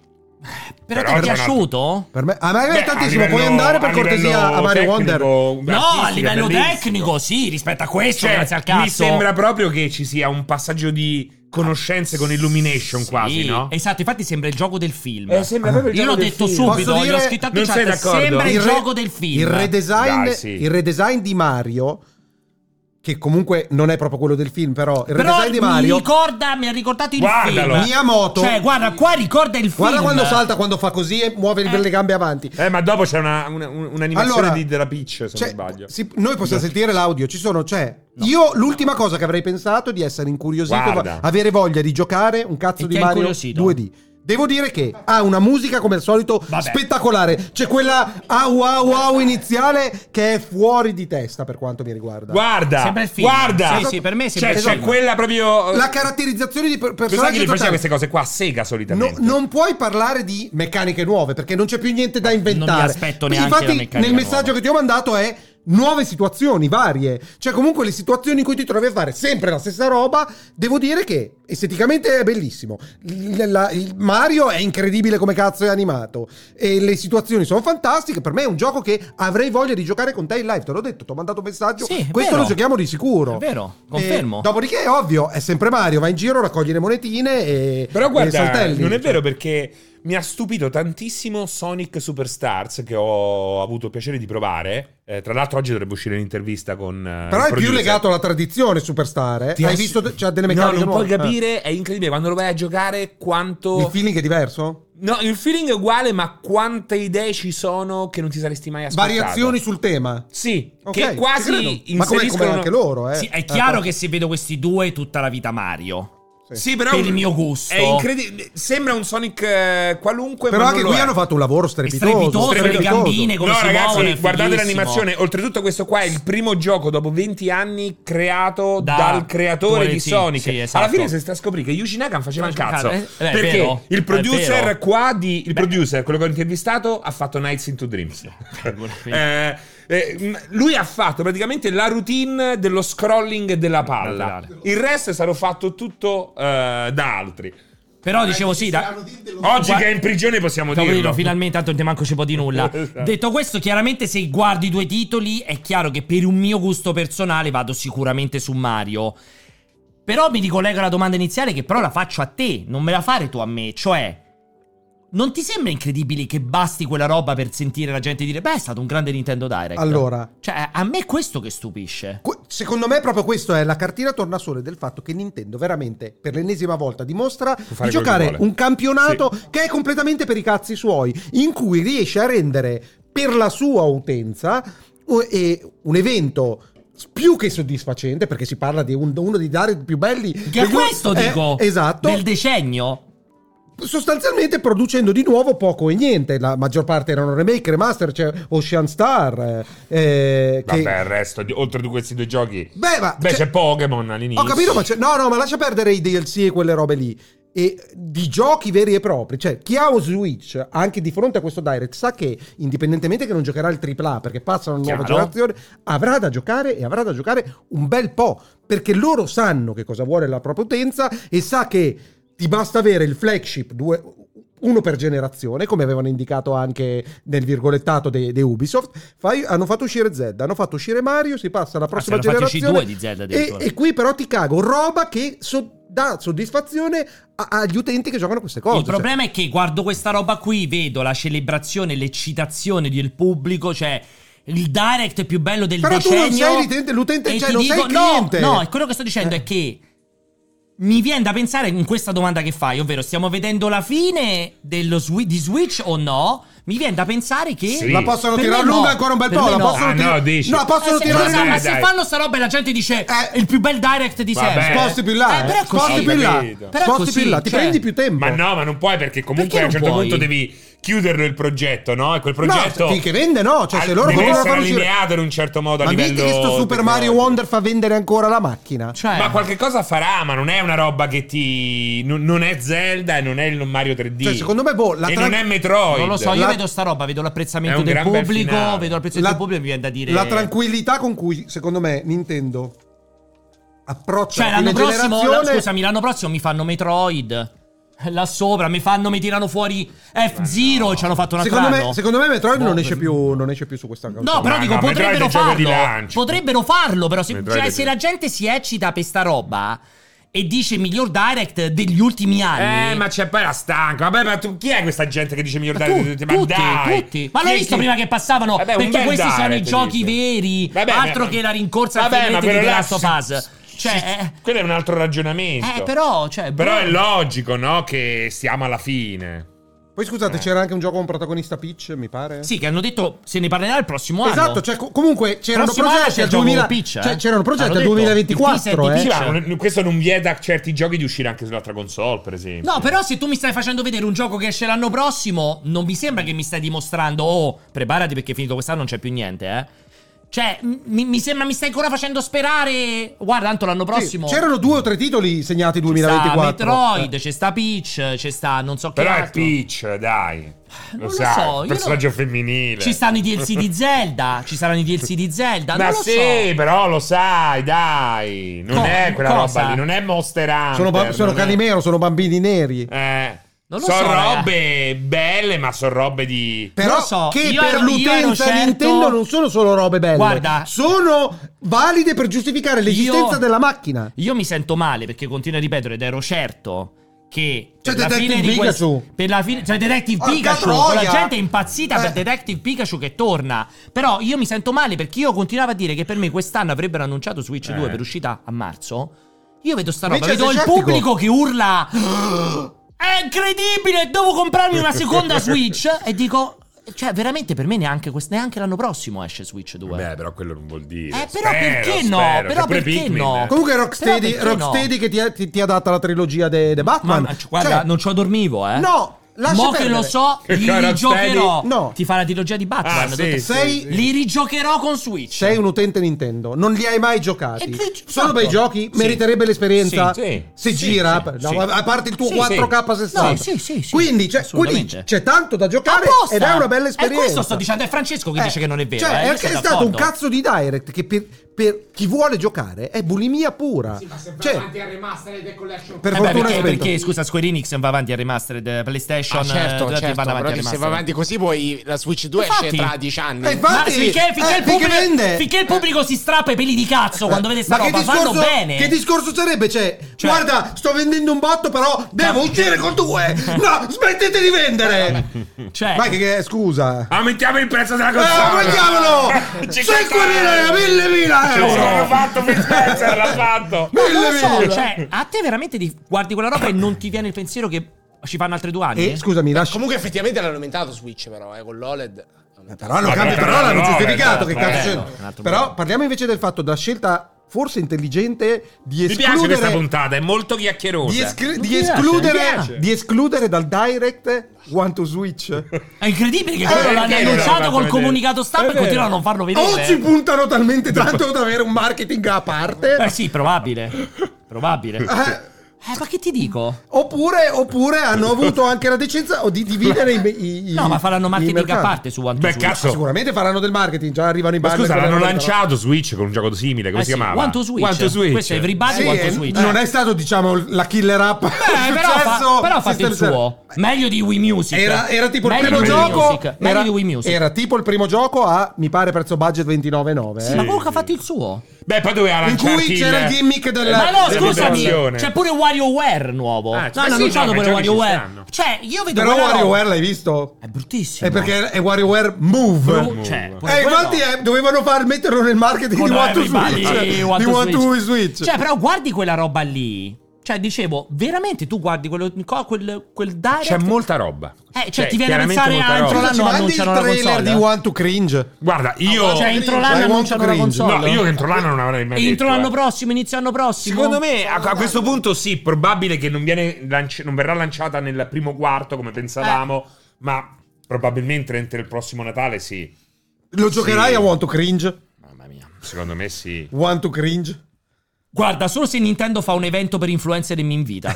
Però
Però, ti è
c'è un altro-
piaciuto?
Per me, a me
Beh,
è
a
tantissimo, puoi
livello-
andare per
a
cortesia
livello
a Mario Wonder.
tecnico,
No, a
artistico,
livello
bellissimo.
tecnico, sì, rispetto a questo,
Cioè,
grazie al cazzo.
mi sembra proprio che ci sia un passaggio di conoscenze con Illumination
Sì,
quasi, no?
Esatto, infatti sembra il giogo del film.
Eh, sembra proprio il
Io l'ho
gioco del
detto
film.
subito, eh,
Posso
gli ho
dire-
scritto a
non sei
chat,
d'accordo?
cioè, sembra il,
Il
re-
gioco del film.
Il redesign,
Dai, sì.
il redesign di Mario, che comunque non è proprio quello del film, però il
Però
redesign di Mario.
mi ricorda, mi ha ricordato il
Guardalo.
film.
Miyamoto.
Cioè, guarda, qua ricorda il film.
Guarda quando salta, quando fa così e muove le- le gambe avanti.
Eh, ma dopo c'è una, una- un- un'animazione
Ah. Allora,
di- della Peach, se
Cioè,
non sbaglio.
si- noi possiamo sentire l'audio, ci sono, cioè, io l'ultima cosa che avrei pensato è di essere incuriosito,
Guarda.
avere voglia di giocare un cazzo
E
di
ti ha
Mario
incuriosito?
2D. Devo dire che ha una musica come al solito
Vabbè.
spettacolare, c'è quella ah wow wow iniziale che è fuori di testa per quanto mi riguarda.
Guarda,
Sembra il film.
guarda.
Sì, sì, per me sembra
Cioè,
il
c'è
film.
quella proprio...
La caratterizzazione di per-
Pensavo
personaggi
che gli faceva
totale.
queste cose qua a sega
No,
solitamente.
non puoi parlare di meccaniche nuove perché non c'è più niente da inventare.
Non mi aspetto neanche
Infatti,
la meccanica
nel messaggio
nuova.
che ti ho mandato è nuove situazioni varie. Cioè, comunque, le situazioni in cui ti trovi a fare sempre la stessa roba. Devo dire che esteticamente è bellissimo. Il, la- il Mario è incredibile come cazzo è animato. E le situazioni sono fantastiche. Per me è un gioco che avrei voglia di giocare con te in live. Te l'ho detto, ti ho mandato un messaggio.
Sì, è
Questo
vero.
lo giochiamo di sicuro.
È vero, confermo.
E dopodiché, è ovvio, è sempre Mario. Va in giro, raccoglie le monetine e
Però
e
guarda,
saltelli.
non
Cioè,
è vero perché Mi ha stupito tantissimo Sonic Superstars che ho avuto il piacere di provare. Eh, tra l'altro oggi dovrebbe uscire l'intervista con... eh,
Però
il
è più
producer.
legato alla tradizione Superstar. eh?
Ti
Hai
ass-
visto c'ha delle
No,
meccaniche
non puoi
nuove? Eh.
capire, è incredibile quando lo vai a giocare quanto...
Il feeling è diverso?
No, il feeling è uguale, ma quante idee ci sono che non ti saresti mai aspettato.
Variazioni sul tema.
Sì,
Ok,
che
ci credo.
quasi
Ma come-
inseriscono...
come anche loro, eh.
Sì, è
Eh,
chiaro
poi-
che se vedo questi due tutta la vita Mario.
Sì, però
Per il mio gusto.
È incredibile. Sembra un Sonic eh, qualunque.
Però
ma
anche
non lo
qui
è.
hanno fatto un lavoro
È
strepitoso.
strepitoso, le
strepitoso.
gambine come
No,
si
ragazzi,
muovono. è
guardate
fighissimo.
l'animazione. Oltretutto, questo qua è il primo gioco dopo 20 anni creato
Da-
dal creatore
Pure
di
sì,
Sonic.
sì, esatto.
Alla fine si sta a scoprire che Yuji Naka non faceva un
Faceva un
cazzo.
cazzo. Eh, eh, è
perché
vero, è
il
vero.
producer qua di. Il
Beh.
producer, quello che ho intervistato, ha fatto Nights into Dreams.
Quindi-
Eh, eh, m- lui ha fatto praticamente la routine dello scrolling della palla.
Laterale.
Il resto è stato fatto tutto eh, da altri.
Però dicevo sì, da...
Oggi
Gua-
che è in prigione possiamo
Capito,
dirlo.
finalmente tanto non ti manco ci può di nulla.
Esatto.
Detto questo, chiaramente se guardi i due titoli è chiaro che per un mio gusto personale vado sicuramente su Mario. Però mi ricollego alla domanda iniziale che però la faccio a te, non me la fare tu a me, cioè non ti sembra incredibile che basti quella roba per sentire la gente dire "Beh, è stato un grande Nintendo Direct".
Allora,
cioè a me è questo che stupisce.
Que- Secondo me proprio questo è la cartina tornasole del fatto che Nintendo veramente per l'ennesima volta dimostra di
fare quello che
giocare
vuole.
un campionato che è completamente per i cazzi suoi, in cui riesce a rendere per la sua utenza u- e un evento s- più che soddisfacente perché si parla di un- uno dei dare più belli
Che è
degli-
questo
eh,
dico.
esatto
Del decennio.
sostanzialmente producendo di nuovo poco e niente la maggior parte erano remake remaster c'è Ocean Star eh, eh, che-
Vabbè, il resto, di- oltre a questi due giochi.
Beh, ma-
Beh,
cioè-
c'è Pokémon all'inizio.
Ho capito, ma c'è- no, no, ma lascia perdere i DLC e quelle robe lì. E di giochi veri e propri, cioè chi ha un Switch anche di fronte a questo Direct sa che indipendentemente che non giocherà il AAA perché passa una nuova
Chiaro.
generazione, avrà da giocare e avrà da giocare un bel po' perché loro sanno che cosa vuole la propria utenza e sa che ti basta avere il flagship due- uno per generazione, come avevano indicato anche nel virgolettato de- di Ubisoft. Fai- hanno fatto uscire Z, hanno fatto uscire Mario, si passa alla prossima
se Ah, hanno fatti uscire
generazione.
due di Z
e,
addirittura.
e qui però ti cago roba che so- dà soddisfazione a- agli utenti che giocano queste cose. cioè.
Il problema è che guardo questa roba qui, vedo la celebrazione, l'eccitazione del pubblico, cioè il direct più bello del
Però tu non
decennio.
sei l'utente- l'utente,
e
cioè,
ti
non sei
dico-
il cliente. Eh.
No, no, è quello che sto dicendo è che mi viene da pensare in questa domanda che fai, ovvero stiamo vedendo la fine dello swi- di Switch o no? Mi viene da pensare che
Sì.
La possono
Per
tirare
me no.
lunga ancora un bel
Per
po'.
me
La
no.
possono
Ah,
tir-
no, dici.
No, la possono
Eh, se-
tirare
ma-
dai,
lunga.
ma se
dai.
fanno sta roba e la gente dice
Eh.
il più bel direct di
Vabbè.
sempre.
Sposti più in là,
Eh,
eh.
però è così.
sposti più in là,
Capito.
Però è
sposti
così,
più in là, ti
cioè-
prendi più tempo.
Ma no, ma non puoi perché comunque a
Perché
un
non
certo
puoi?
punto devi chiuderlo il progetto, no? E quel progetto.
No, finché vende no, cioè se
al-
loro
deve
continuano a
essere
far uscire-
allineato in un certo modo
Ma
a
vedi
livello.
che sto Super Mario
tecnologico.
Wonder fa vendere ancora la macchina?
Cioè,
Ma qualche cosa farà, ma non è una roba che ti. Non, non è Zelda e non è il Mario 3D.
Cioè, secondo me, boh, la
e
tra-
non è Metroid.
Non lo so, io
La-
vedo sta roba, vedo
È
l'apprezzamento
un
del
gran bel
pubblico,
finale.
vedo l'apprezzamento del pubblico e mi viene da dire
la tranquillità con cui, secondo me, Nintendo approccia
Cioè,
la
l'anno
fine
prossimo, la-
generazione-
scusami, l'anno prossimo mi fanno Metroid là sopra, mi fanno mi tirano fuori F-Zero e ci hanno fatto un altro
Secondo me,
anno.
secondo me Metroid
No,
non, esce
per-
più, non esce più su questa cosa.
No, però
Ma
dico,
no, Metroid è
potrebbero
un gioco di
farlo.
lancio.
Potrebbero farlo, però. Se,
Metroid
cioè,
è
se
di-
la gente si eccita per sta roba e dice miglior direct degli ultimi anni.
Eh, ma c'è poi la stanca. Vabbè, ma tu, chi è questa gente che dice miglior
Ma
dare
tu-
di tutti? Ma
tutti,
dai!
tutti. Ma l'ho
Chi-
visto
chi- Eh,
prima che passavano,
Vabbè, un
perché
bel
questi sono i
direct, dici.
giochi veri,
Vabbè,
altro
ma-
che la rincorsa al
vabbè, ma
fermento di
quello
The
là
Last of
si-
Us.
si-
Cioè, eh,
Quello è un altro ragionamento.
eh, però, cioè,
Però
boh.
è logico, no? Che siamo alla fine.
Poi
Eh.
scusate, c'era anche un gioco con protagonista Peach, mi pare.
Sì, che hanno detto se ne parlerà il prossimo anno.
Esatto, cioè co- comunque c'erano
Prossimo anno
progetti
c'è il
al
gioco
2000
Peach, eh?
cioè, c'erano progetti
Hanno
al
detto,
2024, eh.
il teaser di
Sì, ma
Cioè-
non- questo non vieta a certi giochi di uscire anche sull'altra console, per esempio.
eh. No, però se tu mi stai facendo vedere un gioco che esce l'anno prossimo, non mi sembra che mi stai dimostrando, oh, preparati perché finito quest'anno non c'è più niente, eh. Cioè, mi, mi sembra mi stai ancora facendo sperare. Guarda, tanto l'anno
Sì,
prossimo.
c'erano due o tre titoli segnati
c'è sta
2024.
Metroid,
Eh.
c'è sta Peach, c'è sta non so
Però
che
è
altro. Ah,
Peach, dai. Lo,
Non lo
sai,
so, io
personaggio
non-
femminile.
Ci stanno i DLC di Zelda, ci saranno i DLC di Zelda,
Ma
non lo
sì,
so.
però lo sai, dai. Non
Co-
è quella
cosa?
roba lì, Eh. non è Monster Hunter.
Sono, ba- sono
non è-
Calimero, sono bambini neri.
Eh,
Non lo
sono
so, raga.
robe belle, ma sono robe di.
Però
lo so,
che
io
per
ero- io ero
l'utenza
certo-
Nintendo non sono solo robe belle,
Guarda.
sono valide per giustificare l'esistenza
Io-
della macchina.
Io mi sento male perché continuo a ripetere ed ero certo che
C'è
per la
Detective
fine di quest-
Pikachu.
per la fine, cioè Detective
Porca
Pikachu,
troia!
la gente è impazzita
Eh.
per Detective Pikachu che torna. Però io mi sento male perché io continuavo a dire che per me quest'anno avrebbero annunciato Switch
Eh.
2 per uscita a marzo. Io vedo sta roba,
Invece
vedo il
sei scettico.
pubblico che urla È incredibile, devo comprarmi una seconda Switch e dico cioè veramente per me neanche, quest- neanche l'anno prossimo esce Switch 2.
Eh Beh, però quello non vuol dire.
Eh, però perché no?
spero,
Però
che pure
perché
Pikmin,
no?
eh.
Comunque
Però
Rocksteady,
perché no?
Rocksteady che ti ha, ti- ti ha dato la trilogia de, de Batman.
Mamma, guarda,
Cioè,
non ci dormivo, eh.
No, lascia
Mo che
perdere.
lo so,
Che
li
cara
rigiocherò.
steady. No.
Ti fa la trilogia di Batman.
Ah, sì,
tutte-
sì,
Sei-
sì.
Li rigiocherò con Switch.
Sei un utente Nintendo, non li hai mai giocati.
E che-
Solo
esatto.
per i giochi
Sì.
meriterebbe l'esperienza.
Sì, sì.
Se
Sì,
gira,
sì,
no,
sì.
a parte il tuo
Sì,
4K60.
sì. No, sì, sì, sì.
Quindi, cioè, quindi
Assolutamente.
c'è tanto da giocare
Apposta!
ed è una bella
E
esperienza.
questo sto dicendo, è Francesco che
Eh,
dice che non è vero.
Cioè,
eh,
è,
io
anche
sono
stato un
d'accordo.
cazzo di direct che per, per chi vuole giocare è bulimia pura. cioè,
a remastered e collection.
per
Eh beh,
fortuna è
perché,
spento.
perché, scusa, Square Enix va avanti al remastered eh, PlayStation.
Ah, certo,
eh, tutti
certo,
vanno
però
avanti
che
al
se
remastered.
va avanti così poi la Switch 2 esce
Infatti.
tra 10 anni.
Eh, infatti,
Ma finché, finché
eh,
il pubblico,
finché vende. Eh.
finché il pubblico si strappa i peli di cazzo quando vede sta
Ma che
roba,
discorso,
fanno bene.
che discorso sarebbe? Cioè,
Cioè-
guarda, sto vendendo un botto, però devo uscire con due. No, smettete di vendere.
cioè,
Ma che, che- scusa.
Aumentiamo Ah, il prezzo della
Eh,
console.
prendiamolo! 5.000 1000
Cioè,
Ce l'ho
euro!
fatto Phil Spencer, l'ha fatto.
Ma non lo so,
1000
cioè, a te veramente di- guardi quella roba e non ti viene il pensiero che ci fanno altri due anni?
E Eh, scusami, lascia.
Comunque effettivamente l'hanno aumentato Switch però, eh, con l'OLED.
Però hanno
Ma
cambi-
no,
però
no,
l'hanno
no,
giustificato.
certo,
no,
Che
no,
cazzo
no,
eh.
c'è?
no, un altro
Però
modo.
parliamo invece del fatto della scelta forse intelligente di
Mi piace questa
escludere.
puntata, è molto chiacchierosa.
Di, esclu-
Non
di
piace, non
escludere,
piace.
di escludere dal direct One to Switch.
È incredibile che
Eh,
quello l'hanno
perché non l'hanno
annunciato
fatto
col
vedere?
comunicato stampa e
vero.
continuano a non farlo vedere.
O ci puntano talmente tanto da avere un marketing a parte.
Beh, Eh, sì, probabile. Probabile.
Eh,
Eh, ma che ti dico?
Oppure, oppure hanno avuto anche la decenza o di dividere i, i- i-
No, ma faranno
i
marketing a
mercati.
parte su One to
Beh,
Switch.
cazzo.
Sicuramente faranno del marketing, già arrivano i
Ma
banner.
scusa,
con la
l'hanno
roba,
lanciato Switch con un gioco simile, come
Eh
si
sì,
chiamava?
One to Switch.
One to Switch.
Questo è
però-
Everybody
Sì,
One to
eh,
Switch.
non è stato, diciamo, la killer app.
Eh, però, fa, però ha fatto il suo. Meglio di Wii Music.
Era, era tipo il
Meglio
primo
di Wii
gioco.
Music. Meglio
Era,
di Wii Music.
era tipo il primo gioco a, mi pare, prezzo budget 29,9.
Sì,
eh.
ma comunque ha fatto il suo.
Beh, poi doveva
In
lanciarti
cui c'era il gimmick del.
Ma no,
della
scusami,
vibrazione.
c'è pure WarioWare nuovo.
Ah,
no,
c'è-
hanno
sì,
annunciato
no, ma
pure
già che ci
WarioWare.
stanno.
Cioè, io vedo
Però
quella roba-
WarioWare l'hai visto?
È bruttissimo.
È perché è WarioWare Move.
Bru- cioè,
Eh,
quello- Oh,
infatti eh, dovevano far metterlo nel marketing di
Con
One to
everybody,
Switch. Di
One to
One to
Switch.
Switch.
Cioè, però guardi quella roba lì. Cioè, dicevo, veramente tu guardi quello, co- quel, quel direct.
C'è molta roba.
Eh, cioè, ti viene a
chiaramente
pensare
molta
a
roba.
entro l'anno
Ci mandi il
annunciano la
trailer
console.
di One to Cringe.
Guarda, io...
Cioè, entro l'anno
Dai, one
annunciano
to
la
cringe.
No,
console.
io entro l'anno non avrei mai
Entro
detto,
l'anno
eh.
prossimo, inizio anno prossimo. Cioè,
Secondo me a, a questo punto sì, probabile che non, viene lanci- non verrà lanciata nel primo quarto come pensavamo,
Eh.
ma probabilmente entro il prossimo Natale sì.
Lo giocherai
Sì.
a One to Cringe?
Mamma mia, secondo me sì.
One to Cringe?
Guarda, solo se Nintendo fa un evento per influencer e mi invita.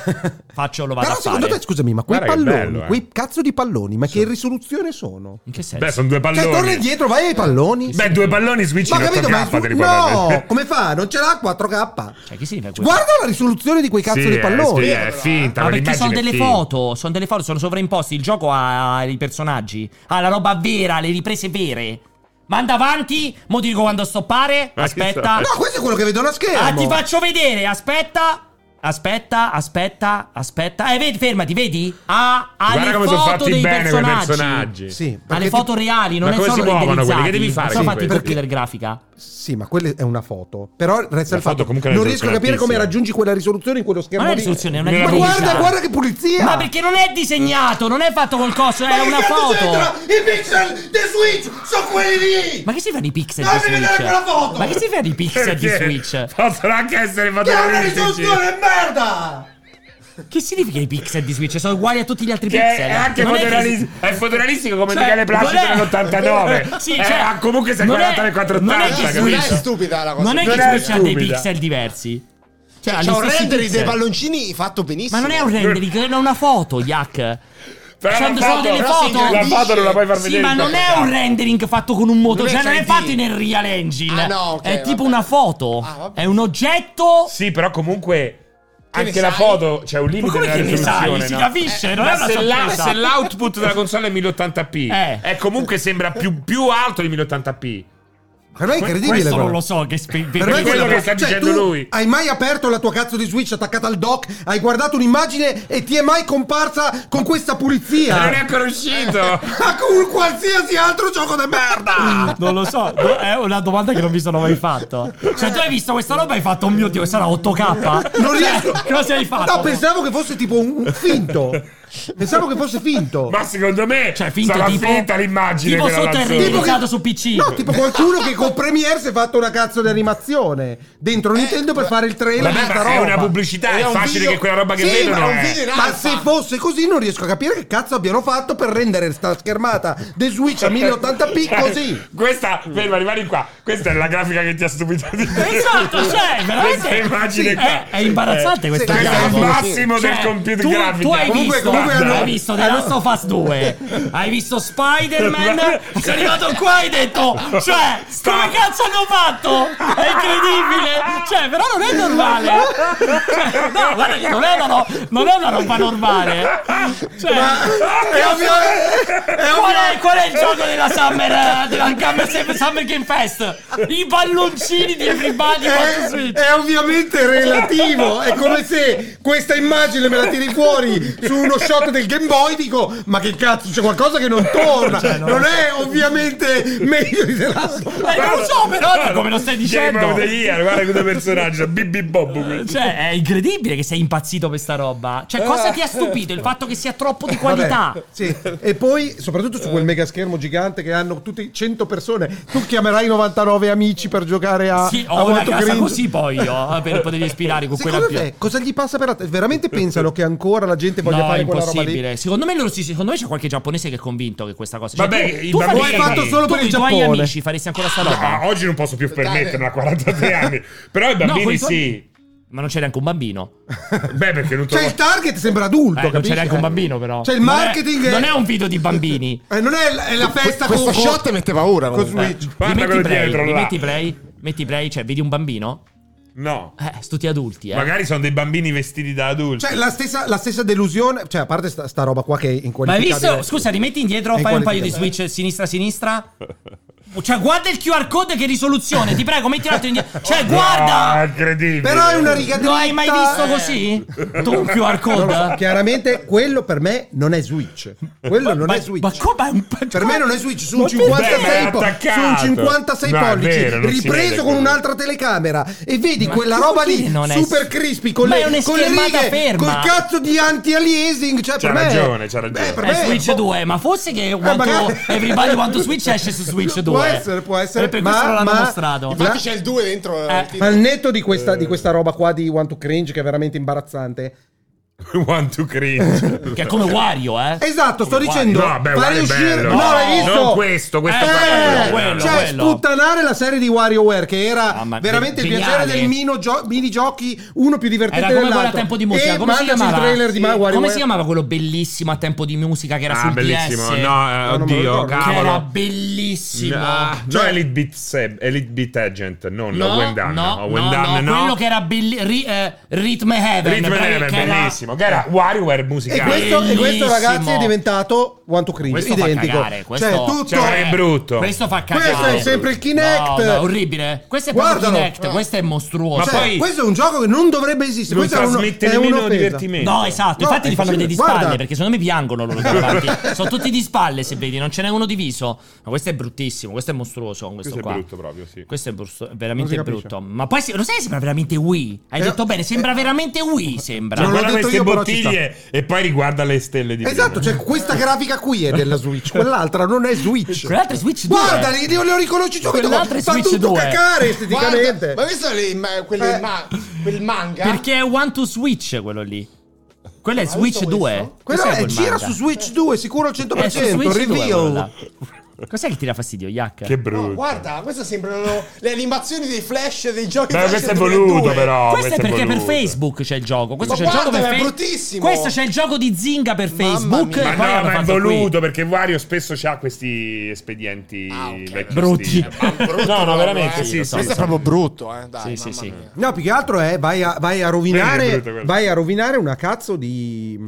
Faccio lo vado
Però
a fare.
secondo te, scusami, ma quei
Guarda che
palloni,
bello, eh.
quei cazzo di palloni, ma che risoluzione sono?
In che senso? Eh,
Beh, sono due
Cioè, torna
palloni.
indietro, vai ai palloni.
Beh, due palloni Switch
ma
in
capito,
8K
ma
te li puoi
no,
prendere.
come fa? Non ce l'ha 4K.
Cioè, chi si fa questo?
Guarda la risoluzione di quei cazzo
Sì,
di
eh,
palloni.
sì, è finta,
Ah, Ma
ma
perché
l'immagine
sono
è
delle
finta.
foto, sono delle foto, sono sovraimposti. Il gioco ha ha i personaggi, ha la roba vera, le riprese vere. Manda avanti, mo ti dico quando stoppare.
Ma che
Aspetta.
No, questo è quello che vedo a schermo.
Ah, ti faccio vedere, aspetta. Aspetta, aspetta, aspetta. Eh, vedi, fermati, vedi? Ah, ha
Guarda
le
come
foto
sono fatti
dei
bene quei
personaggi.
personaggi.
Sì,
Ha
perché
le
ti-
foto reali, non
Ma
è
come
solo
si muovono quelli?
renderizzati.
Che devi fare
Sono
con
fatti per
questi?
killer grafica.
Sì, ma quella è una foto. Però resta
La
il fatto.
foto comunque è
non
una
riesco a
risoluzione
capire come
altissima.
raggiungi quella risoluzione in quello
Ma
schermo.
Cioè, non
lì.
è risoluzione, è una
Ma
Ma
ripresa.
guarda, guarda che pulizia!
Ma perché non è disegnato, non è fatto col coso, è
Ma che
una
cazzo
foto.
c'entra? I pixel di Switch sono quelli lì!
Ma che si fanno i pixel
Dammi
di Switch?
vedere quella foto!
Ma che si fanno i pixel di
Perché
Switch?
Possono anche
Che è
essere
una
fotorealistici.
risoluzione di merda!
Che significa i pixel di Switch? Sono uguali a tutti gli altri
Che
pixel.
è anche
Non è che-
fotorealistico, è fotorealistico come
Cioè,
Michele Placido
non è-
nell'89.
Sì, cioè,
ha comunque sei
non è-
40 nel 480,
non è che
Non è
Switch-
capito?
stupida la cosa.
Non è
Non
che
è
Switch ha dei
stupida.
pixel diversi. Cioè, ha gli
C'è un
stessi
rendering
pixel.
dei palloncini fatto benissimo.
Ma non è un rendering, è una foto, Cioè, Yak.
Però
Sono-
la
sono
foto-
delle
però
foto.
sì, La foto non la puoi far
Sì,
vedere.
ma
in
non è
4K.
un rendering fatto con un moto,
Non è
cioè non è
3D.
fatto nel Real Engine.
Ah, no, ok,
è tipo
vabbè.
una foto.
Ah, vabbè.
è un oggetto.
Sì, però comunque anche
ne
la
sai?
foto c'è un
Ma
limite
come
della
che ne sai?
risoluzione.
Si
no?
capisce, non è
Ma
una
se, la-
sorpresa.
se l'output della console è 1080p,
Eh.
è comunque sembra più, più alto di 1080p.
Per me è incredibile.
Questo non
quello.
lo so che spe-
Per me
Quello
quella-
che sta
cioè,
dicendo
tu
lui.
Hai mai aperto la tua cazzo di Switch attaccata al dock? Hai guardato un'immagine e ti è mai comparsa con questa
Non è
pulizia?
ancora uscito.
Ma con qualsiasi altro gioco di merda!
Non lo so, no, è una domanda che non mi sono mai fatto. Cioè, tu hai visto questa roba e hai fatto, oh mio dio, sarà 8K?
Non riesco.
Cioè, cosa hai fatto?
No, pensavo che fosse tipo un, un finto. Pensavo che fosse finto.
Ma secondo me
Cioè, finto
sarà
tipo...
finta l'immagine.
Tipo
che la
sotto è
lanzò.
realizzato su PC.
No, tipo qualcuno che con Premiere si è fatto una cazzo di animazione dentro Nintendo per fare il trailer di
Vabbè,
sta
ma è
roba.
una pubblicità, è
Era un
facile
video-
che quella roba che
Sì,
vedono
ma era un
è-
video in
Ma
alfa.
se fosse così non riesco a capire che cazzo abbiano fatto per rendere sta schermata di Switch a 1080p così.
Cioè, Questa, ferma, rimani qua. Questa è la grafica che ti ha stupito di più.
Esatto, cioè, veramente.
Questa immagine
Sì,
qua.
è, è imbarazzante
Eh,
questa
sì,
Questo è il
Cavolo,
cosa.
massimo
Cioè,
del computer
tu,
grafica.
tu hai
Comunque-
visto,
comunque
guarda,
hanno-
hai visto The Last of Us 2, hai visto Spider-Man, sei arrivato qua e hai detto, cioè, come cazzo hanno fatto? È incredibile, cioè, però non è normale. Cioè, no, guarda che non è una, ro- non è una roba normale. Cioè,
È ovvio, è
Qual
ovvio.
è, qual è il gioco della Summer, eh, della Summer, Summer Game Fest? I palloncini di Everybody Wants to
È,
Switch.
è ovviamente relativo, è come se questa immagine me la tiri fuori su uno shot del Game Boy, dico ma che cazzo c'è qualcosa che non torna,
Cioè,
non è ovviamente meglio di The Last of Us.
Eh, non lo so, però, come lo stai
Game of
dicendo.
the Year, guarda questo personaggio, Bibi Bob.
Cioè, è incredibile che sei impazzito per sta roba. Cioè, cosa ti ha stupito? Il fatto che sia troppo di qualità.
Eh. Vabbè, sì. E poi, soprattutto su quel mega schermo gigante che hanno tutti 100 persone, tu chiamerai 99 amici per giocare a,
Sì,
a
ho una
Moto
casa
Ah, Cringe.
così poi io, eh, per potervi ispirare con quella
Secondo
più.
te, cosa gli passa per la testa? Veramente pensano che ancora la gente voglia
No, è
fare quella roba lì?
impossibile. Secondo me, loro si- secondo me c'è qualche giapponese che è convinto che questa cosa. Cioè,
Vabbè,
tu,
i
tu
bambini-
faresti-
L'ho fatto
solo
tu
per il
con i tuoi
Giappone.
amici faresti ancora sta roba.
Ah, oggi non posso più permettermela, 43 anni. Però i bambini
quei tuoi-
sì.
Ma non c'è neanche un bambino.
Beh, perché non
Cioè,
trovo...
il target sembra adulto,
Eh, non
capisci?
c'è neanche un bambino, però.
Cioè, il
Non è-
marketing è-
Non è un video di bambini.
Eh, non è la, è la festa con,
Questo
con-
shot mette paura.
con
comunque.
Switch.
Eh, Guarda
Rimetti
quello
play,
dietro là.
rimetti play, metti play, cioè, vedi un bambino?
No.
Eh, sto tutti adulti, eh.
Magari sono dei bambini vestiti da adulti.
Cioè, la stessa, la stessa delusione, cioè, a parte sta, sta roba qua che è
Ma hai
inqualificabile.
visto? Scusa, rimetti indietro,
È
fai un paio di
inqualificabile.
switch sinistra-sinistra. Cioè, guarda il QR code che risoluzione, ti prego, metti l'altro indietro. Cioè,
Ah,
guarda!
incredibile.
Però è una riga
Lo hai mai
dritta,
visto
eh.
così? Tu un QR
Non lo so,
code?
chiaramente quello per me non è Switch. Quello non
ma,
è Switch.
Ma come? un-
Per me non è Switch, su
Ma
un 56,
perché?
po-
Beh, è
su un
attaccato.
56
No, è
pollici,
vero, non si vede
ripreso con
quello.
un'altra telecamera e vedi quella
come
roba lì
che non è-
super crispy con
Ma
le,
è una
con le
schermata
righe,
ferma.
col cazzo di anti-aliasing, cioè
C'ha
per me
ragione, c'ha ragione.
Beh, per
È
me
Switch
boh,
2, ma forse che Want to-
magari-
Everybody Want to Switch esce su Switch 2.
Può essere, può essere,
E per
ma-
questo non l'hanno
ma-
mostrato.
Ma-
Infatti c'è il 2 dentro.
Eh.
il titolo.
Ma al netto di questa, di questa roba qua di One to Cringe che è veramente imbarazzante.
One to cringe.
Che è come Wario, eh.
Esatto, sto
Come Wario.
dicendo,
Ah, No, beh, guarda,
fare
è
uscire
bello.
No, l'hai
No,
visto?
Non questo, questo
Eh,
qua,
Eh,
quello,
quello,
cioè,
quello.
sputtanare la serie di WarioWare che era
Ah, ma
veramente il
geniale.
piacere del mini, giochi uno più divertente
Era come
dell'altro.
quello a tempo di musica.
E
come si
mandaci
chiamava?
il trailer di
Sì.
WarioWare.
Come si chiamava quello bellissimo a tempo di musica che era
Ah,
sul
bellissimo.
DS?
No, eh,
No, non me lo
oddio,
ricordo. Che
Che era
cavolo.
bellissimo.
Ah, no, Elite Beat, Seb- Elite Beat Agent, non
Cioè- No,
Wendan.
no, no, no, quello che era belli- ri- eh, Rhythm Heaven.
Rhythm
quello
Heaven,
che era- Eh.
bellissimo. Che era WarioWare
E
musicale.
questo, e questo, ragazzi è
Bellissimo.
diventato One to Cringe,
Questo fa
identico.
cagare, questo-
Cioè, tutto
Cioè, è brutto.
Questo fa cagare.
Questo è sempre il Kinect.
No, no, orribile. Questo è proprio
Guardalo.
Kinect, questo è mostruoso.
Ma
Cioè,
poi-
questo è un gioco che non dovrebbe esistere,
non
questo è uno-
trasmette
è
nemmeno
un'offesa.
divertimento.
No, esatto,
No,
infatti
è
li fanno vedere di
guarda.
spalle perché secondo me piangono loro davanti. Sono tutti di spalle se vedi, non ce n'è uno di viso. Ma questo è bruttissimo, questo è mostruoso. Questo,
Questo è
qua.
brutto proprio, sì.
Questo è brutto, è veramente
Non si capisce.
brutto. Ma poi se- lo sai, sembra veramente Wii. Hai
Eh,
detto
eh,
bene, sembra
eh.
veramente Wii. Sembra.
Cioè,
Non l'ho
guarda
detto
queste
io, però ci
bottiglie e poi riguarda le stelle di
Esatto, cioè
prima.
questa grafica qui è della Switch, quell'altra non è Switch.
Quell'altro è Switch 2.
Guarda, li, li, li riconosci subito.
Quell'altro è
Fa
Switch
tutto
2.
cacare esteticamente.
Guarda, ma hai visto le imma- quelle
Eh.
imma- quel manga?
Perché è One to Switch quello lì. Quello è Switch
questo?
2.
Quello
Cos'è
è,
quel
gira
manga?
su Switch 2, sicuro al
È su
100%.
Switch 2 quello
reveal.
là. Cos'è che ti dà fastidio, Yak?
Che
No,
brutto.
guarda, queste sembrano le animazioni dei flash dei giochi
Beh,
flash
questo è
del
voluto
2002.
però.
questo è perché per
voluto.
Facebook c'è il gioco. Questo
Ma
c'è il gioco
guarda,
per
ma è
Face-
bruttissimo!
Questo c'è il gioco di Zinga per
Mamma
Facebook.
mia.
e
Ma
poi
no,
l'hanno
ma è
fatto qui.
voluto perché Wario spesso ha questi espedienti
Ah, ok. Eh,
vecchi
Brutti.
stili.
Ma brutto
No, no,
proprio,
veramente.
eh.
Sì, sì,
Questo è proprio brutto, eh. Dai,
Sì, sì,
mamma
sì.
mia.
No, più che altro è vai a, vai a
Vedi che
rovinare,
brutto quello.
vai a rovinare una cazzo di,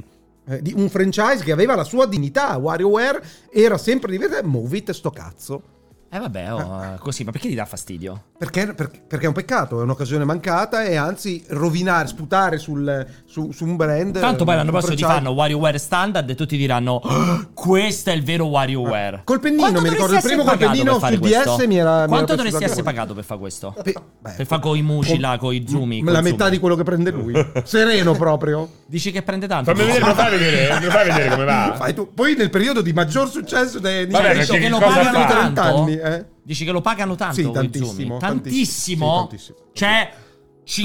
eh, di un franchise che aveva la sua dignità. WarioWare era sempre divertente. Move it, sto cazzo.
Eh vabbè, oh, così, ma perché ti dà fastidio?
Perché, per- perché è un peccato, è un'occasione mancata e anzi rovinare, sputare sul, su, su un brand. eh,
Tanto poi l'anno
un
prossimo ti
bracciale-
fanno WarioWare standard e tutti diranno "Ah, questo è il vero WarioWare.
Ah, Col pennino,
Quanto
mi ricordo
dovresti
il primo
essere
col
pagato
pennino
per
sul
fare
DS
questo?
mi era- mi era
Quanto
piaciuto
dovresti
anche
essere
quello.
pagato per fare questo?
Pe- beh,
per fare coi muci
con-
là, coi zoom.
La metà di quello che prende lui. Sereno proprio.
Dici che prende tanto?
Fammi vedere, me lo fai vedere, me lo fai vedere come va.
Fai tu. Poi nel periodo di maggior successo dei
Vabbè,
Nintendo,
perché
Dici che lo
cosa
pagano
fa?
tanto?
30 anni, eh?
Dici che lo pagano tanto?
Sì,
coi zoom?
tantissimo,
Tantissimo?
tantissimo. Sì,
Cioè,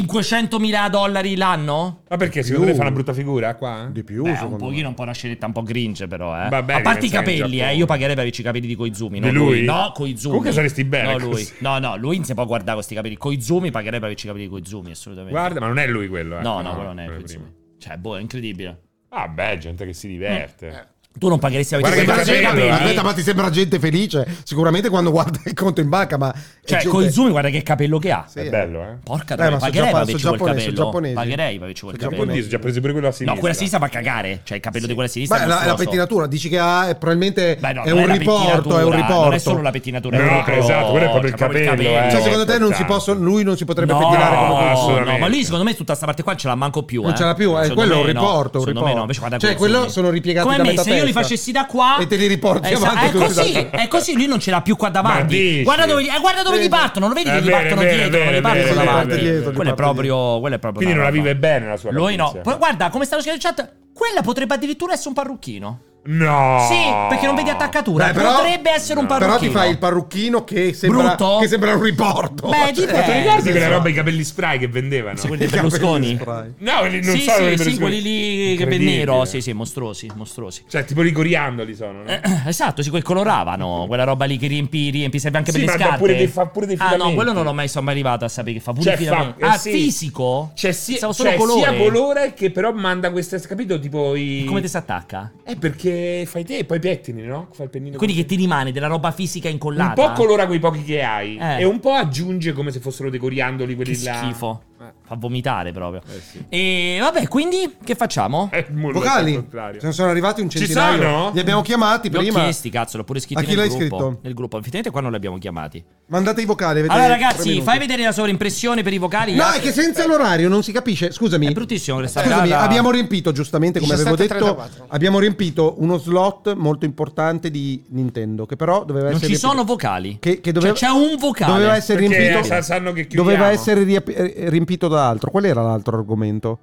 500.000 dollari l'anno?
Ma perché secondo te fa una brutta figura qua? eh?
di più,
Beh, un
secondo me.
pochino, un po' una scenetta un po' cringe, però, eh.
Vabbè,
A parte i
che ne sai, in
capelli, eh.
Giappone.
Io pagherei per averci i capelli di Koizumi. No,
Di lui?
No, Koizumi.
Comunque saresti bene
No, lui.
così.
No, no, lui non si può guardare questi capelli. Koizumi pagherei per averci i capelli di Koizumi, assolutamente.
Guarda, ma non è lui quello, eh.
No, no, quello non è Koizumi.
prima.
Cioè, boh, è incredibile.
Ah, beh, gente che si
Mm,
diverte.
eh.
Tu non pagheresti averci
Guarda che
i
capello,
capelli.
eh.
Aspetta, ma ti sembra gente felice? Sicuramente quando guarda il conto in banca, ma.
Cioè,
gente-
Koizumi, guarda che capello che ha.
Sì,
È
eh.
bello, eh.
Porca
Eh,
troia,
ma sono
pagherei per
giapponesi,
averci
sono
quel
giapponesi,
capello.
sono giapponesi.
Pagherei per averci quel
Sono
capello.
giapponesi.
Oddio, ci ha preso pure quello a
No,
sinistra.
quella a sinistra fa cagare. Cioè, il capello di quella a sinistra
Beh,
è
la, la
mostruoso.
pettinatura dici che ha, è probabilmente
Beh, no,
è
non
un
la
riporto, è un
pettinatura,
riporto.
Non è solo la pettinatura, è
No,
proprio,
esatto, quello è proprio il
cioè,
capello, eh.
Cioè,
No,
secondo te non si
importante.
posso, lui non si potrebbe
No,
pettinare come
no,
Koizumi?
assolutamente.
Esatto. no, ma lui secondo me tutta sta parte qua ce l'ha manco più.
Non
eh.
ce l'ha più, eh,
Secondo
quello è un
me no,
riporto, un
secondo
riporto.
me no, invece guarda
Cioè,
Koizumi.
quello sono ripiegati
Come
da
me,
metà
se io li
testa.
facessi da qua
esatto. E te li riporti
Esatto,
avanti
È
tutti da
così,
te.
è così, lui non ce l'ha più qua
Ma dici?
davanti. Guarda dove, eh, guarda dove li
Vedi?
partono, lo vedi che
Eh,
li
bene,
partono
bene,
dietro, non
bene,
li partono
bene,
davanti.
bene. Dietro, li
Quello è
partono
proprio, quello è proprio
Quindi
una
non la
roba.
vive bene la sua
Lui no.
notizia.
Poi guarda, come stanno scrivendo in chat, quella potrebbe addirittura essere un parrucchino.
No.
Sì, perché non vedi attaccatura.
Beh, però-
potrebbe essere un
No.
Però
parrucchino.
ti fai il parrucchino che sembra,
Brutto?
che sembra un riporto.
Beh,
Cioè,
Ma ti
dipende.
ricordi quella roba i capelli spray che vendevano?
Sì, quelli dei
i capelli
Berlusconi.
spray.
No, quelli- non
sì,
so
sì,
quelli
sì,
Berlusconi.
quelli lì che
Incredibile.
nero, sì, sì, mostruosi, mostruosi.
Cioè, tipo i coriandoli sono, no?
Esatto, sì, quel coloravano, quella roba lì che riempi, riempi serve anche
Sì,
per le
ma fa
scarpe.
pure dei- fa pure dei
ah, no,
filamenti.
quello non l'ho mai, sono mai arrivato a sapere che fa pure
Cioè,
i filamenti.
fa- eh,
ah,
sì.
fisico?
Cioè, sì,
Pensavo
cioè,
solo
sia
colore.
colore che però manda queste, capito? Tipo i...
E Come ti si attacca?
Eh, perché fai te e poi pettini, no? Fai il pennino.
Quindi che
così.
ti rimane della roba fisica incollata?
Un po' colora quei pochi che hai
Eh.
e un po' aggiunge come se fossero dei coriandoli
Che
quelli là.
schifo.
Eh.
Fa vomitare proprio.
Eh, sì.
E vabbè, quindi che facciamo?
Eh, mo lo so al
Vocali,
contrario.
se ne sono arrivati un
Ci
centinaio.
sono?
Li abbiamo chiamati
Li ho
prima.
chiesti, cazzo, l'ho pure scritto
A chi
nel
l'hai
gruppo.
scritto?
Nel gruppo, effettivamente qua non li abbiamo chiamati.
Mandate i vocali. avete
Allora,
tre
ragazzi,
minuti.
fai vedere la sovraimpressione per i vocali.
No,
grazie.
è che senza l'orario non si capisce. Scusami.
È bruttissimo questa
Scusami,
serata.
abbiamo riempito giustamente, come avevo detto,
17:34.
abbiamo riempito uno slot molto importante di Nintendo, che però doveva
Non
essere
ci
riempito-
sono vocali.
Che- che doveva-
Cioè, c'è un vocale.
Doveva essere
Perché
riempito.
sa- sanno che chiudiamo.
doveva essere riap- eh, riempito da altro. Qual era l'altro argomento?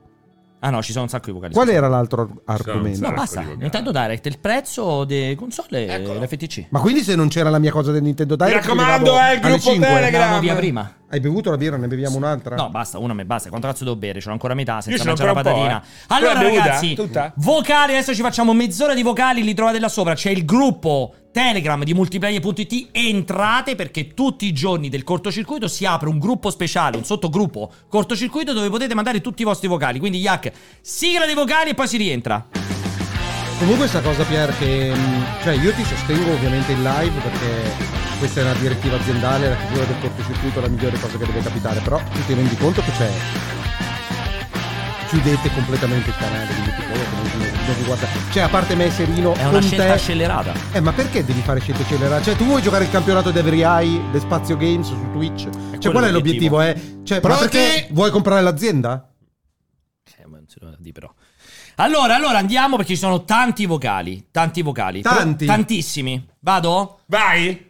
Ah, no, ci sono un sacco di vocali.
Qual
scusa.
era l'altro ar-
sono-
argomento?
No,
Sacco
basta.
di vocali.
Nintendo Direct, il prezzo delle console
Ecco.
e
Eccolo.
l'FTC.
Ma quindi se non c'era la mia cosa del Nintendo
Mi
Direct
raccomando,
arrivavo
eh, il
alle
gruppo
5.
Telegram.
Andiamo via prima.
Hai bevuto la birra, ne beviamo un'altra?
No, basta, una me basta. Quanto cazzo devo bere? C'ho ancora metà senza
ce l'ho
mangiare la
ancora un
patatina.
po', eh.
Allora,
Tu l'hai bevuta?
ragazzi,
Tutta?
vocali, adesso ci facciamo mezz'ora di vocali, li trovate là sopra. C'è il gruppo Telegram di multiplayer.it. Entrate perché tutti i giorni del cortocircuito si apre un gruppo speciale, un sottogruppo cortocircuito dove potete mandare tutti i vostri vocali. Quindi, Yak, sigla dei vocali e poi si rientra.
Comunque sta cosa Pier che mh, cioè io ti sostengo ovviamente in live perché questa è una direttiva aziendale, la chiusura del cortocircuito è la migliore cosa che deve capitare, però tu ti rendi conto che c'è chiudete completamente il canale oh, di multiplayer, non vi- non vi guardate. Cioè a parte me e Serino
È una
con
scelta
te-
scellerata.
Eh ma perché devi fare scelte accelerate? Cioè tu vuoi giocare il campionato di Every Eye, de Spazio Games su Twitch? Cioè qual è l'obiettivo? eh? Cioè, ma
Pronti?
perché vuoi comprare l'azienda?
Eh, ma non si doveva dire però. Allora, allora andiamo perché ci sono tanti vocali. Tanti vocali. Pro-
Tanti?
tantissimi. Vado?
Vai!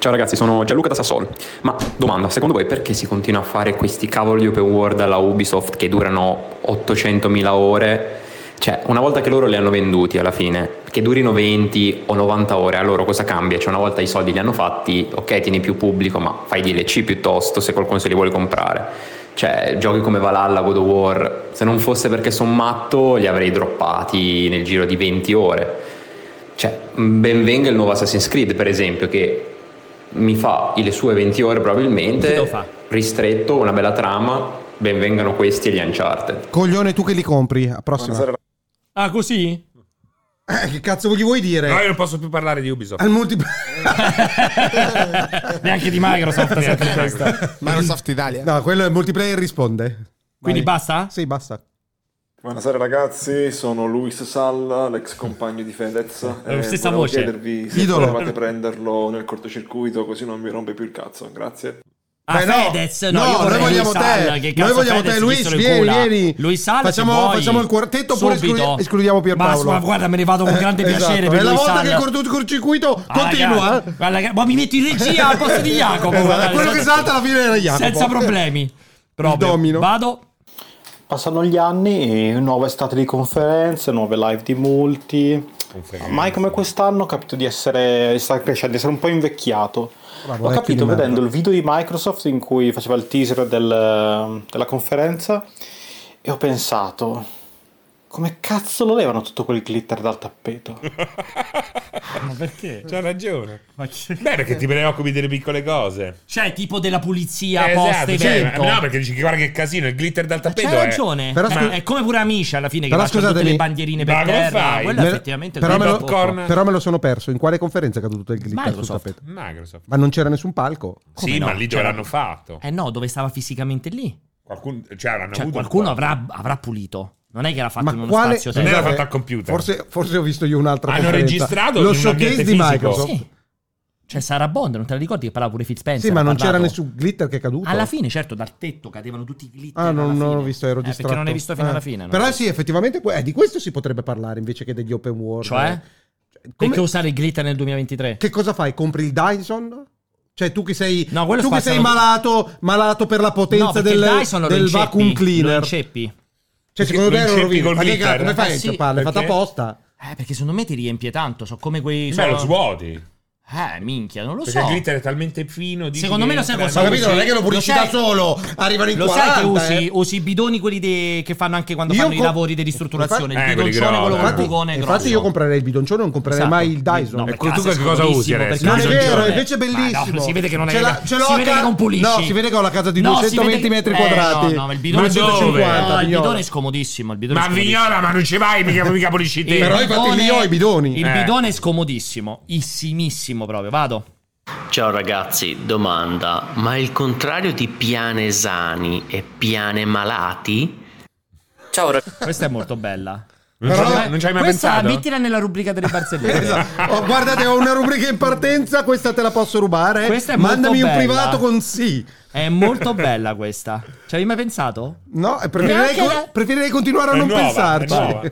Ciao ragazzi, sono Gianluca da Sassuolo. Ma domanda, secondo voi perché si continua a fare questi cavoli di open world alla Ubisoft che durano 800.000 ore? Cioè, una volta che loro li hanno venduti alla fine, che durino 20 o 90 ore, a loro cosa cambia? Cioè, una volta i soldi li hanno fatti, ok, tieni più pubblico, ma fai DLC piuttosto se qualcuno se li vuole comprare. Cioè, giochi come Valhalla, God of War, se non fosse perché sono matto, li avrei droppati nel giro di 20 ore. Cioè, ben venga il nuovo Assassin's Creed, per esempio, che mi fa le sue 20 ore
Chi lo
probabilmente,
fa?
ristretto, una bella trama, ben vengano questi e gli Uncharted.
Coglione tu che li compri, a prossima.
Ah, così?
Eh, che cazzo gli vuoi dire?
No, io non posso più parlare di Ubisoft.
Al multiplayer.
Neanche di Microsoft.
Neanche
sempre
di
questa.
Microsoft.
Microsoft Italia.
no, quello è multiplayer risponde.
Quindi
Vai.
basta?
Sì, basta.
Buonasera ragazzi, sono Luis Salla, l'ex compagno di Fedez.
Eh,
e
stessa
volevo
voce.
chiedervi se
Idolo.
volevate prenderlo nel cortocircuito così non mi rompe più il cazzo. Grazie.
Ah,
Beh,
Fedez, no, io vorrei
noi vogliamo
Luis
te.
Salla, che cazzo
noi vogliamo
Fedez,
te,
chi
Luis,
se lo
vieni,
incula?
vieni.
Luis Salla, se
facciamo,
vuoi.
facciamo il quartetto oppure
Subito.
escludi- escludiamo Pierpaolo.
Ma, ma guarda, me ne vado con grande piacere
esatto.
per
È la
Luis
volta che
Salla.
il cortocircuito
Ah,
continua.
ragazzi,
eh.
guarda che- ma mi metti in regia al posto di Jacopo.
Esatto,
guarda,
quello che
senza-
salta alla fine era Jacopo.
Senza problemi. Proprio.
domino.
Vado.
Passano gli anni, e nuove estate di conferenze, nuove live di molti. Mai come quest'anno ho capito di essere, di star crescendo, di essere un po' invecchiato. ho
vecchio
capito
di merda.
vedendo il video di Microsoft in cui faceva il teaser del- della conferenza e ho pensato, come cazzo lo levano tutto quel glitter dal tappeto?
Ma perché?
C'ha ragione.
Ma chi-
Beh, perché ti preoccupi delle piccole cose.
Cioè, tipo della pulizia
Eh,
post
cioè,
evento.
no, perché dici che guarda che casino, il glitter dal tappeto.
C'hai
è-
ragione.
Però
Eh,
scu-
è come pure Amici alla fine che
Però
lasciano tutte
scusatemi,
le bandierine per
ma come
terra.
fai?
Quella
Me-
effettivamente
però
è
me
il
lo-
popcorn.
Però me lo sono perso. In quale conferenza è caduto tutto il glitter sul
Microsoft.
tappeto?
Microsoft.
Ma non c'era nessun palco.
Come
sì,
no?
ma lì dove
Cioè-
l'hanno fatto.
Eh no, dove stava fisicamente lì.
Qualcun- cioè, l'hanno
Cioè,
avuto
qualcuno
un-
avrà, avrà pulito. Non è che l'ha fatto
Ma
in uno
quale-
spazio
Non era
Scusate,
fatto al computer.
Forse, forse ho visto io un'altra
Hanno
conferenza.
registrato in
lo
un
showcase
ambiente
di
fisico.
Microsoft.
Sì. Cioè, Sarah Bond, non te la ricordi che parlava pure Phil Spencer?
Sì, ma
ha
non c'era
parlato?
nessun glitter che è caduto.
Alla fine, certo, dal tetto cadevano tutti i glitter.
Ah, non,
alla
non
fine.
l'ho visto, ero
Eh,
distratto.
Perché non hai visto fino
Eh.
alla fine. no?
Però sì, effettivamente que- eh, di questo si potrebbe parlare invece che degli open world.
Cioè?
Cioè, come-
Perché usare il glitter nel 2023?
Che cosa fai? Compri il Dyson? Cioè tu che sei,
No, quello
tu che sei
spazzano-
malato, malato per la
No,
potenza
perché
del,
il Dyson lo
del
inceppi,
vacuum
Lo
cleaner. Cioè
inceppi.
secondo
Lo
me
inceppi
lo rovini.
col
Ma che
glitter?
cazzo, come fai
Eh,
a
sì,
incepparla? È fatta
perché?
apposta.
Eh, perché secondo me ti riempie tanto. So come quei.
Beh,
sono-
lo svuoti.
Eh, minchia, non lo
Perché
so.
il glitter è talmente Eh, fino. dici
Secondo me lo sai
entra-
cosa-
Ho capito,
Sì.
non è che lo pulisci
Lo sai-
da solo, arrivano in
Lo
40.
sai che usi,
eh.
usi i bidoni quelli de- che fanno anche quando fanno i
com-
lavori di ristrutturazione?
Eh,
il
quelli
bidoncione, quello
grossi.
con il
Infatti,
bugone
infatti
grosso.
io comprerei il bidoncione, non comprerei
Esatto.
mai il Dyson.
No,
E
per
Eh, tu
casa
che
è
cosa
scomodissimo,
usi adesso?
per
Non è
casa
vero,
giorno.
invece è bellissimo.
Ma no, si vede che non è.
Ce l'ha- ce l'ho
si
a
vede
ca-
che non pulisci.
No, si vede che ho la casa di
No,
220
si vede-
metri
eh,
quadrati.
no, no, il bidone,
Ma dove?
150,
No,
il
Vignola.
bidone è scomodissimo. Il bidone
Ma
è scomodissimo.
vignola, ma non ci vai, mica, mica pulisci te.
Il
Però infatti
bidone-
lì ho i bidoni.
Il
Eh.
bidone è scomodissimo, issimissimo proprio. Vado.
Ciao ragazzi, domanda, ma il contrario di piane sani è piane malati? Ciao ragazzi.
Questa è molto bella.
Non ci hai- non ci hai mai
Questa
pensato?
mettila nella rubrica delle barzellette.
Esatto. Oh, guardate, ho una rubrica in partenza, questa te la posso rubare.
Questa è molto
Mandami un
bella.
privato con sì.
È molto bella questa. Ci avevi mai pensato?
No, eh, preferirei,
Neanche
co-
la-
preferirei continuare a
È
non
nuova, è
pensarci.
nuova.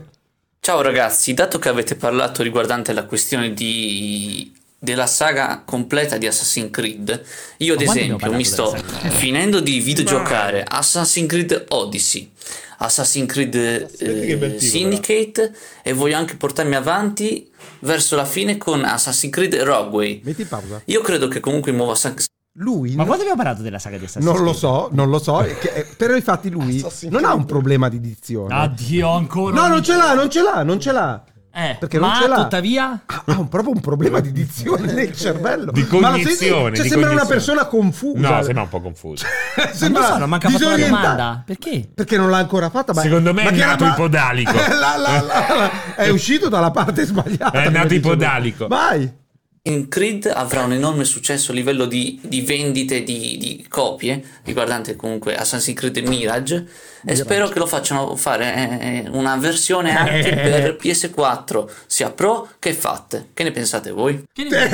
Ciao ragazzi, dato che avete parlato riguardante la questione di- della saga completa di Assassin's Creed, io ad
Ma quando abbiamo
esempio mi sto
parlato della
finendo di videogiocare Assassin's Creed Odyssey, Assassin's Creed eh, Syndicate e voglio anche portarmi avanti verso la fine con Assassin's Creed Rogueway.
Metti in pausa.
Io credo che comunque il nuovo Assassin's
Lui
Ma
no-
quando abbiamo parlato della saga di Assassin's
non lo
Creed?
so, non lo so. eh, che- eh, però infatti lui
Assassin's
non ha un
Creed.
problema di dizione.
Addio ancora.
no,
ogni-
non ce l'ha, non ce l'ha, non ce l'ha.
Eh,
Perché
ma
non ce l'ha.
tuttavia
Ha ha un- proprio un problema di dizione nel cervello.
Di
Ma lo senti?
cognizione.
Cioè,
di
sembra una
cognizione.
persona confusa.
No, sembra un po' confuso.
sembra
non so, non manca fatto la
disorientata.
domanda. Perché?
Perché non l'ha ancora fatta. Ma,
Secondo me
ma
è
che
nato
la-
ipodalico.
La- la- la- è uscito dalla parte sbagliata.
È
come dice
nato
lui.
ipodalico.
Vai.
In Creed avrà un enorme successo a livello di, di vendite di, di copie, riguardante comunque Assassin's Creed Mirage, e spero che lo facciano fare eh, una versione anche per PS4, sia Pro che Fat. Che ne pensate voi?
Che ne-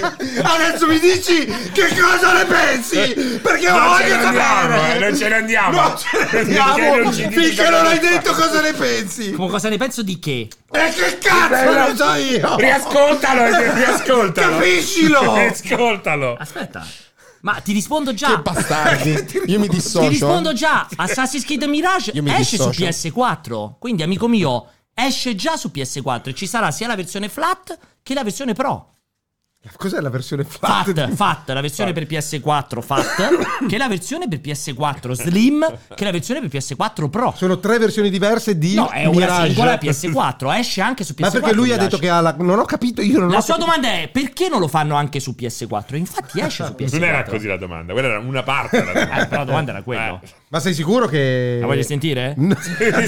Adesso mi dici che cosa ne
Eh,
pensi? Perché
Non
lo
ce
voglio
ne andiamo,
sapere.
eh, non ce ne andiamo.
Non ce ne
Finché
andiamo.
non ci dici
Finché
cosa
non hai
ne pensi.
detto cosa ne pensi.
Come cosa ne penso di che?
E che cazzo
Bella-
ne so io?
Riascoltalo, eh, riascoltalo.
Capiscilo.
Riascoltalo.
Aspetta. Ma ti rispondo già.
Bastardi, io mi dissocio.
Ti rispondo già. Assassin's Creed Mirage
Io mi
esce su
dissocio.
PS4. Quindi, amico mio, esce già su PS4. E ci sarà sia la versione flat che la versione pro.
Cos'è la versione flat?
Fat, fat, la versione per PS4 Fat, che la versione per PS4 Slim, che la versione per PS4 Pro.
Sono tre versioni diverse di
No, è una
Mirage.
singola PS4, esce anche su PS4.
Ma perché lui ha
Mirage.
detto che ha la... Non ho capito, io non ho
La sua
capito.
domanda è perché non lo fanno anche su PS4? Infatti esce su PS4.
Non era così la domanda, quella era una parte della domanda. Eh,
Eh, però la domanda era quella.
Ma sei sicuro che...
La voglio sentire?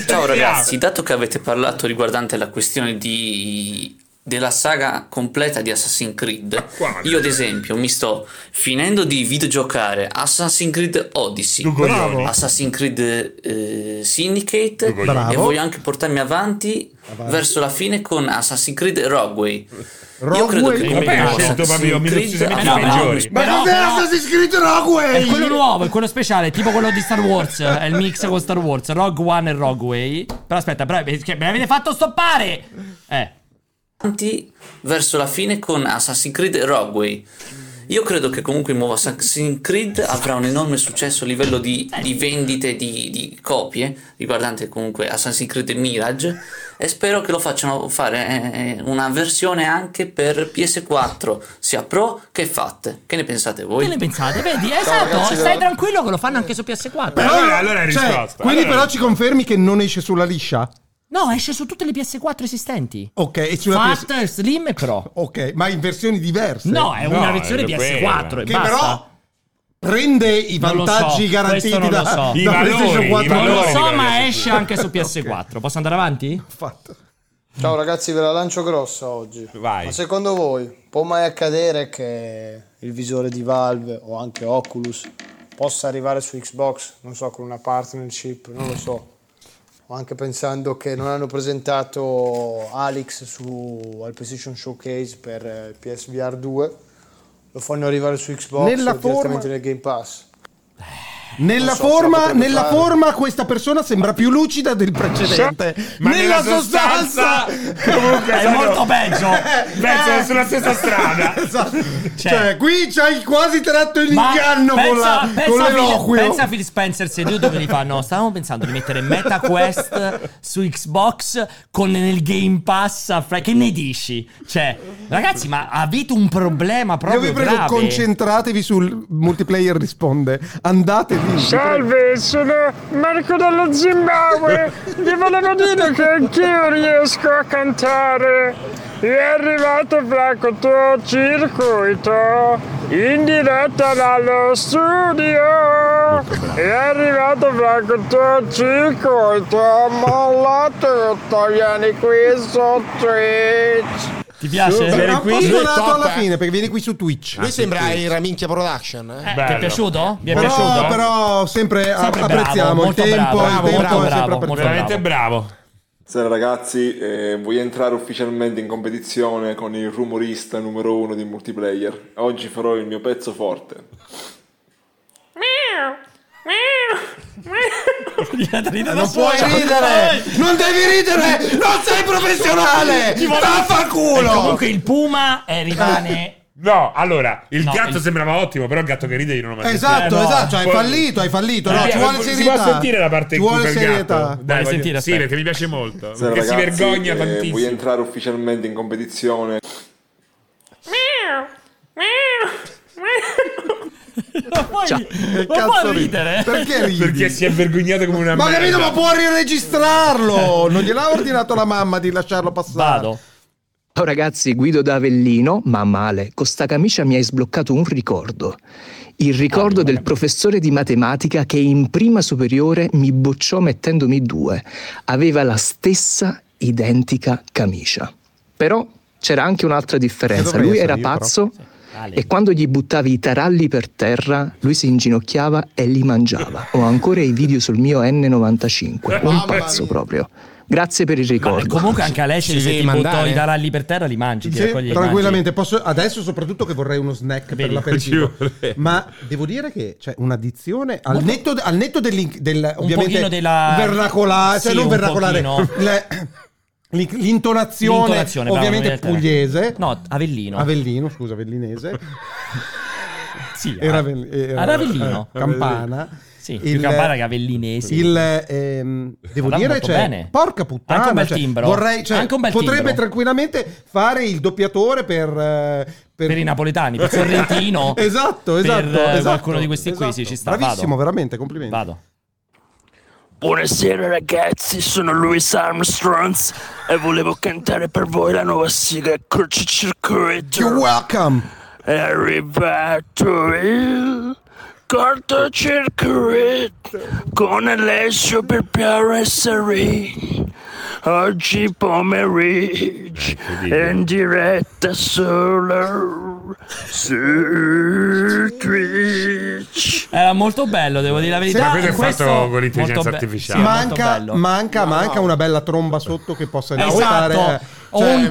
Ciao ragazzi, dato che avete parlato riguardante la questione di, della saga completa di Assassin's Creed. Io, ad esempio, mi sto finendo di videogiocare Assassin's Creed Odyssey,
Tu coglioni. Bravo.
Assassin's Creed eh, Syndicate
Tu coglioni.
e
Bravo.
voglio anche portarmi avanti
Avanti.
verso la fine con Assassin's Creed Rogue. Io credo
Rogue-
che
Eh,
comprerò
beh, ho scelto proprio
Assassin's Creed
minuziosamente
a
i
mano.
peggiori.
Ma
Ah, Però-
cos'è
però-
Assassin's Creed Rogue?
È quello nuovo, è quello speciale, è tipo quello di Star Wars. È il mix con Star Wars, Rogue One e Rogue Way. Però aspetta, però perché me l'avete fatto stoppare! Eh,
avanti verso la fine con Assassin's Creed Rogue. Io credo che comunque il nuovo Assassin's Creed avrà un enorme successo a livello di, di vendite di, di copie, riguardante comunque Assassin's Creed Mirage, e spero che lo facciano fare eh, una versione anche per PS4, sia Pro che Fat. Che ne pensate voi?
che ne pensate? Vedi, esatto,
ragazzi,
stai
eh.
tranquillo che lo fanno anche su PS4.
Beh, allora, allora è
Cioè,
risposta.
quindi
Allora-
però ci confermi che non esce sulla liscia?
No, esce su tutte le PS4 esistenti.
Ok, e sulla PS...
Fat, Slim e Pro.
Ok, ma in versioni diverse.
No, è
No,
una versione
è
PS4 e
che
basta.
però prende i
Non lo so,
vantaggi
questo
garantiti
non lo
da,
so.
da
I valori,
PlayStation
i
4.
non lo
valori.
so,
allora,
ma
sì.
esce anche su PS4. Posso andare avanti?
Fatto.
Ciao ragazzi, ve la lancio grossa oggi.
Vai.
Ma secondo voi può mai accadere che il visore di Valve o anche Oculus possa arrivare su Xbox, non so, con una partnership, non lo so. O anche pensando che non hanno presentato Alex su, al PlayStation Showcase per eh, PSVR 2, lo fanno arrivare su Xbox
Nella
o direttamente
forma-
nel Game Pass. so
Nella,
se la
forma,
potrebbe
nella
fare.
forma questa persona sembra più lucida del precedente.
Ma
nella, sostanza... Eh.
comunque
È
sono-
molto peggio.
Beh, sono sulla stessa strada.
Esatto. Cioè, qui c'hai quasi tratto in
Ma
inganno con, la, con
pensa- pensa a Phil-
l'eloquio.
pensa a Phil Spencer se due dove li fanno. Stavamo pensando di mettere Meta Quest su Xbox con nel Game Pass. a fra- Che ne dici? Cioè, ragazzi, ma avete un problema
Io
proprio
vi prego,
grave.
concentratevi sul multiplayer risponde. Andate lì.
Salve, sono Marco dallo Zimbabwe. Vi volevo dire che anch'io riesco a cantare. È arrivato Franco tuo circuito in diretta dallo studio. È arrivato Franco tuo circuito. Molla tutto, vieni qui su Twitch.
Ti piace?
Era
Super. Vieni
un
qui,
po'
lui
suonato
toppa.
alla
eh.
fine perché vieni qui su Twitch.
Lui sembra il Raminchia Production. Eh?
Ah, Eh, ti è
Bello.
piaciuto? Vi è
Però,
piaciuto?
però sempre, a-
Sempre bravo,
apprezziamo
molto
il tempo,
bravo,
il tempo è
bravo,
sempre
bravo,
apprezzato.
molto
Veramente bravo.
Sera ragazzi, eh, voglio entrare ufficialmente in competizione con il rumorista numero uno di multiplayer. Oggi farò il mio pezzo forte.
Meow, meow, meow.
non
Puoi ridere! Non devi ridere! Non sei professionale! Vaffanculo!
Comunque il Puma eh, rimane.
No, allora, il
No,
gatto
il-
sembrava ottimo, però il gatto che ride io non lo metto.
Esatto,
Eh, no.
esatto, hai
Poi-
fallito, hai fallito. No,
Eh,
ci vuole
si
serietà.
può sentire la
ci
parte in cui
vuole
fa il gatto?
serietà.
Dai,
Voglio
voglio-
sentire,
sì,
aspetta.
perché mi piace molto.
Sera
Perché si
ragazzi,
vergogna
eh, voglio
tantissimo.
entrare ufficialmente in competizione
Meow, meow, meow.
Non puoi, non puoi
Cazzo ridi.
ridere.
Perché ridi?
Perché si è vergognato come una
Ma ho
merda.
eh,
capito, ma puoi riregistrarlo! Non gliel'ha ordinato la mamma di lasciarlo passare.
Vado.
Ciao ragazzi, Guido da Avellino, ma male, con sta camicia mi hai sbloccato un ricordo. Il ricordo del professore di matematica che in prima superiore mi bocciò mettendomi due. Aveva la stessa identica camicia. Però c'era anche un'altra differenza.
dovrei
Lui
essere
era
io, però.
pazzo
Ale.
e quando gli buttavi i taralli per terra, lui si inginocchiava e li mangiava. Ho ancora i video sul mio N95, un
Mamma
pazzo
mia.
proprio. Grazie per il
Ma
ricordo.
comunque anche a lei se
Ci devi
ti buttò
mandare?
i taralli per terra li mangi, ti
Sì,
raccogli e li
tranquillamente, posso, adesso soprattutto che vorrei uno snack per
Vedi,
l'aperitivo.
ci vuole.
Ma devo dire che c'è un'addizione al
Molto-
netto, al netto dell'in- del ovviamente
pochino della-
vernacolare, cioè
Sì,
non
un
vernacolare,
pochino.
le- l'in- l'intonazione,
L'intonazione, bravo,
ovviamente
non mi viene il termine.
pugliese.
No, Avellino.
Avellino, scusa, avellinese.
mangi. Sì,
Era,
ah,
Avell- era-
ad Avellino.
eh, Campana.
Sì, più campana che avellinese.
Il, ehm, devo
Parlava
dire,
molto
cioè,
bene.
porca puttana,
Anche un bel
cioè,
timbro.
vorrei- cioè,
Anche un bel
potrebbe
timbro.
tranquillamente fare il doppiatore per, eh,
per i napoletani, per Sorrentino.
esatto,
per,
esatto,
eh,
esatto.
qualcuno di questi qui,
Esatto.
sì, ci sta.
Bravissimo,
Vado.
veramente, complimenti.
Vado.
Buonasera ragazzi, sono Louis Armstrong e volevo cantare per voi la nuova sigla
You're
Cortocircuito.
welcome.
È arrivato il cortocircuito con Alessio per piacere. oggi pomeriggio in diretta solo su Twitch.
Era molto bello, devo dire la verità.
Ma questo è
E questo-
fatto con l'intelligenza
molto be-
artificiale.
sì, è molto
manca,
bello.
manca, manca una bella tromba sotto che possa
Esatto.
riportare.
o un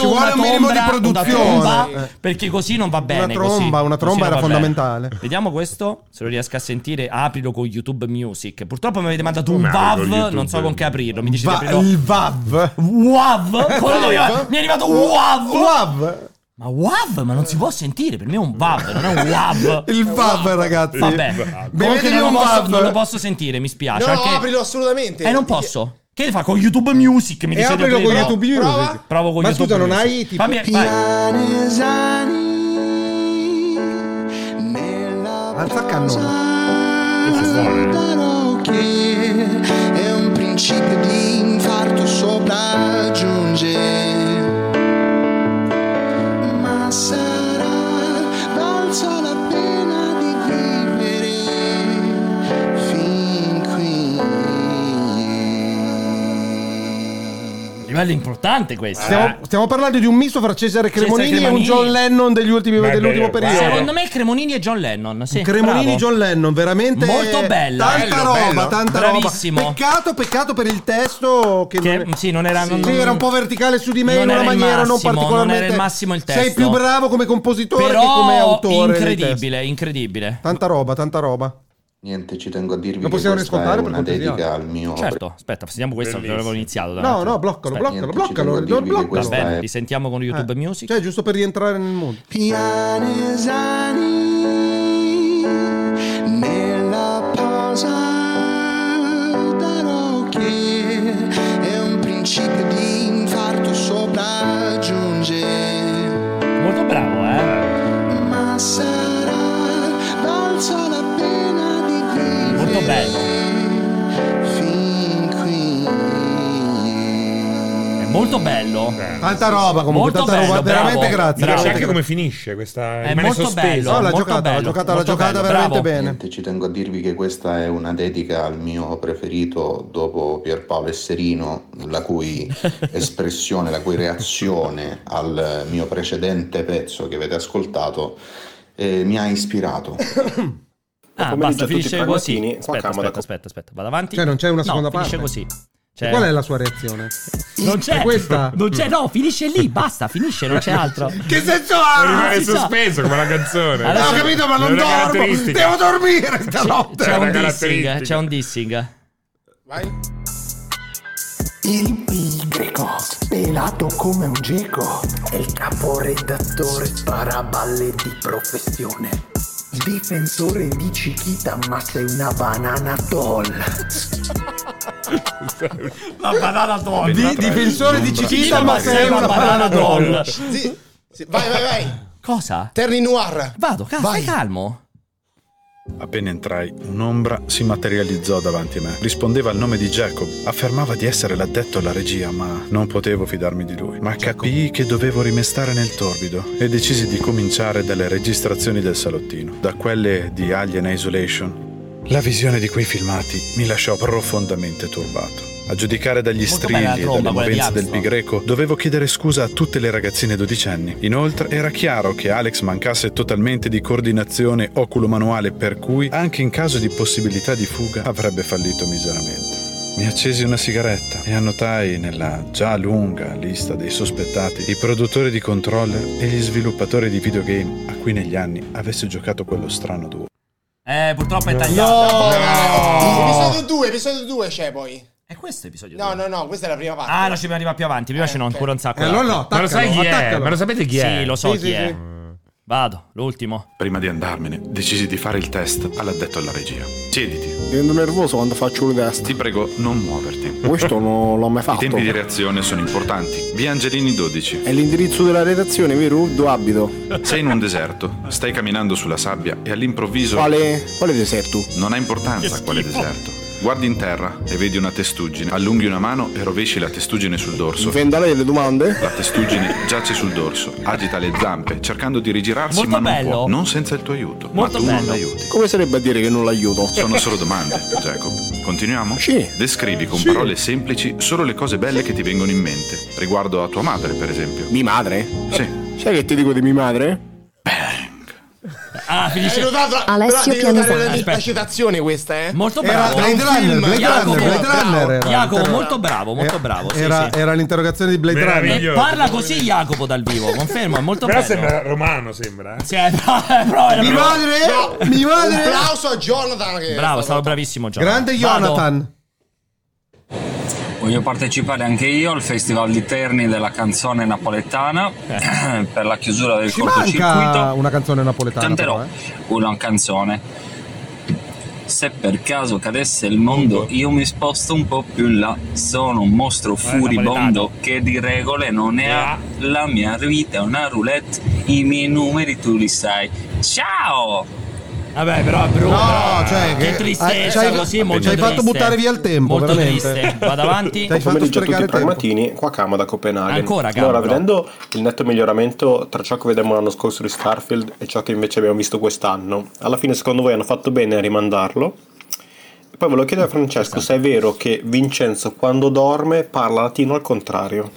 Cioè, ci vuole
una
un minimo di
tombra, una
produzione.
tomba, perché così non va bene.
Una tromba,
così.
una tromba
Così non
era
va bene.
fondamentale.
Vediamo questo. Se lo riesco a sentire, aprilo con YouTube Music. Purtroppo mi avete mandato un
Come apri con
VAV,
YouTube?
non so con che aprirlo. Mi dice
Va-
di aprirlo.
il VAV.
WAV? Quello dove- Mi è arrivato un WAV.
WAV.
Ma WAV, ma non si può sentire. Per me è un VAV, non è un WAV.
Il VAV, ragazzi.
Vabbè. Comunque
Bevetevi
non, lo
un
posso,
VAV.
non lo posso sentire, mi spiace.
No,
anche-
aprilo assolutamente.
Ah, cioè Eh, non posso. Che fa con YouTube Music? Mi
E
dice di
aprilo
aprire.
con
No.
YouTube Music.
Prova. Provo con
Ma
YouTube
scusa, non
Music.
hai tipo
Fammi- vai.
Alza il cannone.
che è un principio di infarto sopraggiunge ma sarà valsa la pena di vivere fin qui
Livello importante questo. eh.
Stiamo, stiamo parlando di un misto fra Cesare
Cesare
Cremonini,
Cremonini.
e un John Lennon degli ultimi-
Beh,
dell'ultimo
beh,
periodo.
Secondo me Cremonini e John Lennon. Sì,
Cremonini
bravo.
John Lennon, veramente
Molto bella.
Tanta
Bello,
roba,
bello.
tanta
Bravissimo.
roba. Peccato, peccato per il testo che,
Che,
non è-
sì, non era-
Sì,
non-
era un po' verticale su di me
non
in una
era il
maniera non
massimo, non era
particolarmente.
il massimo il
Sei
testo.
più bravo come compositore che
Però
come autore. dei testi.
incredibile, incredibile.
Tanta roba, tanta roba.
Niente, ci tengo a dirvi
Lo
che
possiamo
questa è
riscoltare per
una
cortesia?
dedica al mio...
Certo, aspetta, sentiamo questo che avevo iniziato.
No,
l'altro.
no, bloccalo,
Aspetta.
bloccalo, bloccalo,
Niente, ci tengo a
non
dirvi che
bloccalo.
questa
Va bene,
è-
risentiamo con YouTube
Eh,
Music.
Cioè, giusto per rientrare nel mondo.
Pianesani nella pausa darò che è un principio di infarto sopraggiunge
Molto bravo, eh.
ma sarà valsa la pena di vivere
Molto bello.
fin qui
È molto bello.
Tanta roba Ah, comunque,
Molto
tanta roba,
bello,
veramente
bravo,
grazie.
bravo.
Sai
veramente
anche
grazie.
come finisce questa...
È
rimane
molto
sospeso.
bello,
No, l'ha
molto
giocata, l'ha
bello,
giocata, l'ha
molto
giocata
bello,
veramente
bravo.
bene.
Niente, ci tengo a dirvi che questa è una dedica al mio preferito dopo Pierpaolo Esserino, la cui espressione, la cui reazione al mio precedente pezzo che avete ascoltato eh, mi ha ispirato.
Ah,
pomeriggio
basta,
a tutti i
finisce così.
pragmatini, qua
Aspetta,
camera.
aspetta, aspetta, aspetta, vado avanti.
Cioè, non c'è una
No,
seconda parte.
Finisce così.
E
Cioè-
Qual è la sua reazione?
Eh, Non c'è,
È questa? Mm.
non c'è, no, finisce lì, basta, finisce, non c'è altro.
Che senso
Non rimane
si sa.
sospeso come la canzone.
Adesso- Ho capito, ma non
È una
dormo.
caratteristica.
Devo
dormire
C'è,
È una
un dissing,
caratteristica.
c'è un dissing.
Il pigreco, pelato come un geco, è il caporedattore sparaballe di professione. Difensore di Chiquita, ma sei una banana doll.
La banana doll.
Di- difensore di Cicita, ma sei una banana doll.
Sì, sì, vai, vai, vai.
Cosa?
Terry Noir.
Vado, cazzo, stai calmo.
Appena entrai, un'ombra si materializzò davanti a me. Rispondeva al nome di Jacob. Affermava di essere l'addetto alla regia, ma non potevo fidarmi di lui. Ma capii che dovevo rimestare nel torbido e decisi di cominciare dalle registrazioni del salottino, da quelle di Alien Isolation. La visione di quei filmati mi lasciò profondamente turbato. A giudicare dagli
Molto
strilli
bella la
e
tromba,
dalle
quella di
movenze del
Armstrong.
pigreco, dovevo chiedere scusa a tutte le ragazzine dodicenni. Inoltre, era chiaro che Alex mancasse totalmente di coordinazione oculomanuale, per cui, anche in caso di possibilità di fuga, avrebbe fallito miseramente. Mi accesi una sigaretta e annotai nella già lunga lista dei sospettati i produttori di controller e gli sviluppatori di videogame a cui negli anni avesse giocato quello strano duo.
Eh, purtroppo è
No.
tagliato.
Episodio 2, episodio 2 c'è poi.
È questo episodio
No, no, no, questa è la prima parte.
Ah, no, ci arriva più avanti. Prima ce n'ho ancora un sacco.
Eh, allora no,
Ma lo sai
attaccalo,
chi è?
attaccalo.
Ma lo sapete chi è? Sì, lo so
Sì,
chi
sì,
è.
sì.
Vado, l'ultimo.
Prima di andarmene, decisi di fare il test all'addetto alla regia. Siediti.
Divento nervoso quando faccio le test.
Ti prego, non muoverti.
Questo non l'ho mai
I
fatto.
tempi di reazione sono importanti. Via Angelini 12.
È l'indirizzo della redazione, vero? Dove abito?
Sei in un deserto, stai camminando sulla sabbia e all'improvviso.
Quale, quale deserto?
Non ha
Che
importanza
schifo.
quale deserto. Guardi in terra e vedi una testuggine. Allunghi una mano e rovesci la testuggine sul dorso.
Difenda lei le domande?
La testuggine giace sul dorso, agita le zampe, cercando di rigirarsi,
Molto
ma non
bello.
può. Non senza il tuo aiuto. ma tu non l'aiuti.
Come sarebbe a dire che non l'aiuto?
Sono solo domande, Jacob. Continuiamo?
Sì.
Descrivi con
Sì.
parole semplici solo le cose belle che ti vengono in mente, riguardo a tua madre, per esempio. Mi madre? Sì.
Sai che ti dico di mia madre?
Ah, finisce.
Hai notato la-
Alessio
devi notare
Pianesani.
la- la,
Aspetta.
citazione questa, eh?
Molto
Era
bravo.
da un film. Jacopo, bravo.
era
Jacopo,
l'interro-
molto bravo, molto
Era-
bravo. sì,
era,
sì.
era l'interrogazione di Blade
E
Runner.
parla così Jacopo dal vivo, confermo, è molto
Però
bello.
sembra romano, sembra. eh.
Sì, eh, però- però era
Mi
bravo.
madre?
No,
Mi madre?
Un applauso a Jonathan. Che
Bravo, stavo bravissimo Jonathan.
Grande
Vado.
Jonathan.
Voglio partecipare anche io al Festival di Terni della canzone napoletana
Eh.
per la chiusura del
Ci manca
cortocircuito.
una canzone napoletana.
Canterò
però, eh.
una canzone. Se per caso cadesse il mondo, io mi sposto un po' più in là. Sono un mostro furibondo che di regole non
Eh.
ne ha. La mia vita è una roulette, i miei numeri tu li sai. Ciao!
Vabbè, però è brutto.
No, cioè,
che
eh,
tristezza
hai-
così, è molto
ci hai fatto
triste.
buttare via il tempo,
Molto
veramente.
triste. Vado avanti.
Ti hai
Buon pomeriggio
fatto
a tutti
sprecare
i
tempo.
pragmatini, qua Cama da Copenaghen.
Ancora Cama,
allora,
però.
vedendo il netto miglioramento tra ciò che vedemmo l'anno scorso di Starfield e ciò che invece abbiamo visto quest'anno, alla fine secondo voi hanno fatto bene a rimandarlo? E poi volevo chiedere a
Esatto.
Francesco se è vero che Vincenzo quando dorme parla latino al contrario.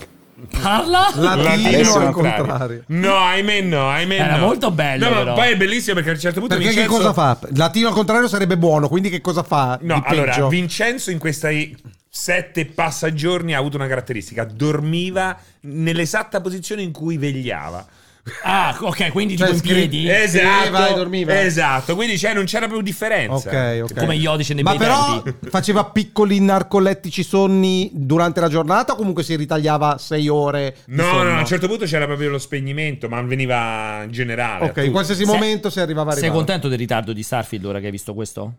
Parla?
Latino
al
contrario.
No, ahimè no, ahimè
Era
no.
molto bello,
No, ma
però.
poi è bellissimo perché a un certo punto
Perché
Vincenzo...
che cosa fa? Latino al contrario sarebbe buono, quindi che cosa fa?
No,
di
allora,
peggio?
Vincenzo in questi sette passaggiorni ha avuto una caratteristica, dormiva nell'esatta posizione in cui vegliava.
Ah, ok, quindi
Cioè,
tipo in
scri-
piedi?
Esatto,
Scriveva e dormiva.
Esatto, quindi cioè, non c'era più differenza.
Ok, ok.
Come Iodice nei
Ma
bei
però
tempi.
faceva piccoli narcolettici sonni durante la giornata o comunque si ritagliava sei ore? di
No, no,
sonno?
no, a un certo punto c'era proprio lo spegnimento, ma veniva in generale.
Ok, in qualsiasi
Se-
momento si arrivava a
Sei
arrivare.
contento del ritardo di Starfield ora che hai visto questo?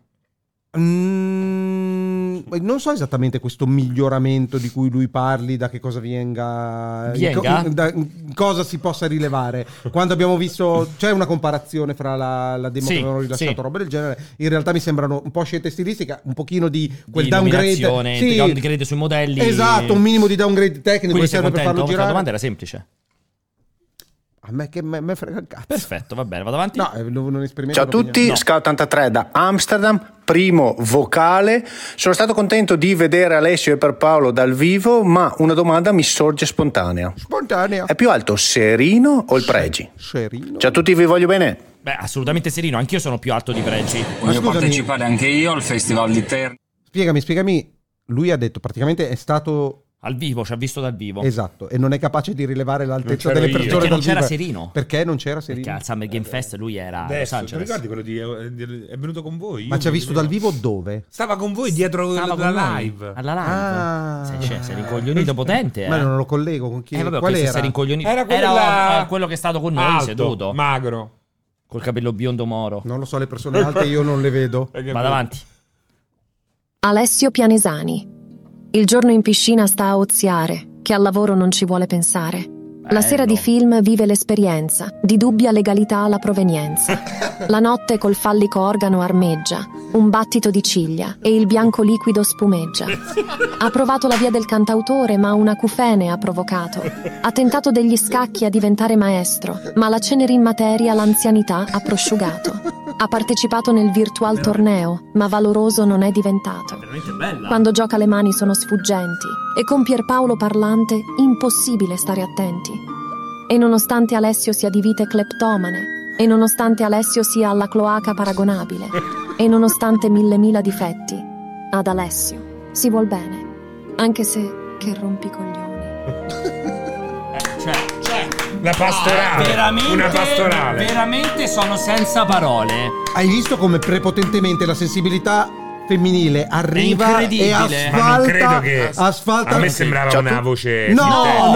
Mm, non so esattamente questo miglioramento di cui lui parli, da che cosa venga,
Venga?
in co- da- in cosa si possa rilevare. Quando abbiamo visto, c'è una comparazione fra la, la demo
Sì,
che avevano rilasciato,
sì.
roba del genere. In realtà mi sembrano un po' scelte stilistiche, un pochino di quel
Di
downgrade.
illuminazione,
Sì,
di downgrade sui modelli.
Esatto, un minimo di downgrade tecnico
Quindi
che
sei
serve per
contento?
farlo
Perché La
girare.
domanda era semplice.
A me che me, me frega il cazzo.
Perfetto, va bene, vado avanti.
No, eh, non non esperimento
Ciao a tutti,
l'opinione.
Ska83 da Amsterdam, primo vocale. Sono stato contento di vedere Alessio e Pierpaolo dal vivo, ma una domanda mi sorge spontanea.
Spontanea.
È più alto Serino o il Pregi?
Serino.
Ciao a tutti, vi voglio bene.
Beh, assolutamente serino, anch'io sono più alto di Pregi.
Voglio partecipare anche io al Festival di Terni.
Spiegami, spiegami. Lui ha detto praticamente è stato
Al vivo, Boh, ci ha visto dal vivo.
Esatto, e non è capace di rilevare l'altezza
Non c'ero
delle
io.
persone.
Perché
dal
non c'era
vivo. eh.
Serino?
Perché non c'era
Perché
Serino? Eh,
al Summer Game Fest lui era a Los
Adesso, ti
Angeles.
ricordi quello di... è venuto con voi?
Ma ci ha visto dal vivo dove?
Stava con voi dietro
Stava
la
con noi,
live.
Alla live.
Ah.
Sei, cioè, sei rincoglionito potente, eh.
Ma non lo collego con chi?
Eh, vabbè, ho
Qual
chiesto
era?
se sei rincoglionito.
Era quella-
Era, eh, quello che è stato con noi,
Alto,
seduto.
magro.
Col capello biondo moro.
Non lo so, le persone alte io non le vedo.
Vado avanti.
Alessio Pianesani. Il giorno in piscina sta a oziare, che al lavoro non ci vuole pensare. La sera di film vive l'esperienza, di dubbia legalità alla provenienza. La notte col fallico organo armeggia, un battito di ciglia e il bianco liquido spumeggia. Ha provato la via del cantautore, ma una cufene ha provocato. Ha tentato degli scacchi a diventare maestro, ma la cenere in materia l'anzianità ha prosciugato. Ha partecipato nel virtual torneo, ma valoroso non è diventato.
Veramente bella.
Quando gioca le mani sono sfuggenti e con Pierpaolo parlante impossibile stare attenti. E nonostante Alessio sia di vite cleptomane, e nonostante Alessio sia alla cloaca paragonabile, e nonostante mille mila difetti, ad Alessio si vuol bene, anche se che rompicoglioni.
Cioè, cioè,
La pastorale.
Ah, veramente,
una pastorale.
Veramente sono senza parole.
Hai visto come prepotentemente la sensibilità femminile arriva
È incredibile.
e
Ma non
asfalta,
credo che.
asfalta
A me sembrava
Ciao,
una
Cioè, tu-
voce.
No,
sintetica.
no,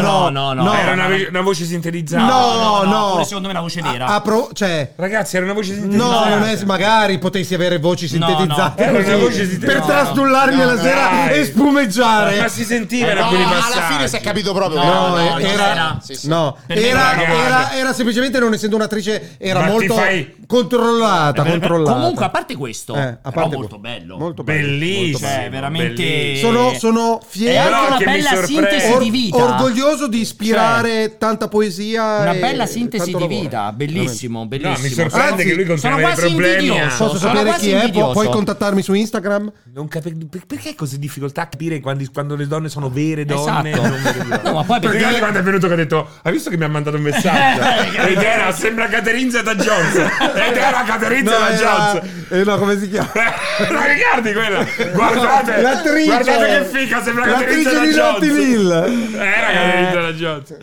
no, no, no.
Era una, ve- una voce sintetizzata.
No, no, no.
Pure secondo me è una voce vera.
Ha pro- Ah, cioè,
Ragazzi, era una voce
no,
sintetizzata.
non è magari potessi avere voci
No, no.
sintetizzate
Era una
così,
voce sintetizzata.
per
No,
trasdullarmi
no,
la
no,
sera
dai.
e spumeggiare. Eh,
Ma si sentiva era
Eh,
No,
quei
alla fine si è
passaggi.
capito proprio.
No, eh, era,
Sì, sì.
no,
Per me
era-
era una
era-
cagata.
era semplicemente non essendo un'attrice, era
Ma ti
molto
fai-
controllata. controllata.
Eh, Comunque, a parte questo,
Eh, a
però
parte
molto molto bello.
Molto bello.
bellissimo.
Molto
Cioè,
bello.
veramente.
Bellissimo. Sono- sono fiero-
È
Eh,
anche
Però
una
che mi
bella
sorprende.
sintesi
Or-
di vita. Cioè,
orgoglioso di ispirare tanta poesia.
Una
e-
bella sintesi
tanto
di
lavoro.
vita, bellissimo,
Veramente.
bellissimo. No, mi sorprende Anzi, che lui continua sono a avere quasi problemi
eh.
a- invidioso,
Posso
sono
sapere
quasi
chi è? Pu-
invidioso.
Puoi contattarmi su Instagram?
Non capi- per- perché è così difficoltà a capire quando, quando le donne sono vere donne?
Esatto.
e non vere donne?
No, ma poi
perché
perché- Eh,
Ale quando è venuto che ha detto hai visto che mi ha mandato un messaggio? Ed era sembra Caterin Zeta Jones. Ed era Caterin Zeta Ah, Jones.
Eh no, come si chiama?
La ricordi quella? Guardate,
L'attrice.
guardate che figa, sembra Caterin
L'attrice
Zeta
di
Jones.
Notting Hill.
Era Caterin Zeta Jones.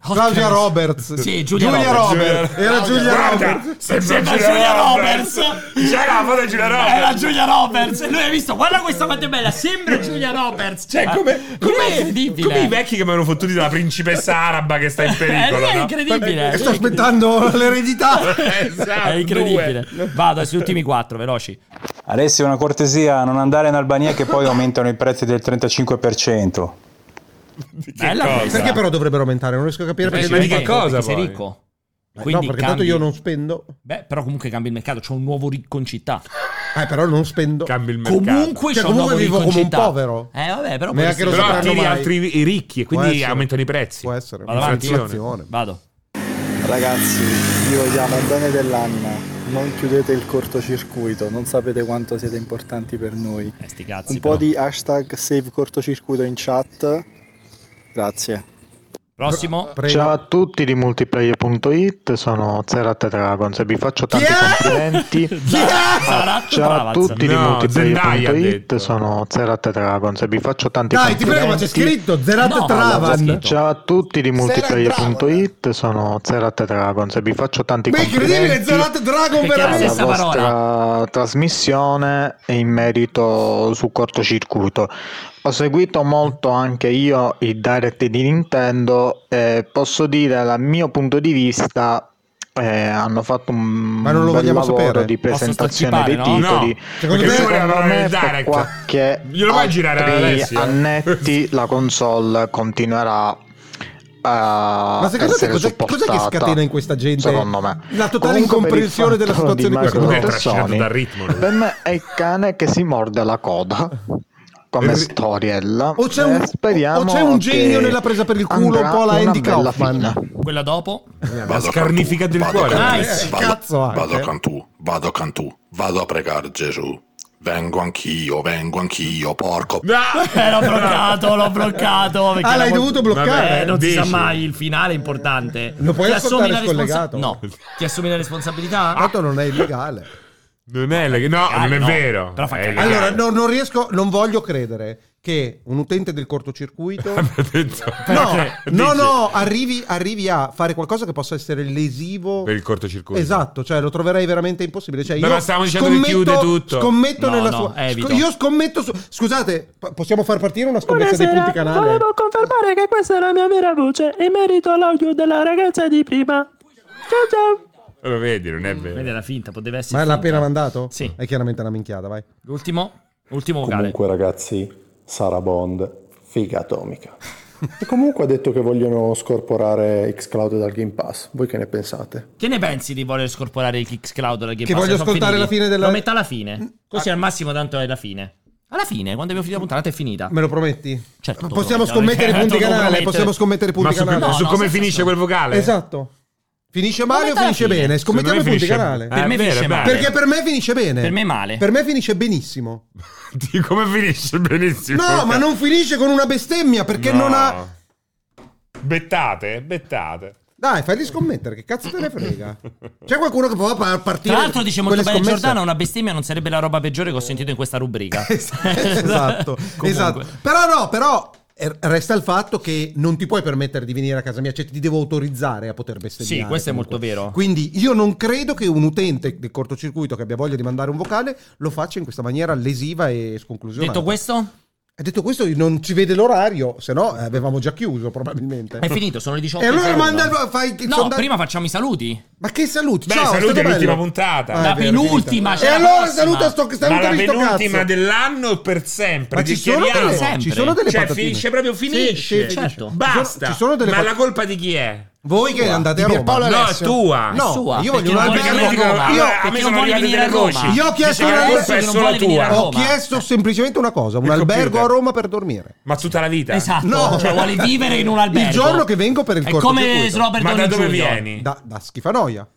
Claudia Roberts.
Sì, Giulia Roberts.
Roberts. Era Giulia
Guarda,
Roberts.
sembra
Sembra
Giulia
Giulia
Roberts.
Cioè,
Roberts.
C'era la foto di Giulia Roberts.
Era Giulia Roberts. E lui ha visto, guarda questa quanto è bella, sembra Giulia Roberts. Ah,
Cioè, come,
Lui è
come,
incredibile.
come i vecchi che mi hanno fottuti dalla principessa araba che
Eh,
sta in pericolo.
Lui è
no?
incredibile.
Sto aspettando l'eredità.
Cioè, eh, È incredibile. Vado sugli ultimi quattro, veloci.
Alessio, una cortesia, non andare in Albania che poi aumentano i prezzi del 35%.
Bella cosa.
Perché però dovrebbero aumentare? Non riesco a capire
Perché
perché.
sei ricco, perché sei ricco.
Eh,
Quindi
no, perché tanto
cambi-
io non spendo.
Beh, però comunque cambia il mercato, c'è un nuovo ricco in città.
Eh, però non spendo.
Cambi il
Comunque
Cioè,
c'è un
comunque
nuovo
vivo
ricco in
come un
città.
povero.
Eh, vabbè, però
Neanche lo
Però
sapranno
attiri
mai.
altri i ricchi e
Può
quindi
essere.
aumentano i prezzi. Può
essere.
Vado avanti.
Inflazione.
Vado.
Ragazzi, vi vogliamo il bene dell'anima. Non chiudete il cortocircuito, non sapete quanto siete importanti per noi.
Eh,
Un po' di hashtag save cortocircuito in chat. Grazie.
Prossimo.
Ciao a tutti di multiplayer.it, sono Zerat Dragons e vi faccio tanti complimenti. Ah, Ciao a tutti di
No, Zendaya ha
multiplayer.it,
detto.
sono Zerat Dragons e vi faccio tanti
Dai, ti
complimenti.
prego, ma c'è scritto Zerat
No,
Travan.
ma- Ciao a tutti di multiplayer.it, sono Zerat Dragons e vi faccio tanti
Ma è
complimenti.
incredibile, Zerat Dragon
per la
veramente.
vostra trasmissione e in merito su cortocircuito. Ho seguito molto anche io il direct di Nintendo e posso dire dal mio punto di vista eh, hanno fatto un Ma
non lo vogliamo
Mm, lavoro
sapere.
di
Posso
presentazione dei
anticipare, no?
titoli.
No. Secondo
perché
te-
secondo
Volevano
me
il
per
direct.
qualche
Glielo puoi girare ad
altri
Alessio?
annetti la console continuerà eh, a
Ma secondo te
essere
cos'è, cos'è che
supportata,
scatena in questa gente?
secondo me
La totale
Comunque, per il
incomprensione della
fatto
situazione
di
in cui
Microsoft
si trova.
Sony, per me è il cane che si morde la coda come storiella
O c'è un-
e speriamo
o c'è un
che
genio nella presa per il culo, un po' alla
andrà una
Andy
bella
Kaufman.
fine.
Quella dopo?
La scarnifica del
vado
cuore.
con te,
Nice.
vado,
Cazzo anche.
vado con tu, vado con tu, vado a pregare Gesù. Vengo anch'io, vengo anch'io, porco.
Eh, l'ho bloccato, l'ho bloccato. perché
Ah, l'hai
era
dovuto bloccare?
Vabbè, non si sa
Dici.
mai, il finale è importante.
Lo puoi
Ti
ascoltare
assumi la
scollegato?
responsa- No. Ti assumi la responsabilità?
Tanto non è illegale.
Non è, leg- Ah, no,
Ah,
Cagare,
Eh, non è
no.
vero. Eh,
Però fa
È
cagare.
legale.
Allora, no, non riesco, non voglio credere che un utente del cortocircuito. no, no, no, arrivi, arrivi a fare qualcosa che possa essere lesivo.
Per il cortocircuito.
Esatto, cioè lo troverei veramente impossibile. Cioè,
Però
io
stiamo dicendo che chiude tutto.
Scommetto
No,
nella
no,
sua.
evito.
sc- io scommetto su. Scusate, p- possiamo far partire una scommessa dei punti canale?
volevo confermare che questa è la mia vera voce in merito all'audio della ragazza di prima. Ciao ciao!
Lo vedi, non è vero.
Vedi, era finta, poteva essere.
Ma l'ha
Eh finta.
appena mandato? Sì. È chiaramente una minchiata, vai.
L'ultimo? Ultimo vocale.
Comunque, ragazzi, Sara Bond, figa atomica. E comunque ha detto che vogliono scorporare Xcloud dal Game Pass. Voi che ne pensate?
Che ne pensi di voler scorporare il Kicks Cloud dalla Game
Che
Pass?
voglio
Sono
ascoltare
finiti.
la fine della-
Lo metto alla
Mm,
fine.
ah.
Così al massimo tanto è la fine. Alla fine, quando abbiamo finito la puntata è finita.
Me lo prometti?
Certo. te lo
Possiamo
prometto,
scommettere i
perché-
punti
te lo
canale?
prometto.
Possiamo scommettere i punti canale? Esatto. Finisce male o
metà alla
finisce
fine.
bene? Scommettiamo i
Secondo me
punti
finisce-
canale.
Eh, Per me vero, finisce è male.
Perché per me finisce bene.
Per me male.
Per me finisce benissimo.
Di come finisce benissimo.
No, ma non finisce con una bestemmia perché
No.
non ha.
Bettate, bettate.
Dai, fagli scommettere, che cazzo te ne frega? C'è qualcuno che può par- partire.
Tra l'altro dice molto
quelle
bene
scommesse?
Giordano, una bestemmia non sarebbe la roba peggiore che ho sentito in questa rubrica.
esatto,
Comunque.
esatto. Però no, però eh, resta il fatto che non ti puoi permettere di venire a casa mia, cioè ti devo autorizzare a poter bestemmiare.
Sì, questo è molto vero.
Quindi io non credo che un utente del cortocircuito che abbia voglia di mandare un vocale lo faccia in questa maniera lesiva e sconclusionata.
Detto questo?
E detto questo, non ci vede l'orario, se no eh, avevamo già chiuso probabilmente.
È finito, sono le 18.
E allora manda il- fai il
No,
sondaggio.
prima facciamo i saluti.
Ma che saluti?
Beh,
Ciao, è
saluti
stato
l'ultima
bello.
puntata.
Ah, è vero, finita. E allora saluta sto saluta
Ma la
sto cazzo.
penultima dell'anno e per sempre.
Ma ci
ti
sono delle-
chiediamo.
sempre. ci sono delle
cioè,
patatine.
finisce proprio
Sì,
finisce.
sì, certo. Ci
Basta.
sono- ci sono delle
Ma
pat-
la colpa di chi è?
Voi che
Tua.
andate a
Di
Roma.
Pierpaolo Alessio. No, è tua.
No,
È sua.
io
Perché
voglio un
non
albergo.
vuole venire a Roma.
Io,
Ah, a me sono arrivate delle voci.
Io ho chiesto
Dice che la
un
colpa è
albergo-
solo tua.
Ho chiesto semplicemente una cosa, un
Il computer.
albergo a Roma per dormire.
Ma tutta la vita?
Esatto, No. cioè vuole vivere in un albergo. Il giorno che vengo per il È come cortocircuito. Robert
Ma da
Downey
dove
Jr.
vieni?
Da, da schifanoia.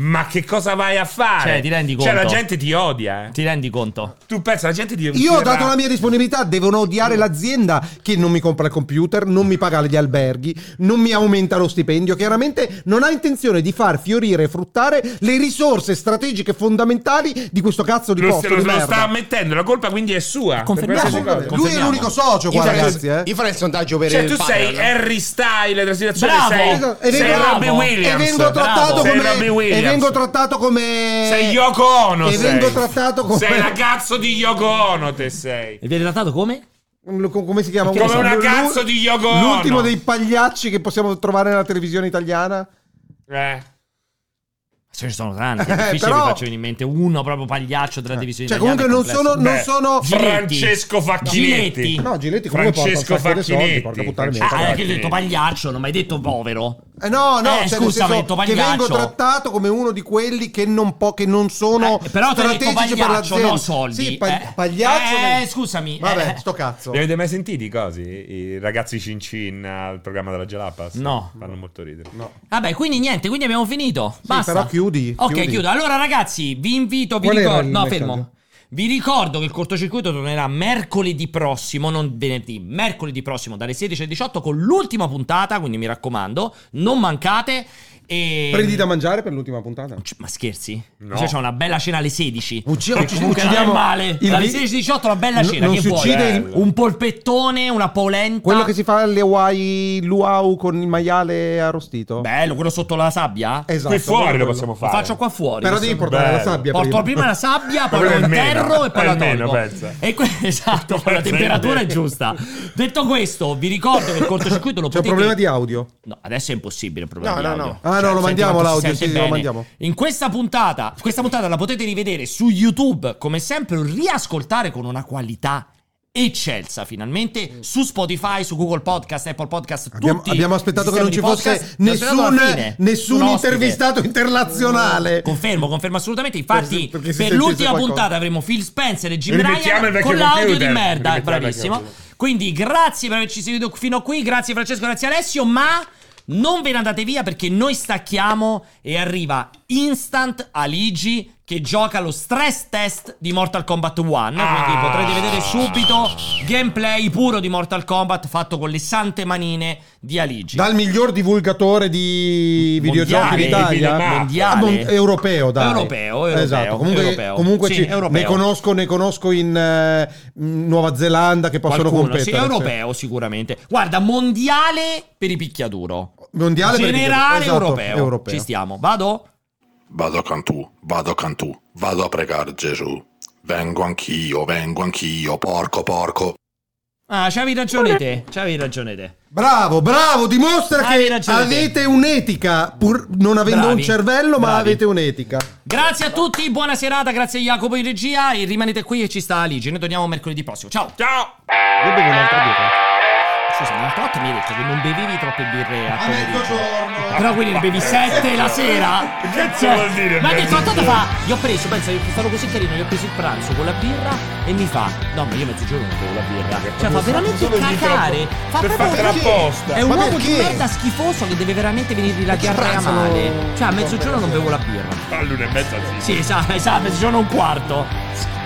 Ma che cosa vai a fare?
Cioè, ti rendi
Cioè,
conto?
la gente ti odia, eh. Ti
rendi conto?
Tu pensa, la gente ti odia.
Io ho dato la mia disponibilità, devono odiare l'azienda che non mi compra il computer, non mi paga gli alberghi, non mi aumenta lo stipendio, chiaramente non ha intenzione di far fiorire e fruttare le risorse strategiche fondamentali di questo cazzo di
Lo,
posto
lo-
di
lo
merda.
sta ammettendo, la colpa quindi è sua.
Confermiamo.
Per qualsiasi cosa.
Lui è l'unico socio qua,
Io farei-
ragazzi, eh.
Io farei il sondaggio per
Cioè,
il
tu sei
panel.
Harry Style della situazione,
Bravo!
cioè, sei,
E
sei
vengo-
Robbie
bravo.
Williams.
E vengo trattato
Sei
come.
Robbie Williams.
E vengo trattato come.
Sei Yoko Ono,
E
sei.
vengo trattato come. Diciamo
Sei la cazzo di Yoko Ono, te sei.
E viene trattato come?
Lo- co- Come si chiama?
Come una
L'u-
cazzo di Yoko Ono.
L'ultimo dei pagliacci che possiamo trovare nella televisione italiana.
Eh.
Ce ne sono tanti. È
Eh,
difficile
però-
che faccio venire in mente uno proprio pagliaccio della divisione
Cioè,
italiana,
comunque non
è complesso.
sono, non sono
Francesco Facchinetti.
Giletti.
No, Giletti comunque
Francesco
porta un sacco di soldi,
Facchinetti.
porca puttana mia.
Ah, allora che ho
Facchinetti.
detto pagliaccio, non mi hai detto povero.
Eh, no, no,
Eh,
cioè,
scusa,
nel
ho
senso
detto
che vengo
pagliaccio.
trattato come uno di quelli che non, po- che non sono
Eh, Però te l'ho detto
strategici per
pagliaccio,
l'azienda.
no soldi.
Sì, pa-
eh.
pagliaccio.
Eh, scusami.
Vabbè,
eh.
sto cazzo.
Li avete mai sentiti i cosi? I ragazzi Cin Cin al programma della Jalapas? No. Fanno molto ridere. No.
Vabbè, quindi niente, quindi abbiamo finito. Basta.
però chiudi,
Ok,
chiudi.
chiudo. Allora, ragazzi, vi invito, vi
Qual era
ricordo.
il
No,
messaggio?
fermo. Vi ricordo che il cortocircuito tornerà mercoledì prossimo, non venerdì, mercoledì prossimo dalle 16 alle 18 con l'ultima puntata, quindi mi raccomando, non mancate. E...
Prendi da mangiare per l'ultima puntata.
Ma scherzi? Cioè, c'è una bella cena alle 16.
Ucci-
Che
ucci-
comunque non è
uccidiamo
male.
il
Dalle
vi-
16 alle 18 una bella
Non-
cena.
non
che
si
vuoi? Eh,
uccide il-
Un polpettone, una polenta.
Quello che si fa alle Hawaii luau con il maiale arrostito.
Bello, quello sotto la sabbia?
Esatto, Qui fuori quello. lo possiamo fare.
Lo faccio qua fuori.
Però devi portare Bello. la sabbia
Porto prima,
prima.
la sabbia, poi
Quello
Esatto, lo
è meno,
interro e poi
è
la
meno,
tolgo.
pensa.
E que- esatto, poi la temperatura è giusta. Detto questo, vi ricordo che il cortocircuito lo
C'è un
potete
problema di audio.
No, adesso è impossibile il problema
No,
di
no,
audio. Cioè,
no. Ah, no, lo
senti
mandiamo
quanto si
l'audio,
sente
sì, sì, lo
bene.
mandiamo.
In questa puntata, questa puntata la potete rivedere su YouTube, come sempre, o riascoltare con una qualità eccelsa finalmente su Spotify, su Google Podcast, Apple Podcast,
Mm. Abbiamo,
tutti
abbiamo aspettato
i
che non ci
sistemi di
fosse
podcast. L'ho aspettato
nessun,
alla fine.
nessun
Un ospite.
internazionale. internazionale.
Confermo, confermo assolutamente. Infatti,
Per-
per,
perché si sentisse
l'ultima
qualcosa.
puntata avremo Phil Spencer e Jim
Rimettiamo il
Ryan
vecchio
con l'audio
computer.
di merda.
Rimettiamo il
Bravissimo.
vecchio
Quindi, grazie per averci seguito fino a qui. Grazie, Francesco, grazie, Alessio. Ma non ve ne andate via perché noi stacchiamo e arriva instant Aligi che gioca lo stress test di Mortal Kombat 1.
Ah.
Quindi potrete vedere subito gameplay puro di Mortal Kombat fatto con le sante manine di Aligi.
Cioè, Dal miglior divulgatore di
Mondiale,
videogiochi d'Italia,
videomappa. Mondiale.
Ah, mon- europeo, dai.
Europeo, europeo,
Esatto. Comunque,
europeo.
comunque
Sì,
ci-
europeo.
Ne, conosco, ne conosco in eh, in Nuova Zelanda che possono
Qualcuno,
competere.
Sì, europeo sicuramente. Guarda, mondiale per i picchiaduro.
Mondiale per i
Generale
picchiaduro, esatto,
europeo.
europeo.
Ci stiamo. Vado?
Vado con tu, vado con tu, vado a pregar Gesù. Vengo anch'io, vengo anch'io, porco porco.
Ah, c'avevi ragione te. C'avevi ragione te.
Bravo, bravo, dimostra
Ah, Hai
che
ragione te.
avete un'etica, pur non avendo
Bravi,
un cervello, ma avete un'etica.
Grazie a tutti, buona serata, grazie a Jacopo in regia e rimanete qui e ci sta Aligi. Noi torniamo mercoledì prossimo. Ciao.
Ciao.
Io bevo un'altra birra. Scusa, ma l'altra volta mi hai detto che non bevevi troppe birre a pomeriggio. Però quindi ne bevi sette la sera. Cioè,
Che cazzo vuol dire
Ma che
mezzogiorno?
tantata fa? Gli ho preso, pensa, io stato così carino, gli ho preso il pranzo con la birra e mi fa. No, ma io mezzogiorno non bevo la birra. Cioè, fa veramente
Solo di
cagare.
troppo.
Fa
Per
proprio
fatela
perché
apposta.
È un
Ma
uomo di
perché?
merda schifoso che deve veramente venirgli la diarrea
pranzo
male.
non-
Cioè, a mezzogiorno non bevo la birra.
All'una e mezza
Sì, esatto, esatto, mezzogiorno e un quarto.